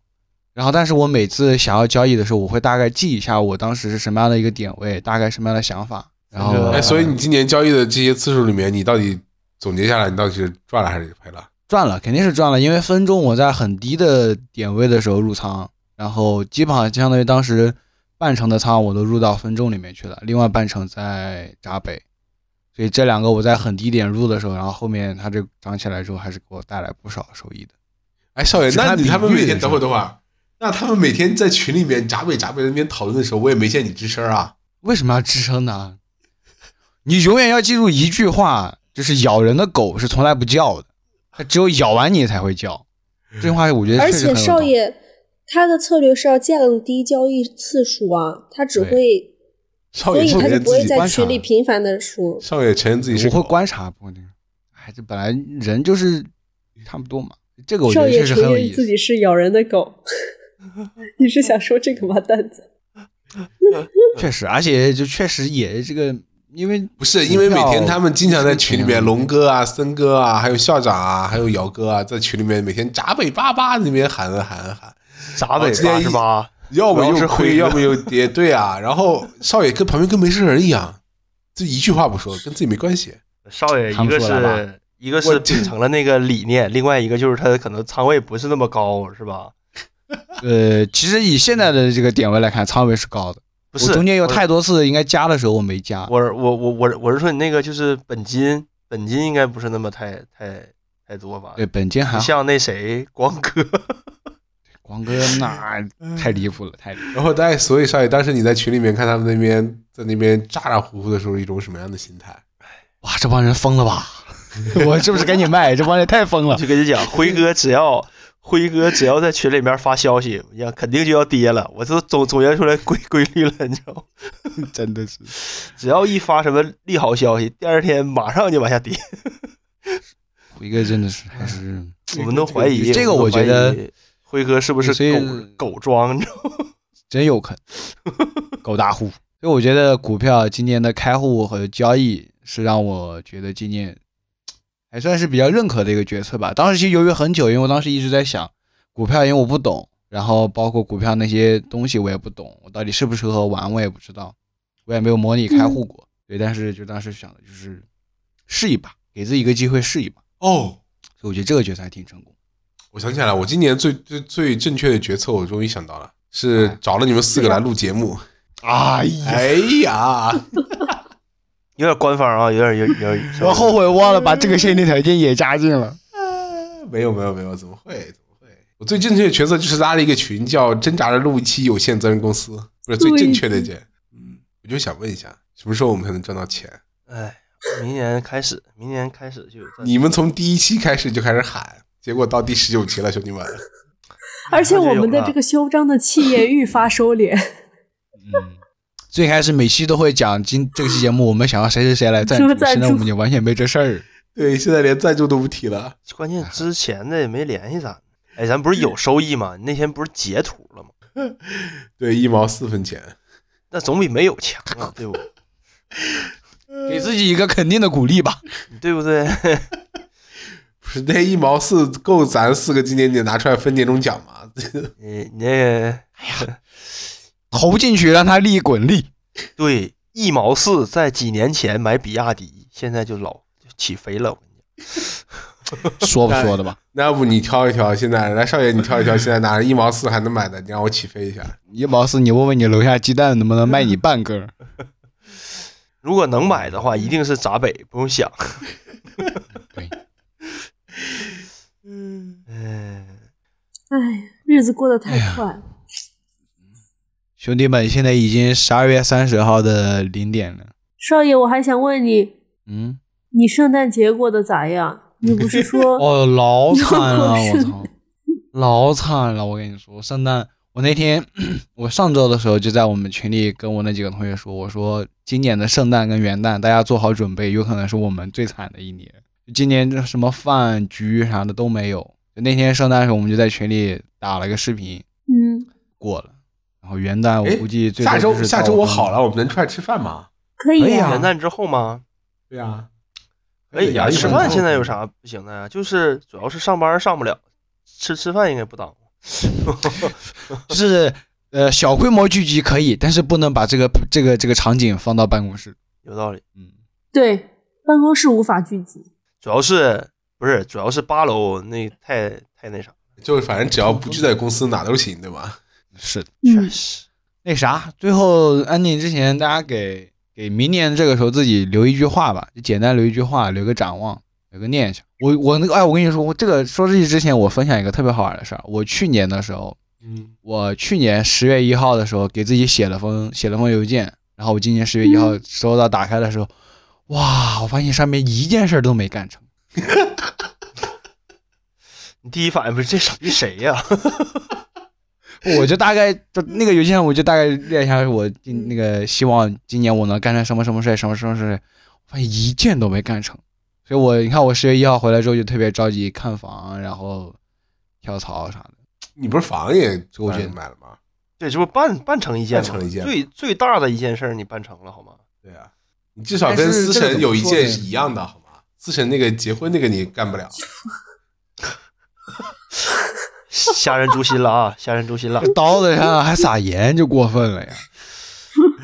Speaker 2: 然后，但是我每次想要交易的时候，我会大概记一下我当时是什么样的一个点位，大概什么样的想法，然后
Speaker 4: 嗯
Speaker 1: 哎，所以你今年交易的这些次数里面，你到底总结下来，你到底是赚了还是赔了？
Speaker 2: 赚了，肯定是赚了，因为分众我在很低的点位的时候入仓，然后基本上相当于当时半成的仓我都入到分众里面去了，另外半成在闸北，所以这两个我在很低点入的时候，然后后面它这涨起来之后，还是给我带来不少收益的。
Speaker 1: 哎，少爷，
Speaker 2: 只
Speaker 1: 那
Speaker 2: 看
Speaker 1: 你
Speaker 2: 比
Speaker 1: 他们
Speaker 2: 喻
Speaker 1: 每
Speaker 2: 的
Speaker 1: 天
Speaker 2: 时
Speaker 1: 等
Speaker 2: 候
Speaker 1: 会儿等会儿，那他们每天在群里面闸北闸北那边讨论的时候，我也没见你吱声啊。
Speaker 2: 为什么要支撑呢？你永远要记住一句话，就是咬人的狗是从来不叫的，它只有咬完你才会叫。这句话我觉得
Speaker 3: 而
Speaker 2: 确实
Speaker 3: 且
Speaker 2: 很有道
Speaker 3: 少
Speaker 2: 理。
Speaker 3: 爷他的策略是要降低交易次数啊，他只
Speaker 2: 对
Speaker 3: 会，
Speaker 1: 少
Speaker 3: 所
Speaker 1: 爷
Speaker 3: 以
Speaker 1: 承
Speaker 3: 他就
Speaker 1: 认
Speaker 3: 不
Speaker 1: 自
Speaker 3: 会
Speaker 1: 己，
Speaker 3: 在
Speaker 2: 观察
Speaker 3: 群里频繁的说。
Speaker 1: 少爷承认自己是
Speaker 2: 我会
Speaker 1: 狗
Speaker 2: 观察，不过那个，哎，这本来人就是差不多嘛。这个我觉
Speaker 3: 少
Speaker 2: 得
Speaker 3: 爷
Speaker 2: 确实很
Speaker 3: 承
Speaker 2: 有
Speaker 3: 认
Speaker 2: 意
Speaker 3: 自
Speaker 2: 思。
Speaker 3: 己是咬人的狗，你是想说这个吗，蛋子？
Speaker 2: 确实，而且就确实也这个，因为
Speaker 1: 不是因为每天他们经常在群里面，
Speaker 2: 股票
Speaker 1: 龙哥啊、森哥啊，还有校长啊，还有姚哥啊，在群里面每天闸北巴巴那边喊啊喊啊喊，
Speaker 4: 闸北
Speaker 1: 我之前
Speaker 4: 八
Speaker 1: 一
Speaker 4: 十八，
Speaker 1: [LAUGHS] 要么
Speaker 4: 主要是
Speaker 1: 又
Speaker 4: 辉
Speaker 1: 亏，
Speaker 4: 哥
Speaker 1: 要么又跌，对啊。然后少爷跟旁边跟没事人一样，就一句话不说，跟自己没关系。
Speaker 4: 少爷
Speaker 2: 看
Speaker 4: 一
Speaker 2: 不
Speaker 4: 个
Speaker 2: 出来吧
Speaker 4: 是一个是秉承了那个理念，另外一个就是他可能仓位不是那么高，是吧？
Speaker 2: 呃，其实以现在的这个点位来看，仓位是高的。
Speaker 4: 不
Speaker 2: 我
Speaker 4: 是，
Speaker 2: 中间有
Speaker 4: 我
Speaker 2: 太多次应该加的时候我没加，
Speaker 4: 我我我我我是说你那个就是本金，本金应该不是那么太太太多吧？
Speaker 2: 对，本金还
Speaker 4: 不
Speaker 2: 好。
Speaker 4: 像那谁光哥，
Speaker 2: 光哥那
Speaker 3: 嗯
Speaker 2: 太离谱了，太离谱了。
Speaker 1: 然后但所以少爷当时你在群里面看他们那边在那边咋咋呼呼的时候，一种什么样的心态？
Speaker 2: 哇，这帮人疯了吧？ [LAUGHS] 我是不是赶紧卖？这帮人太疯
Speaker 1: [LAUGHS]
Speaker 2: 了
Speaker 4: 我。就跟你讲，辉哥只要辉哥只要在群里面发消息，呀，肯定就要跌了。我这总总结出来规规律了，你知道吗？
Speaker 2: 真的是。
Speaker 4: 只要一发什么利好消息，第二天马上就往下跌。
Speaker 2: 辉哥真的是还是
Speaker 4: 我们都怀疑
Speaker 2: 这个我
Speaker 4: 们都怀
Speaker 2: 觉得
Speaker 4: 疑辉哥是不是
Speaker 2: 所以
Speaker 4: 狗狗装？你知道吗
Speaker 2: 真有坑，狗大户。所以我觉得股票今年的开户和交易是让我觉得今年还算是比较认可的一个决策吧。当时其实犹豫很久，因为我当时一直在想股票，因为我不懂，然后包括股票那些东西我也不懂，我到底适不适合玩我也不知道，我也没有模拟开户过。对，但是就当时想的就是试一把，给自己一个机会试一把。
Speaker 1: 哦，
Speaker 2: 所以我觉得这个决策还挺成功。
Speaker 1: 我想起来了，我今年最最最正确的决策，我终于想到了，是找了你们四个来录节目。
Speaker 2: 哎
Speaker 1: [LAUGHS] 哎呀，
Speaker 4: 有点官方啊，有点有点有点。
Speaker 2: [LAUGHS] 我后悔忘了把这个限定条件也加进了。
Speaker 1: [LAUGHS] 没有没有没有，怎么会怎么会？我最正确的角色就是拉了一个群，叫“挣扎着录一期有限责任公司”，不是最正确的这。嗯，我就想问一下，什么时候我们才能赚到钱？
Speaker 4: 哎，明年开始，明年开始就有赞助
Speaker 1: 你们从第一期开始就开始喊，结果到第十九期了，兄弟们，
Speaker 3: 而且
Speaker 4: 马上就
Speaker 3: 我
Speaker 4: 有
Speaker 3: 们的
Speaker 4: 了
Speaker 3: 这个嚣张的气焰愈发收敛。 [LAUGHS]
Speaker 2: 嗯，最开始每期都会讲今这个期节目我们想要谁谁谁来赞
Speaker 3: 是
Speaker 2: 助
Speaker 3: 不是，赞
Speaker 2: 现在
Speaker 3: 助
Speaker 2: 我们就完全没这事儿。
Speaker 1: 对，现在连赞助都不提了。
Speaker 4: 关键之前的也没联系咱。哎，咱不是有收益吗？那天不是截图了吗？
Speaker 1: 对，一毛四分钱，
Speaker 4: 那总比没有强
Speaker 2: [LAUGHS]
Speaker 4: 啊，对不？
Speaker 2: 给自己一个肯定的鼓励吧。
Speaker 4: 对不对？ [LAUGHS]
Speaker 1: 不是那一毛四够咱四个今年得拿出来分年终奖吗？ [LAUGHS]
Speaker 4: 你你那
Speaker 2: 投进去让他利滚 [LAUGHS] 利。
Speaker 4: 个对一毛四，在几年前买比亚迪，现在就老就起飞了。我跟你讲，
Speaker 2: 说不说的吧？
Speaker 1: 那要不你挑一挑，现在来少爷你挑一挑，现在拿着一毛四还能买的，你让我起飞一下。
Speaker 2: 一毛四，你问问你楼下鸡蛋能不能卖你半根？
Speaker 4: 如果能买的话，一定是闸北，不用想。
Speaker 2: 对，
Speaker 4: 嗯，
Speaker 3: 哎，日子过得太快了，
Speaker 2: 兄弟们，现在已经十二月三十号的零点了。
Speaker 3: 少爷，我还想问你，
Speaker 2: 嗯，
Speaker 3: 你圣诞节过得咋样？你不是 [LAUGHS]
Speaker 2: [LAUGHS]
Speaker 3: 说
Speaker 2: 哦，老惨了，
Speaker 3: 又
Speaker 2: 我
Speaker 3: 过
Speaker 2: 操，老惨了！我跟你说，圣诞，我那天 [CLEARS THROAT] 我上周的时候就在我们群里跟我那几个同学说，我说今年的圣诞跟元旦，大家做好准备，有可能是我们最惨的一年。今年这什么饭局啥的都没有。那天圣诞的时候，我们就在群里打了个视频，
Speaker 3: 嗯
Speaker 2: 过了。然后元旦我
Speaker 1: 哎
Speaker 2: 估计最
Speaker 1: 下
Speaker 2: 多
Speaker 1: 周
Speaker 2: 就是
Speaker 1: 下
Speaker 2: 到
Speaker 1: 周我
Speaker 2: 中
Speaker 1: 好了，我们能出来吃饭吗？
Speaker 3: 可以
Speaker 1: 可以
Speaker 4: 元
Speaker 1: 啊
Speaker 4: 旦之后吗？
Speaker 1: 对呀、
Speaker 4: 哎
Speaker 2: 啊
Speaker 4: 呀，
Speaker 1: 呀，
Speaker 4: 吃饭现在有？啥不行的呀？就是主要是上班上不了，吃吃饭应该不耽误。
Speaker 2: 就是呃小规模聚集可以，但是不能把这个这个这个场景放到办公室。
Speaker 4: 有道理，
Speaker 2: 嗯，
Speaker 3: 对，办公室无法聚集，
Speaker 4: 主要是不是主要是八楼那太太那啥，
Speaker 1: 就是反正只要不聚在公司哪都行，对吧？
Speaker 2: 是的。
Speaker 4: 确
Speaker 3: 嗯，
Speaker 4: 实。
Speaker 2: 那啥，最后安定之前，大家给给明年这个时候自己留一句话吧，就简单留一句话，留个展望，留个念想。我我那个哎，我跟你说，我这个说这些之前，我分享一个特别好玩的事儿。我去年的时候，
Speaker 1: 嗯，
Speaker 2: 我去年十月一号的时候给自己写了封写了封邮件，然后我今年十月一号收到打开的时候，哇，我发现上面一件事儿都没干成。
Speaker 4: 你第一反应不是这傻逼谁呀、 [LAUGHS]
Speaker 2: 我就大概就那个邮件上，我就大概列一下我今那个希望今年我能干成什么什么事，什么什么事，我发现一件都没干成。所以我你看，我十月一号回来之后就特别着急看房，然后跳槽啥的。
Speaker 1: 你不是房也
Speaker 2: 我觉得
Speaker 1: 买了吗？
Speaker 4: 对，这不办办成一件吗？
Speaker 1: 办成一件
Speaker 4: 最最大的一件事儿你办成了好吗？
Speaker 1: 对啊，你至少
Speaker 2: 但
Speaker 1: 跟
Speaker 2: 是
Speaker 1: 思
Speaker 2: 这个
Speaker 1: 辰
Speaker 2: 怎么
Speaker 1: 有一
Speaker 2: 说
Speaker 1: 件
Speaker 2: 呢
Speaker 1: 是一样的，好吗？思辰那个结婚那个你干不了，
Speaker 4: 吓人诛心了啊！吓人诛心了。
Speaker 2: 刀子上还撒盐，就过分了呀！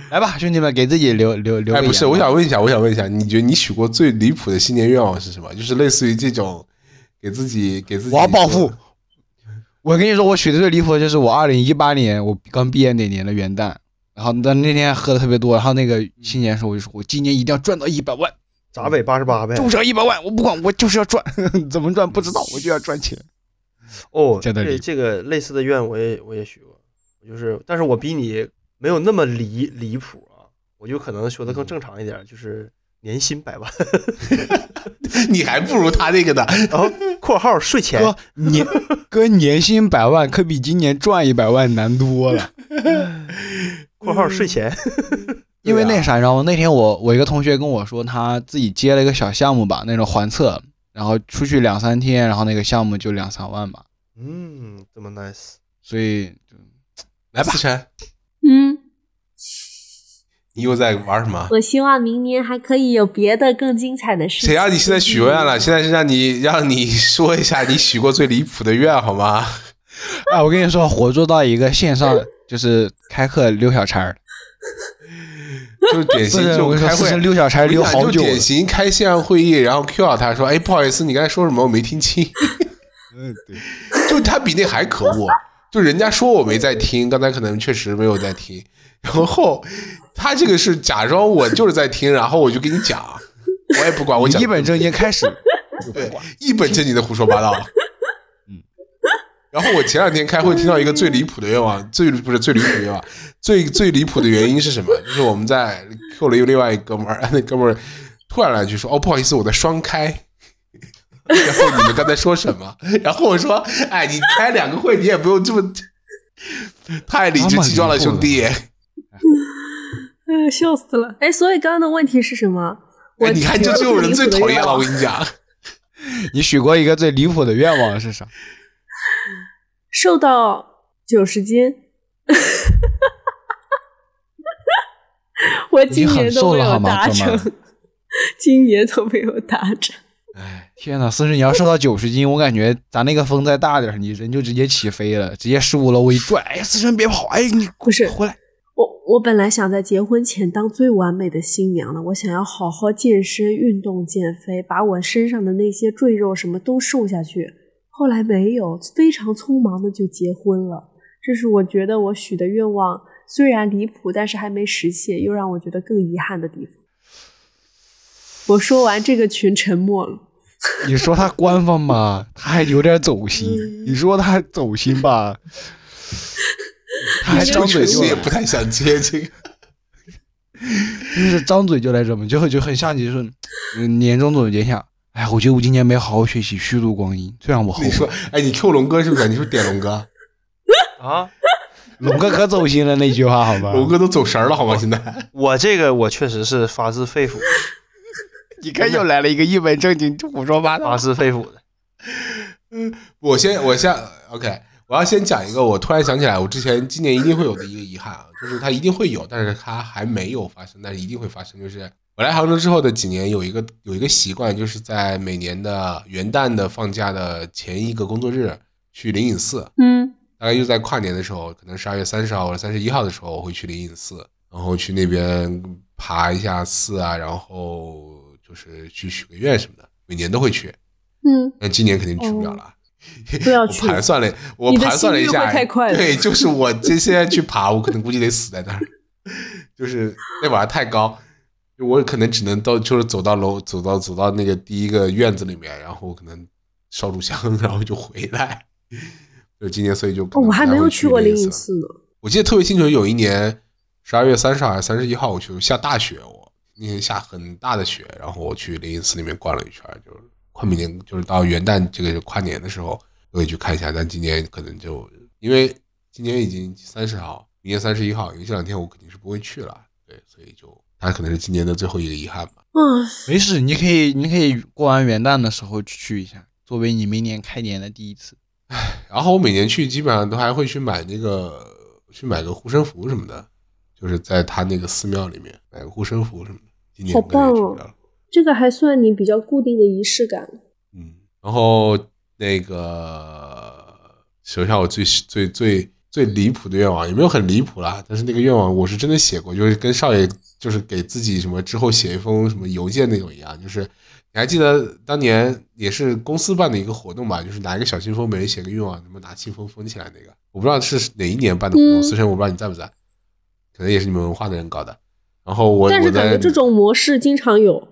Speaker 2: 来吧，兄弟们，给自己留留留
Speaker 1: 哎，
Speaker 2: 个言吧。
Speaker 1: 不是，我想问一下，我想问一下，你觉得你许过最离谱的新年愿望是什么？就是类似于这种，给自己给自己，
Speaker 2: 我要暴富。我跟你说，我许的最离谱的就是我二零一八年我刚毕业那年的元旦，然后但那天喝的特别多，然后那个新年的时候我就说，我今年一定要赚到一百万，
Speaker 4: [LAUGHS] 闸北八十八呗
Speaker 2: 中奖一百万，我不管，我就是要赚，哎 [LAUGHS] 怎么赚不知道，我就要赚钱。
Speaker 4: 哦，
Speaker 2: 真的离
Speaker 4: 对
Speaker 2: 谱
Speaker 4: 这个类似的愿我也我也许过，我就是，但是我比你没有那么离离谱啊，我就可能说
Speaker 2: 嗯
Speaker 4: 的更正常一点，就是年薪百万，
Speaker 1: [LAUGHS]
Speaker 4: [LAUGHS]
Speaker 1: 你还不如他那个呢。
Speaker 2: [LAUGHS]
Speaker 4: 然后括号税前
Speaker 2: 哥， [LAUGHS] 年哥年薪百万可比今年赚一百万难多了，
Speaker 4: 括号
Speaker 2: 嗯
Speaker 4: 税前，
Speaker 2: [LAUGHS] 因为那啥，然后那天我我一个同学跟我说，他自己接了一个小项目吧，那种环测，然后出去两三天，然后那个项目就两三万吧，
Speaker 4: 嗯，这么 nice，
Speaker 2: 所以
Speaker 1: 来吧，思辰，
Speaker 3: 嗯，
Speaker 1: 你又在玩什么？
Speaker 3: 我希望明年还可以有别的更精彩的事情。
Speaker 1: 谁让你现在许愿了？现在是让你让你说一下你许过最离谱的愿好吗？
Speaker 2: 哎，我跟你说，活捉到一个线上就是开课溜小差儿，
Speaker 1: 就是典
Speaker 2: 不
Speaker 1: 型
Speaker 2: 是
Speaker 1: 这种
Speaker 2: 我跟你说，
Speaker 1: 开
Speaker 2: 思
Speaker 1: 会
Speaker 2: 辰。溜小差
Speaker 1: 我
Speaker 2: 儿
Speaker 1: 跟你
Speaker 2: 溜
Speaker 1: 讲
Speaker 2: 好
Speaker 1: 就
Speaker 2: 久了
Speaker 1: 典。型开线上会议，然后 Q 到他说：“哎，不好意思，你刚才说什么？我没听清。
Speaker 2: 嗯，对，”
Speaker 1: 就他比那还可恶，就人家说我没在听，刚才可能确实没有在听，然后他这个是假装我就是在听，然后我就跟你讲，我也不管我
Speaker 2: 我
Speaker 1: 讲
Speaker 2: 一本正经开始， [LAUGHS]
Speaker 1: 对一本正经的胡说八道，
Speaker 2: 嗯
Speaker 1: [LAUGHS] 然后我前两天开会听到一个最离谱的愿望，最不是最离谱的愿望，最最离谱的原因是什么？就是我们在 Q 了一个另外一个哥们儿，那哥们儿突然来一句说：“哦，不好意思，我在双开。” [LAUGHS] 然后你们刚才说什么？然后我说：“哎，你开两个会，你也不用这么太理直气壮了，兄弟。
Speaker 3: 哎，笑死了！哎，所以刚刚的问题是什么？”我
Speaker 1: 哎，你看，这就是人最讨厌了。我跟你讲，
Speaker 2: 你许过一个最离谱的愿望是啥？
Speaker 3: 瘦到九十斤。 [LAUGHS] 我今年都没
Speaker 2: 你很瘦了
Speaker 3: 有达
Speaker 2: 好吗哥
Speaker 3: 成， [LAUGHS] 今年都没有达成。
Speaker 1: 哎，
Speaker 2: [LAUGHS] 天呐，思思，你要瘦到九十斤，我感觉咱那个风再大点儿，你人就直接起飞了，直接十五楼我一拽，哎，思成别跑，哎，你
Speaker 3: 不是
Speaker 2: 回来，
Speaker 3: 我我本来想在结婚前当最完美的新娘的，我想要好好健身、运动、减肥，把我身上的那些赘肉什么都瘦下去。后来没有，非常匆忙的就结婚了。这是我觉得我许的愿望，虽然离谱，但是还没实现，又让我觉得更遗憾的地方。我说完，这个群沉默了。
Speaker 2: 你说他官方吧，他还有点走心； [LAUGHS] 你说他走心吧，他
Speaker 1: 哎
Speaker 2: 还张
Speaker 1: 确
Speaker 2: 嘴就
Speaker 1: 实
Speaker 2: 来
Speaker 1: 也不太想接这个。
Speaker 2: 就是张嘴就来这么，就就很像你说，嗯，年终总结一下，哎，我觉得我今年没好好学习，虚度光阴，最让我后
Speaker 1: 你说
Speaker 2: 悔。，
Speaker 1: 哎，你 Q 龙哥是不是？你是不是点龙哥？
Speaker 4: 啊，
Speaker 2: 龙哥可走心了那句话，好吧？
Speaker 1: 龙哥都走神儿了，好吗？现在。
Speaker 4: 我这个我确实是发自肺腑、
Speaker 2: 你看又来了一个一本正经胡说八
Speaker 4: 发自肺腑的。
Speaker 1: 我先，我先，OK，我要先讲一个，我突然想起来，我之前今年一定会有的一个遗憾啊，就是它一定会有，但是它还没有发生，但是一定会发生。就是我来杭州之后的几年，有一个有一个习惯，就是在每年的元旦的放假的前一个工作日去灵隐寺，
Speaker 3: 嗯，
Speaker 1: 大概就在跨年的时候，可能十二月三十号或者三十一号的时候，我会去灵隐寺，然后去那边爬一下寺啊，然后就是去许个愿什么的，每年都会去。
Speaker 3: 嗯，
Speaker 1: 但今年肯定去不了了。
Speaker 3: 不哦要
Speaker 1: 我
Speaker 3: 去
Speaker 1: 盘算了，我
Speaker 3: 你的
Speaker 1: 盘算了一
Speaker 3: 心率
Speaker 1: 下，
Speaker 3: 会太快了
Speaker 1: 对， [LAUGHS] 就是我这现在去爬，我可能估计得死在那儿， [LAUGHS] 就是那玩意儿太高，我可能只能到就是走到楼，走到走到那个第一个院子里面，然后可能烧炷香， [LAUGHS] 然后就回来。 [LAUGHS] 就今年，所以就可
Speaker 3: 哦，
Speaker 1: 能
Speaker 3: 我还没
Speaker 1: 不太
Speaker 3: 有
Speaker 1: 会
Speaker 3: 去过灵
Speaker 1: 那
Speaker 3: 隐
Speaker 1: 个
Speaker 3: 寺呢。
Speaker 1: 我记得特别清楚，有一年十二月三十号还是三十一号，我去下大雪，我那天下很大的雪，然后我去灵隐寺里面逛了一圈，就是快每年就是到元旦这个跨年的时候，我也去看一下，但今年可能就因为今年已经三十号，明年三十一号，因为这两天我肯定是不会去了，对，所以就它可能是今年的最后一个遗憾吧。
Speaker 3: 嗯，
Speaker 2: 没事，你可以，你可以过完元旦的时候去一下，作为你明年开年的第一次。
Speaker 1: 然后我每年去基本上都还会去买那个去买个护身符什么的，就是在他那个寺庙里面买个护身符什么的。今年
Speaker 3: 好
Speaker 1: 可能也
Speaker 3: 棒
Speaker 1: 去不
Speaker 3: 哦
Speaker 1: 了了。
Speaker 3: 这个还算你比较固定的仪式感了。
Speaker 1: 嗯，然后那个说一下我最最最最离谱的愿望，也没有很离谱啦，但是那个愿望我是真的写过，就是跟少爷就是给自己什么之后写一封什么邮件那种一样，就是你还记得当年也是公司办的一个活动吧，就是拿一个小信封，每人写个愿望，什么拿信封封起来那个，我不知道是哪一年办的活动，
Speaker 3: 嗯
Speaker 1: 思辰我不知道你在不在，可能也是你们文化的人搞的。然后我
Speaker 3: 但
Speaker 1: 我
Speaker 3: 是感
Speaker 1: 在
Speaker 3: 觉这种模式经常有。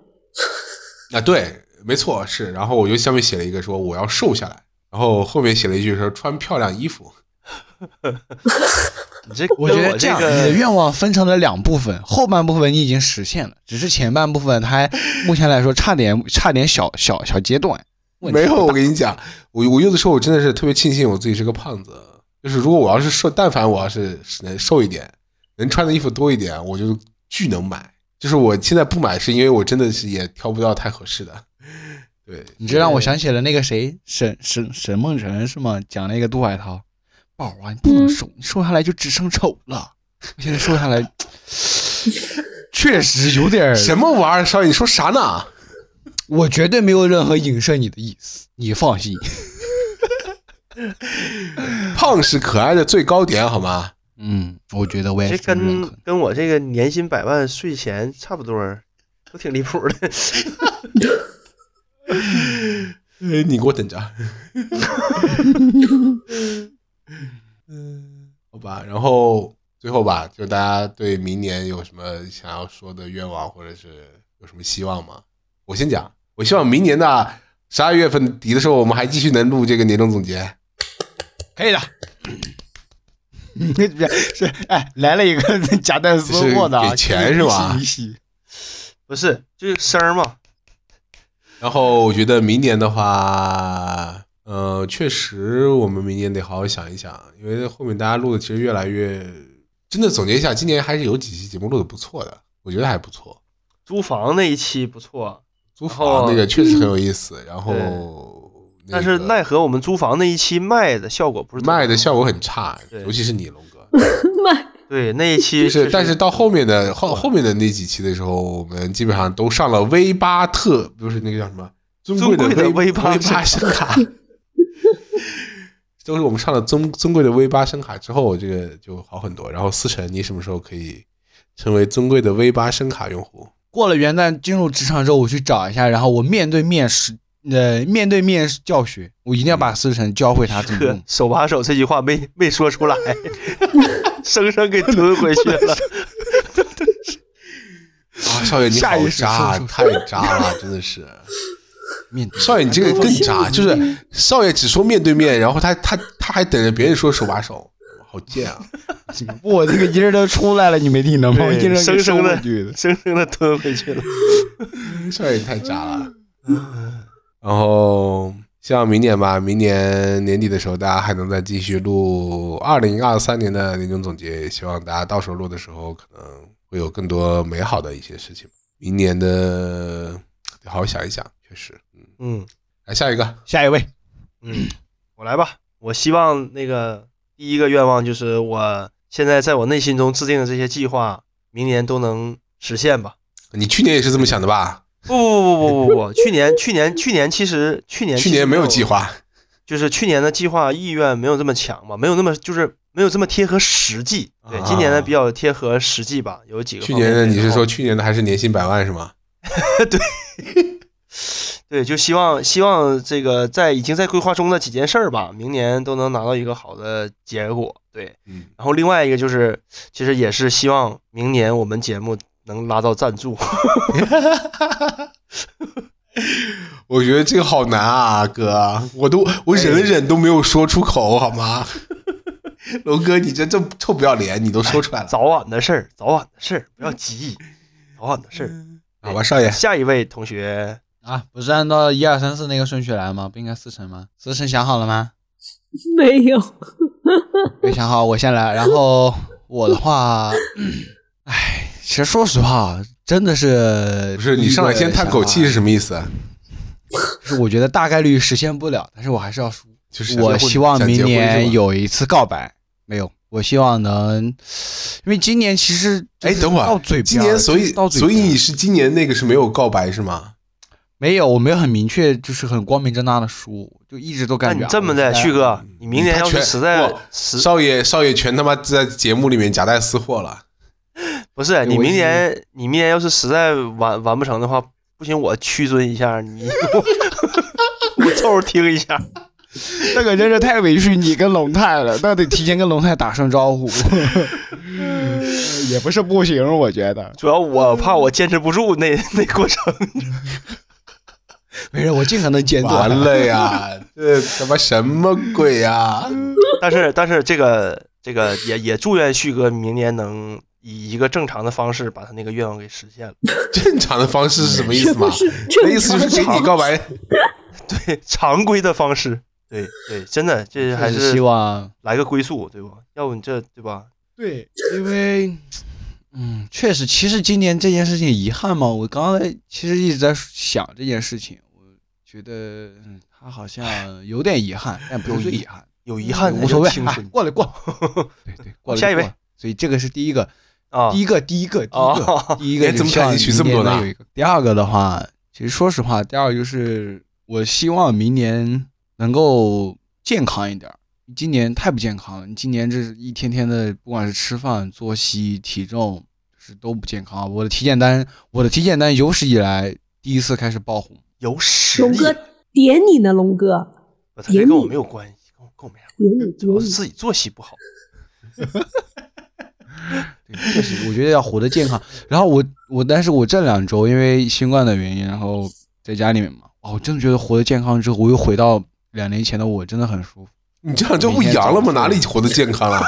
Speaker 1: 啊，对，没错，是。然后我就下面写了一个说我要瘦下来，然后后面写了一句说穿漂亮衣服。
Speaker 4: 你这
Speaker 2: 我觉
Speaker 4: 跟
Speaker 2: 得这
Speaker 4: 这
Speaker 2: 样，
Speaker 4: 个
Speaker 2: 你的愿望分成了两部分，后半部分你已经实现了，只是前半部分
Speaker 1: [LAUGHS]
Speaker 2: 它还目前来说差点差点小小小阶段。问题
Speaker 1: 没有，我跟你讲，我我有的时候我真的是特别庆幸我自己是个胖子，就是如果我要是瘦，但凡我要是能瘦一点，能穿的衣服多一点，我就巨能买。就是我现在不买，是因为我真的是也挑不到太合适的。
Speaker 2: [LAUGHS]
Speaker 1: 对，
Speaker 2: 你这让我想起了那个谁，沈沈沈梦辰是吗？讲那个杜海涛，宝啊，你不能
Speaker 3: 嗯
Speaker 2: 瘦，你瘦下来就只剩丑了。我现在瘦下来，确实有点儿
Speaker 1: 什么玩意儿？少爷，你说啥呢？
Speaker 2: 我绝对没有任何影射你的意思，你放心。
Speaker 1: 胖是可爱的最高点，好吗？
Speaker 2: 嗯，我觉得我也
Speaker 4: 这
Speaker 2: 是这么认
Speaker 4: 跟
Speaker 2: [LAUGHS] 可的。
Speaker 4: 跟我这个年薪百万税前差不多儿，都挺离谱的。 [LAUGHS]
Speaker 1: 呃，你给我等着。嗯，好吧，然后最后吧，就大家对明年有什么想要说的愿望，或者是有什么希望吗？我先讲，我希望明年的十二月份底的时候，我们还继续能录这个年终总结。
Speaker 2: 可以的。是哎，来了一个 [LAUGHS] 夹带私货的、啊，
Speaker 1: 是给钱是
Speaker 2: [LAUGHS]
Speaker 1: 吧
Speaker 2: 一洗一洗
Speaker 4: 不是，就是声儿嘛。
Speaker 1: 然后我觉得明年的话，呃，确实我们明年得好好想一想，因为后面大家录的其实越来越……真的总结一下，今年还是有几期节目录的不错的，我觉得还不错。
Speaker 4: 租房那一期不错，
Speaker 1: 租房那个确实很有意思，然后、那
Speaker 4: 但是
Speaker 1: 个
Speaker 4: 奈何我们租房那一期卖的效果不是特别
Speaker 1: 卖的
Speaker 4: 好
Speaker 1: 效果很差，
Speaker 4: 对
Speaker 1: 尤其是你龙哥。
Speaker 3: 妈，
Speaker 4: 对那一期
Speaker 1: 就是，
Speaker 4: 确
Speaker 1: 但是
Speaker 4: 实
Speaker 1: 到后面的后后面的那几期的时候，我们基本上都上了 V 八特，不是那个叫什么尊贵
Speaker 4: 尊贵的
Speaker 1: V
Speaker 4: V8
Speaker 1: V 八声卡， [LAUGHS] 都是我们上了尊尊贵的 V 八声卡之后，这个就好很多。然后思辰，你什么时候可以成为尊贵的 V 八声卡用户？
Speaker 2: 过了元旦进入职场之后，我去找一下，然后我面对面实呃面对面教学，我一定要把思成教会他怎么
Speaker 1: 嗯
Speaker 2: 用
Speaker 4: 呵。手把手这句话没没说出来，生生给吞回去了。
Speaker 1: 啊，少爷你
Speaker 2: 下
Speaker 1: 好
Speaker 2: 意识
Speaker 1: 渣，
Speaker 2: 说
Speaker 1: 太渣了，真的是。
Speaker 2: 面
Speaker 1: [LAUGHS]
Speaker 2: 对
Speaker 1: 少爷，你这个更渣，
Speaker 3: 笑死
Speaker 1: 就是少爷只说面对面，然后他他他还等着别人说手把手，好贱啊！
Speaker 2: 我这个音儿都出来了，你没听到吗？我音
Speaker 4: 对
Speaker 2: 儿
Speaker 4: 生生的
Speaker 2: 的的。
Speaker 4: 生生的吞回去了。
Speaker 1: 少爷太渣了。然后希望明年吧，明年年底的时候，大家还能再继续录二零二三年的年终总结。希望大家到时候录的时候，可能会有更多美好的一些事情。明年的得好好想一想，确实。
Speaker 4: 嗯
Speaker 1: 来下一个，
Speaker 2: 下一位，
Speaker 4: 嗯，我来吧。我希望那个第一个愿望就是我现在在我内心中制定的这些计划，明年都能实现吧。
Speaker 1: 你去年也是这么想的吧？
Speaker 4: 不不不不不不不，去年去年去年其实去年
Speaker 1: 去
Speaker 4: 其实
Speaker 1: 年没有计划，
Speaker 4: 就是去年的计划意愿没有这么强嘛，没有那么就是没有这么贴合实际。对，
Speaker 1: 啊
Speaker 4: 今年呢比较贴合实际吧，有几个
Speaker 1: 去
Speaker 4: 方面
Speaker 1: 年的
Speaker 4: 可以
Speaker 1: 你是
Speaker 4: 做
Speaker 1: 说去年的还是年薪百万是吗？
Speaker 4: 对，就希望希望这个在已经在规划中的几件事儿吧，明年都能拿到一个好的结果。对，
Speaker 1: 嗯，
Speaker 4: 然后另外一个就是，其实也是希望明年我们节目能拉到赞助。
Speaker 1: 我觉得这个好难啊，哥，我都我忍了忍都没有说出口，好
Speaker 2: [LAUGHS]
Speaker 1: 吗？龙哥，你这这臭不要脸，你都说出来了，
Speaker 4: [LAUGHS] 早晚的事儿，早晚的事儿，不要急，早晚的事
Speaker 1: 嗯
Speaker 4: 儿。
Speaker 1: 好吧，少爷，
Speaker 4: 下一位同学，
Speaker 2: 啊，不是按照一二三四那个顺序来吗？不应该四成吗？四成想好了吗？
Speaker 3: [LAUGHS] 没有，
Speaker 2: 没想好，我先来。然后我的话，哎，其实说实话，啊真的是
Speaker 1: 不是你上来先叹口气是什么意思？
Speaker 2: 就是我觉得大概率实现不了，但是我还是要说，
Speaker 1: 就是
Speaker 2: 我希望明年
Speaker 1: 有。
Speaker 2: 有一次告白，没有，我希望能，因为今年其实
Speaker 1: 哎，等会
Speaker 2: 到
Speaker 1: 儿，
Speaker 2: 嘴边
Speaker 1: 今
Speaker 2: 儿
Speaker 1: 年所以
Speaker 2: 到嘴
Speaker 1: 所
Speaker 2: 边
Speaker 1: 以
Speaker 2: 儿
Speaker 1: 你是今年那个是没有告白是吗？
Speaker 2: 没有，我没有很明确，就是很光明正大的说，就一直都
Speaker 4: 那
Speaker 2: 感觉
Speaker 4: 你
Speaker 2: 啊
Speaker 4: 这么
Speaker 2: 我是
Speaker 4: 的，
Speaker 2: 在
Speaker 4: 旭哥，你明
Speaker 1: 嗯
Speaker 4: 年
Speaker 1: 他
Speaker 4: 要是
Speaker 1: 全
Speaker 4: 实在
Speaker 1: 哇
Speaker 4: 实
Speaker 1: 少爷少爷全他妈在节目里面夹带私货了，
Speaker 4: 不是你
Speaker 2: 我
Speaker 4: 明
Speaker 2: 已经
Speaker 4: 年你明年要是实在完完不成的话，不行我屈尊一下你， [LAUGHS] 我凑合听一下。
Speaker 2: [LAUGHS] 那可真是太委屈你跟龙太了，那得提前跟龙太打声招呼， [LAUGHS] 也不是不行，我觉得
Speaker 4: [LAUGHS] 主要
Speaker 2: 嗯
Speaker 4: 我怕我坚持不住那那过程。 [LAUGHS]
Speaker 2: 没事，我尽可能简
Speaker 1: 完
Speaker 2: 短。
Speaker 1: 了
Speaker 2: [LAUGHS]
Speaker 1: 呀，这他妈什么鬼啊呀？
Speaker 4: 但是但是这个这个也也祝愿旭哥明年能以一个正常的方式把他那个愿望给实现了。 [LAUGHS]
Speaker 1: 正常的方式是什么意
Speaker 3: 这
Speaker 1: 思
Speaker 3: 不
Speaker 2: [LAUGHS]
Speaker 1: 嘛？
Speaker 3: 是
Speaker 1: 那
Speaker 3: 正
Speaker 1: 意思
Speaker 3: 常
Speaker 1: 就是给你告白，
Speaker 4: 对，常规的方式。对对，真的这还
Speaker 2: 是
Speaker 4: 是
Speaker 2: 希望
Speaker 4: 来个归宿，对吧？要不你这对吧？
Speaker 2: 对，因为，嗯，确实，其实今年这件事情遗憾嘛，我刚才其实一直在想这件事情，我觉得嗯，他好像有点遗憾，但不是最遗憾，
Speaker 4: 有遗憾
Speaker 2: 无所谓
Speaker 4: 才叫青
Speaker 2: 啊
Speaker 4: 春，
Speaker 2: 过来过，对对，过来
Speaker 4: 下一位，
Speaker 2: 过所以这个是第一个，
Speaker 4: [LAUGHS] 啊
Speaker 2: 第一个，第一个，第一个，
Speaker 4: 啊！
Speaker 2: [LAUGHS] 第一个
Speaker 1: 哎怎么
Speaker 2: 就是
Speaker 1: 感觉
Speaker 2: 希
Speaker 1: 取哦
Speaker 2: 望
Speaker 1: 这么多
Speaker 2: 明
Speaker 1: 呢
Speaker 2: 年能有一个第二个的话，其实说实话，第二个就是我希望明年能够健康一点儿。今年太不健康了，你今年这一天天的，不管是吃饭、作息、体重，是都不健康。我的体检单，我的体检单有史以来第一次开始爆红。
Speaker 4: 有
Speaker 3: [LAUGHS]
Speaker 4: 实
Speaker 3: 龙
Speaker 4: 力，
Speaker 3: 哥点你呢，龙哥
Speaker 4: 我操这跟我
Speaker 3: 你
Speaker 4: 没有关系，跟我跟我没啥关
Speaker 3: 点你
Speaker 4: 系，
Speaker 3: 点
Speaker 4: 主要
Speaker 1: 哦
Speaker 3: 你
Speaker 4: 是，自己作息不好。
Speaker 2: 对，确实，我觉得要活得健康。然后我我，但是我这两周因为新冠的原因，然后在家里面嘛，哦，我真的觉得活得健康之后，我又回到两年前的我，真的很舒服。
Speaker 1: 你这样就不阳了吗？哪里活得健康啊了？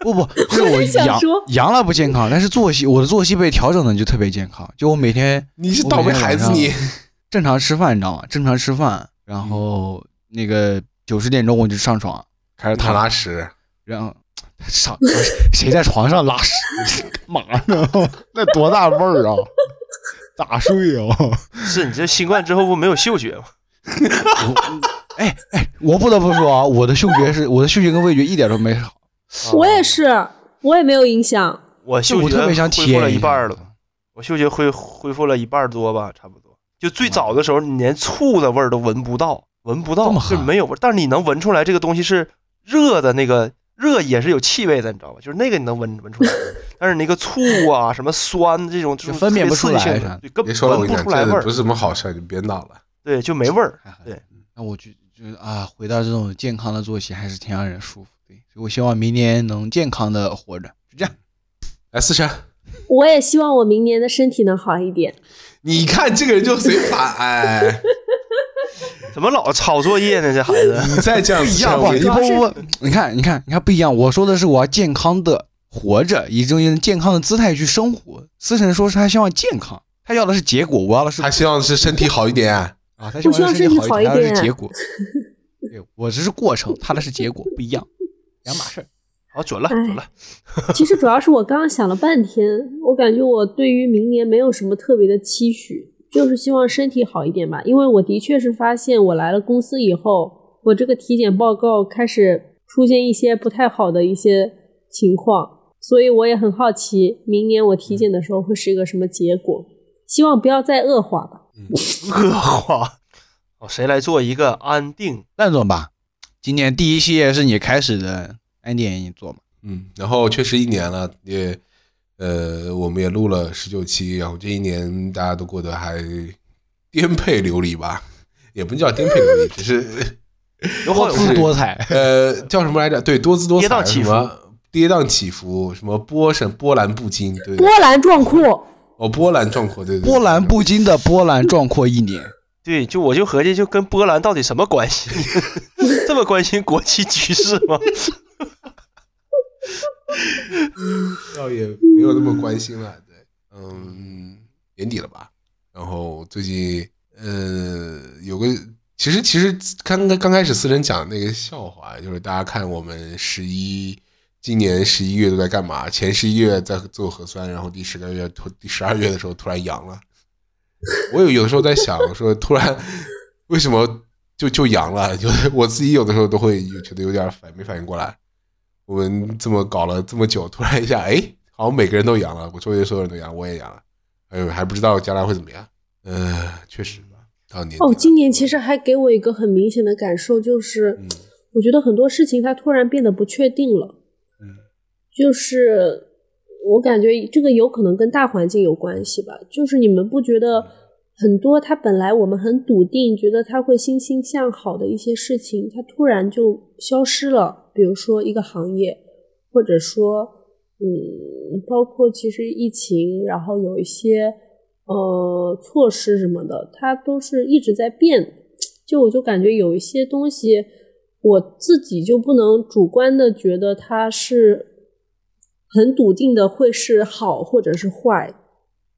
Speaker 2: 不
Speaker 3: [LAUGHS]
Speaker 2: 不，就是
Speaker 3: 我
Speaker 2: 我
Speaker 3: 也想
Speaker 2: 阳
Speaker 3: 说
Speaker 2: 阳了不健康，但是作息我的作息被调整的就特别健康，就我每天
Speaker 1: 你是倒霉孩子你！嗯
Speaker 2: 正常吃饭，你知道吗？正常吃饭，然后那个九十点钟我就上床开始
Speaker 1: 塔
Speaker 2: 躺，
Speaker 1: 拉什，
Speaker 2: 然后上呃谁在床上拉屎， [LAUGHS] 干嘛呢？那多大味儿啊！ [LAUGHS] 咋睡 [LAUGHS] 啊？
Speaker 4: 是你这新冠之后不没有嗅觉吗？
Speaker 2: 哎哎，我不得不说啊，我的嗅觉是我的嗅觉跟味觉一点都没好，
Speaker 4: 啊
Speaker 3: 我也，是，我也没有影响。
Speaker 4: 我嗅
Speaker 2: 就我
Speaker 4: 觉
Speaker 2: 特别想体
Speaker 4: 恢复
Speaker 2: 验
Speaker 4: 了
Speaker 2: 一
Speaker 4: 一
Speaker 2: 下
Speaker 4: 半了吧，我嗅觉恢恢复了一半多吧，差不多。就最早的时候，你连醋的味儿都闻不到，闻不到
Speaker 2: 这，么
Speaker 4: 就是
Speaker 2: 狠
Speaker 4: 没有味儿。但是你能闻出来这个东西是热的，那个热也是有气味的，你知道吧？就是那个你能闻闻出来，但是那个醋啊、什么酸这种，就是
Speaker 2: 就分辨不出来
Speaker 4: 性
Speaker 2: 啥
Speaker 4: 的，对根
Speaker 1: 别
Speaker 4: 本
Speaker 1: 说了，我
Speaker 4: 闻
Speaker 1: 跟你
Speaker 4: 不
Speaker 1: 讲，
Speaker 4: 出来
Speaker 1: 这
Speaker 4: 味
Speaker 1: 个
Speaker 4: 儿
Speaker 1: 不，是什么好事儿，你别闹了。
Speaker 4: 对，就没味儿。对，
Speaker 2: 那我就就是啊，回到这种健康的作息还是挺让人舒服的，所以我希望明年能健康的活着，就这样。
Speaker 1: 来，思辰，
Speaker 3: 我也希望我明年的身体能好一点。
Speaker 1: 你看这个人就随反，哎， [LAUGHS]
Speaker 4: 怎么老抄作业呢？这孩子，
Speaker 1: 你再这样
Speaker 2: 不一
Speaker 1: 子，
Speaker 2: 样，不
Speaker 1: 我
Speaker 2: 你
Speaker 1: 就
Speaker 2: 不不不，你看，你看，你看不一样。我说的是我要健康的活着，以这种健康的姿态去生活。思辰说是他希望健康，他要的是结果，我要的是
Speaker 1: 他希望是身体好一点。
Speaker 2: 啊，他
Speaker 3: 我希望
Speaker 2: 身体
Speaker 3: 身体好
Speaker 2: 一
Speaker 3: 一
Speaker 2: 点，他要的
Speaker 3: 点
Speaker 2: 是
Speaker 3: [LAUGHS]
Speaker 2: 结果。对我这是过程，他的是结果，不一样，两码事儿。
Speaker 4: 好准了，
Speaker 3: 哎
Speaker 4: 准了。
Speaker 3: 其实主要是我刚刚想了半天，我感觉我对于明年没有什么特别的期许，就是希望身体好一点吧。因为我的确是发现，我来了公司以后，我这个体检报告开始出现一些不太好的一些情况，所以我也很好奇，明年我体检的时候会是一个什么结果。希望不要再恶化吧。
Speaker 4: 恶化。哦，谁来做一个安定？
Speaker 2: 烂总吧，今年第一系列是你开始的，安迪你做嘛？
Speaker 1: 嗯，然后确实一年了，也呃，我们也录了十九期，然后这一年大家都过得还颠沛流离吧，也不叫颠沛流离，只是
Speaker 4: 有好有
Speaker 2: 多姿
Speaker 4: 坏，
Speaker 2: 多彩，
Speaker 1: 呃叫什么来着？对，多姿多彩，啊
Speaker 4: 跌宕起伏
Speaker 1: 什么跌宕起伏，什么波什波澜不惊，对，
Speaker 3: 波澜壮阔，
Speaker 1: 哦，波澜壮阔，对对，对
Speaker 2: 波澜不惊的波澜壮阔一年。
Speaker 4: 对，就我就合计，就跟波兰到底什么关系？ [LAUGHS] 这么关心国际局势吗？
Speaker 1: 倒也没有那么关心了。对，嗯，年底了吧？然后最近，呃，有个其实其实刚刚刚开始思辰讲那个笑话，就是大家看我们十一今年十一月都在干嘛？前十一月在做核酸，然后第十个月突第十二月的时候突然阳了。我有有的时候在想，说突然为什么就就阳了？有的我自己有的时候都会有觉得有点反没反应过来。我们这么搞了这么久，突然一下，哎，好像每个人都阳了，我周围所有人都阳，我也阳了，哎呦，还不知道将来会怎么样。呃，确实吧，到年底
Speaker 3: 哦，
Speaker 1: 了
Speaker 3: 今年其实还给我一个很明显的感受，就是、
Speaker 1: 嗯
Speaker 3: 我觉得很多事情它突然变得不确定了。
Speaker 1: 嗯
Speaker 3: 就是我感觉这个有可能跟大环境有关系吧。就是你们不觉得很多它本来我们很笃定，觉得它会欣欣向好的一些事情，它突然就消失了。比如说一个行业，或者说嗯，包括其实疫情，然后有一些呃措施什么的，它都是一直在变的。就我就感觉有一些东西，我自己就不能主观的觉得它是很笃定的会是好或者是坏，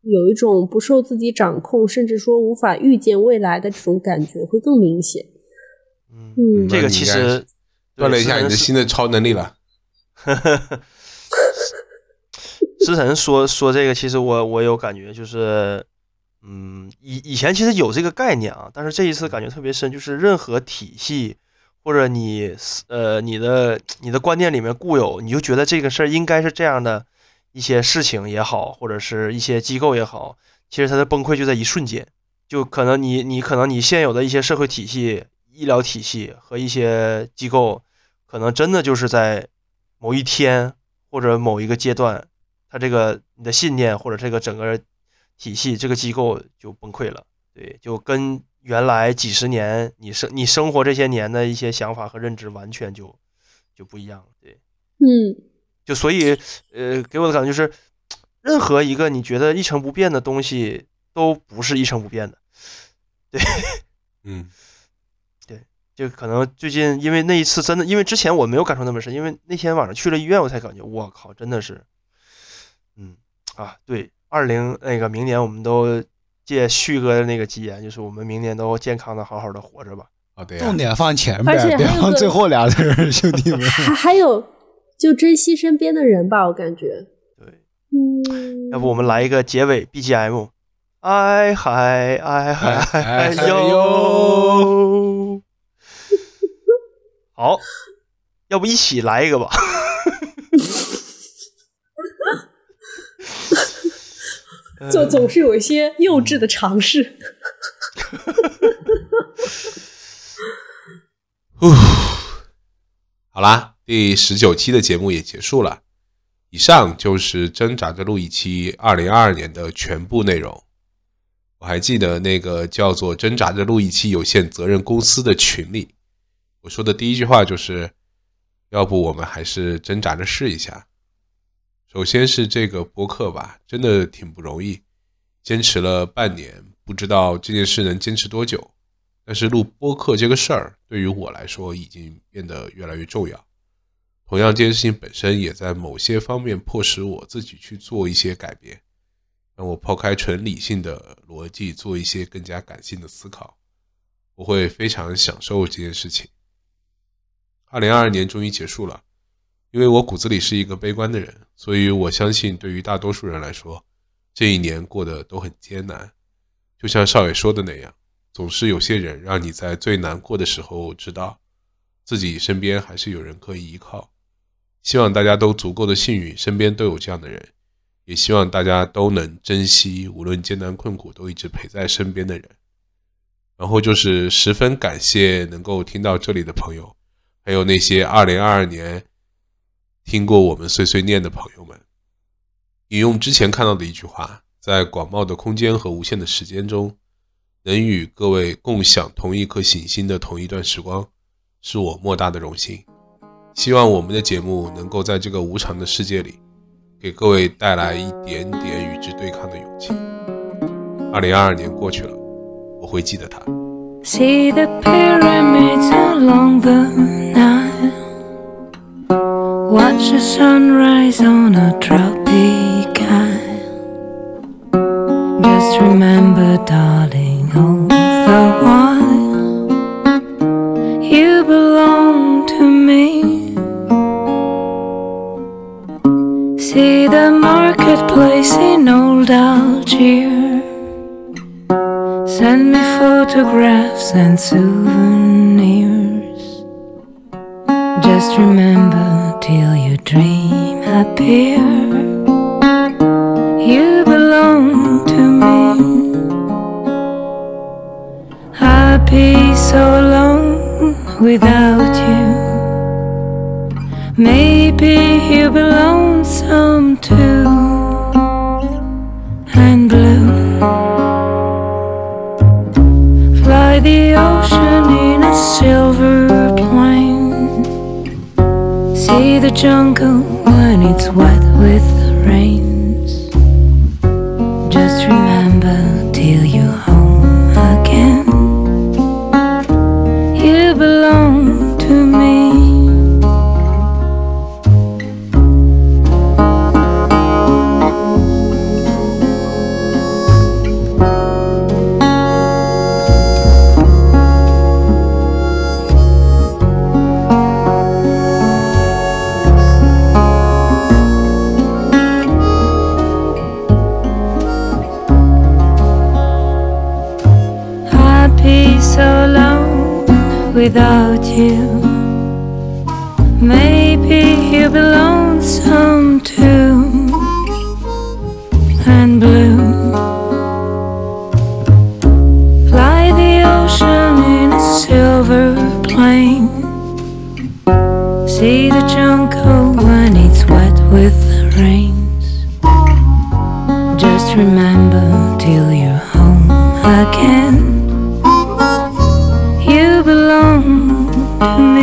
Speaker 3: 有一种不受自己掌控，甚至说无法预见未来的这种感觉会更明显。
Speaker 4: 嗯，
Speaker 3: 嗯，
Speaker 4: 这个其实
Speaker 1: 锻炼一下你的
Speaker 4: 心。
Speaker 1: 新的超能力了。
Speaker 4: 思辰说说这个，其实我我有感觉，就是，嗯，以以前其实有这个概念啊，但是这一次感觉特别深，就是任何体系或者你思呃你的你的观念里面固有，你就觉得这个事儿应该是这样的一些事情也好，或者是一些机构也好，其实它的崩溃就在一瞬间，就可能你你可能你现有的一些社会体系、医疗体系和一些机构，可能真的就是在某一天或者某一个阶段。他这个你的信念或者这个整个体系这个机构就崩溃了，对，就跟原来几十年你生你生活这些年的一些想法和认知完全就就不一样了，对，
Speaker 3: 嗯，
Speaker 4: 就所以呃给我的感觉就是，任何一个你觉得一成不变的东西都不是一成不变的，
Speaker 1: 嗯，
Speaker 4: 就可能最近因为那一次真的，因为之前我没有感受那么深，因为那天晚上去了医院，我才感觉我靠，真的是，嗯啊，对，二零那个明年我们都借旭哥的那个吉言，就是我们明年都健康的好好的活着吧。
Speaker 1: 好的呀，
Speaker 2: 重点放前
Speaker 3: 而且
Speaker 2: 边，别
Speaker 3: 还有
Speaker 2: 放
Speaker 3: 个
Speaker 2: 最后俩字儿，兄弟们。
Speaker 3: 还还有就珍惜身边的人吧，我感觉，
Speaker 4: 对，
Speaker 3: 嗯，
Speaker 4: 要不我们来一个结尾 BGM，哎嗨哎嗨
Speaker 1: 哎
Speaker 4: 哎
Speaker 1: 嗨
Speaker 4: 呦，好，要不一起来一个吧？
Speaker 3: 就总是有一些幼稚的尝试。
Speaker 1: 好啦，第十九期的节目也结束了。以上就是挣扎着录一期二零二二年的全部内容。我还记得那个叫做“挣扎着录一期有限责任公司”的群里，我说的第一句话就是：“要不我们还是挣扎着试一下。”首先是这个播客吧，真的挺不容易，坚持了半年，不知道这件事能坚持多久。但是录播客这个事儿，对于我来说已经变得越来越重要。同样，这件事情本身也在某些方面迫使我自己去做一些改变，让我抛开纯理性的逻辑，做一些更加感性的思考。我会非常享受这件事情。二零二二年终于结束了，因为我骨子里是一个悲观的人，所以我相信对于大多数人来说，这一年过得都很艰难。就像少爷说的那样。总是有些人让你在最难过的时候知道，自己身边还是有人可以依靠。希望大家都足够的幸运，身边都有这样的人，也希望大家都能珍惜，无论艰难困苦都一直陪在身边的人。然后就是十分感谢能够听到这里的朋友，还有那些二零二二年听过我们碎碎念的朋友们。引用之前看到的一句话，在广袤的空间和无限的时间中，能与各位共享同一颗行星的同一段时光，是我莫大的荣幸。希望我们的节目能够在这个无常的世界里，给各位带来一点点与之对抗的勇气。二零二二年过去了，我会记得它。
Speaker 5: See the pyramids along the Nile. Watch the sunrise on a tropic isle. Just remember, darling, all the while you belong to me. See the marketplace in old Algiers. Send me photographs and souvenirs. Just remember till your dream appear. You belong to me. I'll be so long without you. Maybe you will be lonesome too and blue. Fly the ocean in a silver plane. See the jungle when it's wet with rains. Just remember till you're home again. You belong to me. I'd be so long without you. Maybe you'll be lonesome too and blue. Fly the ocean in a silver plane. See the jungle when it's wet with the rains. Just remember till you're home again. You belong to Mm-hmm.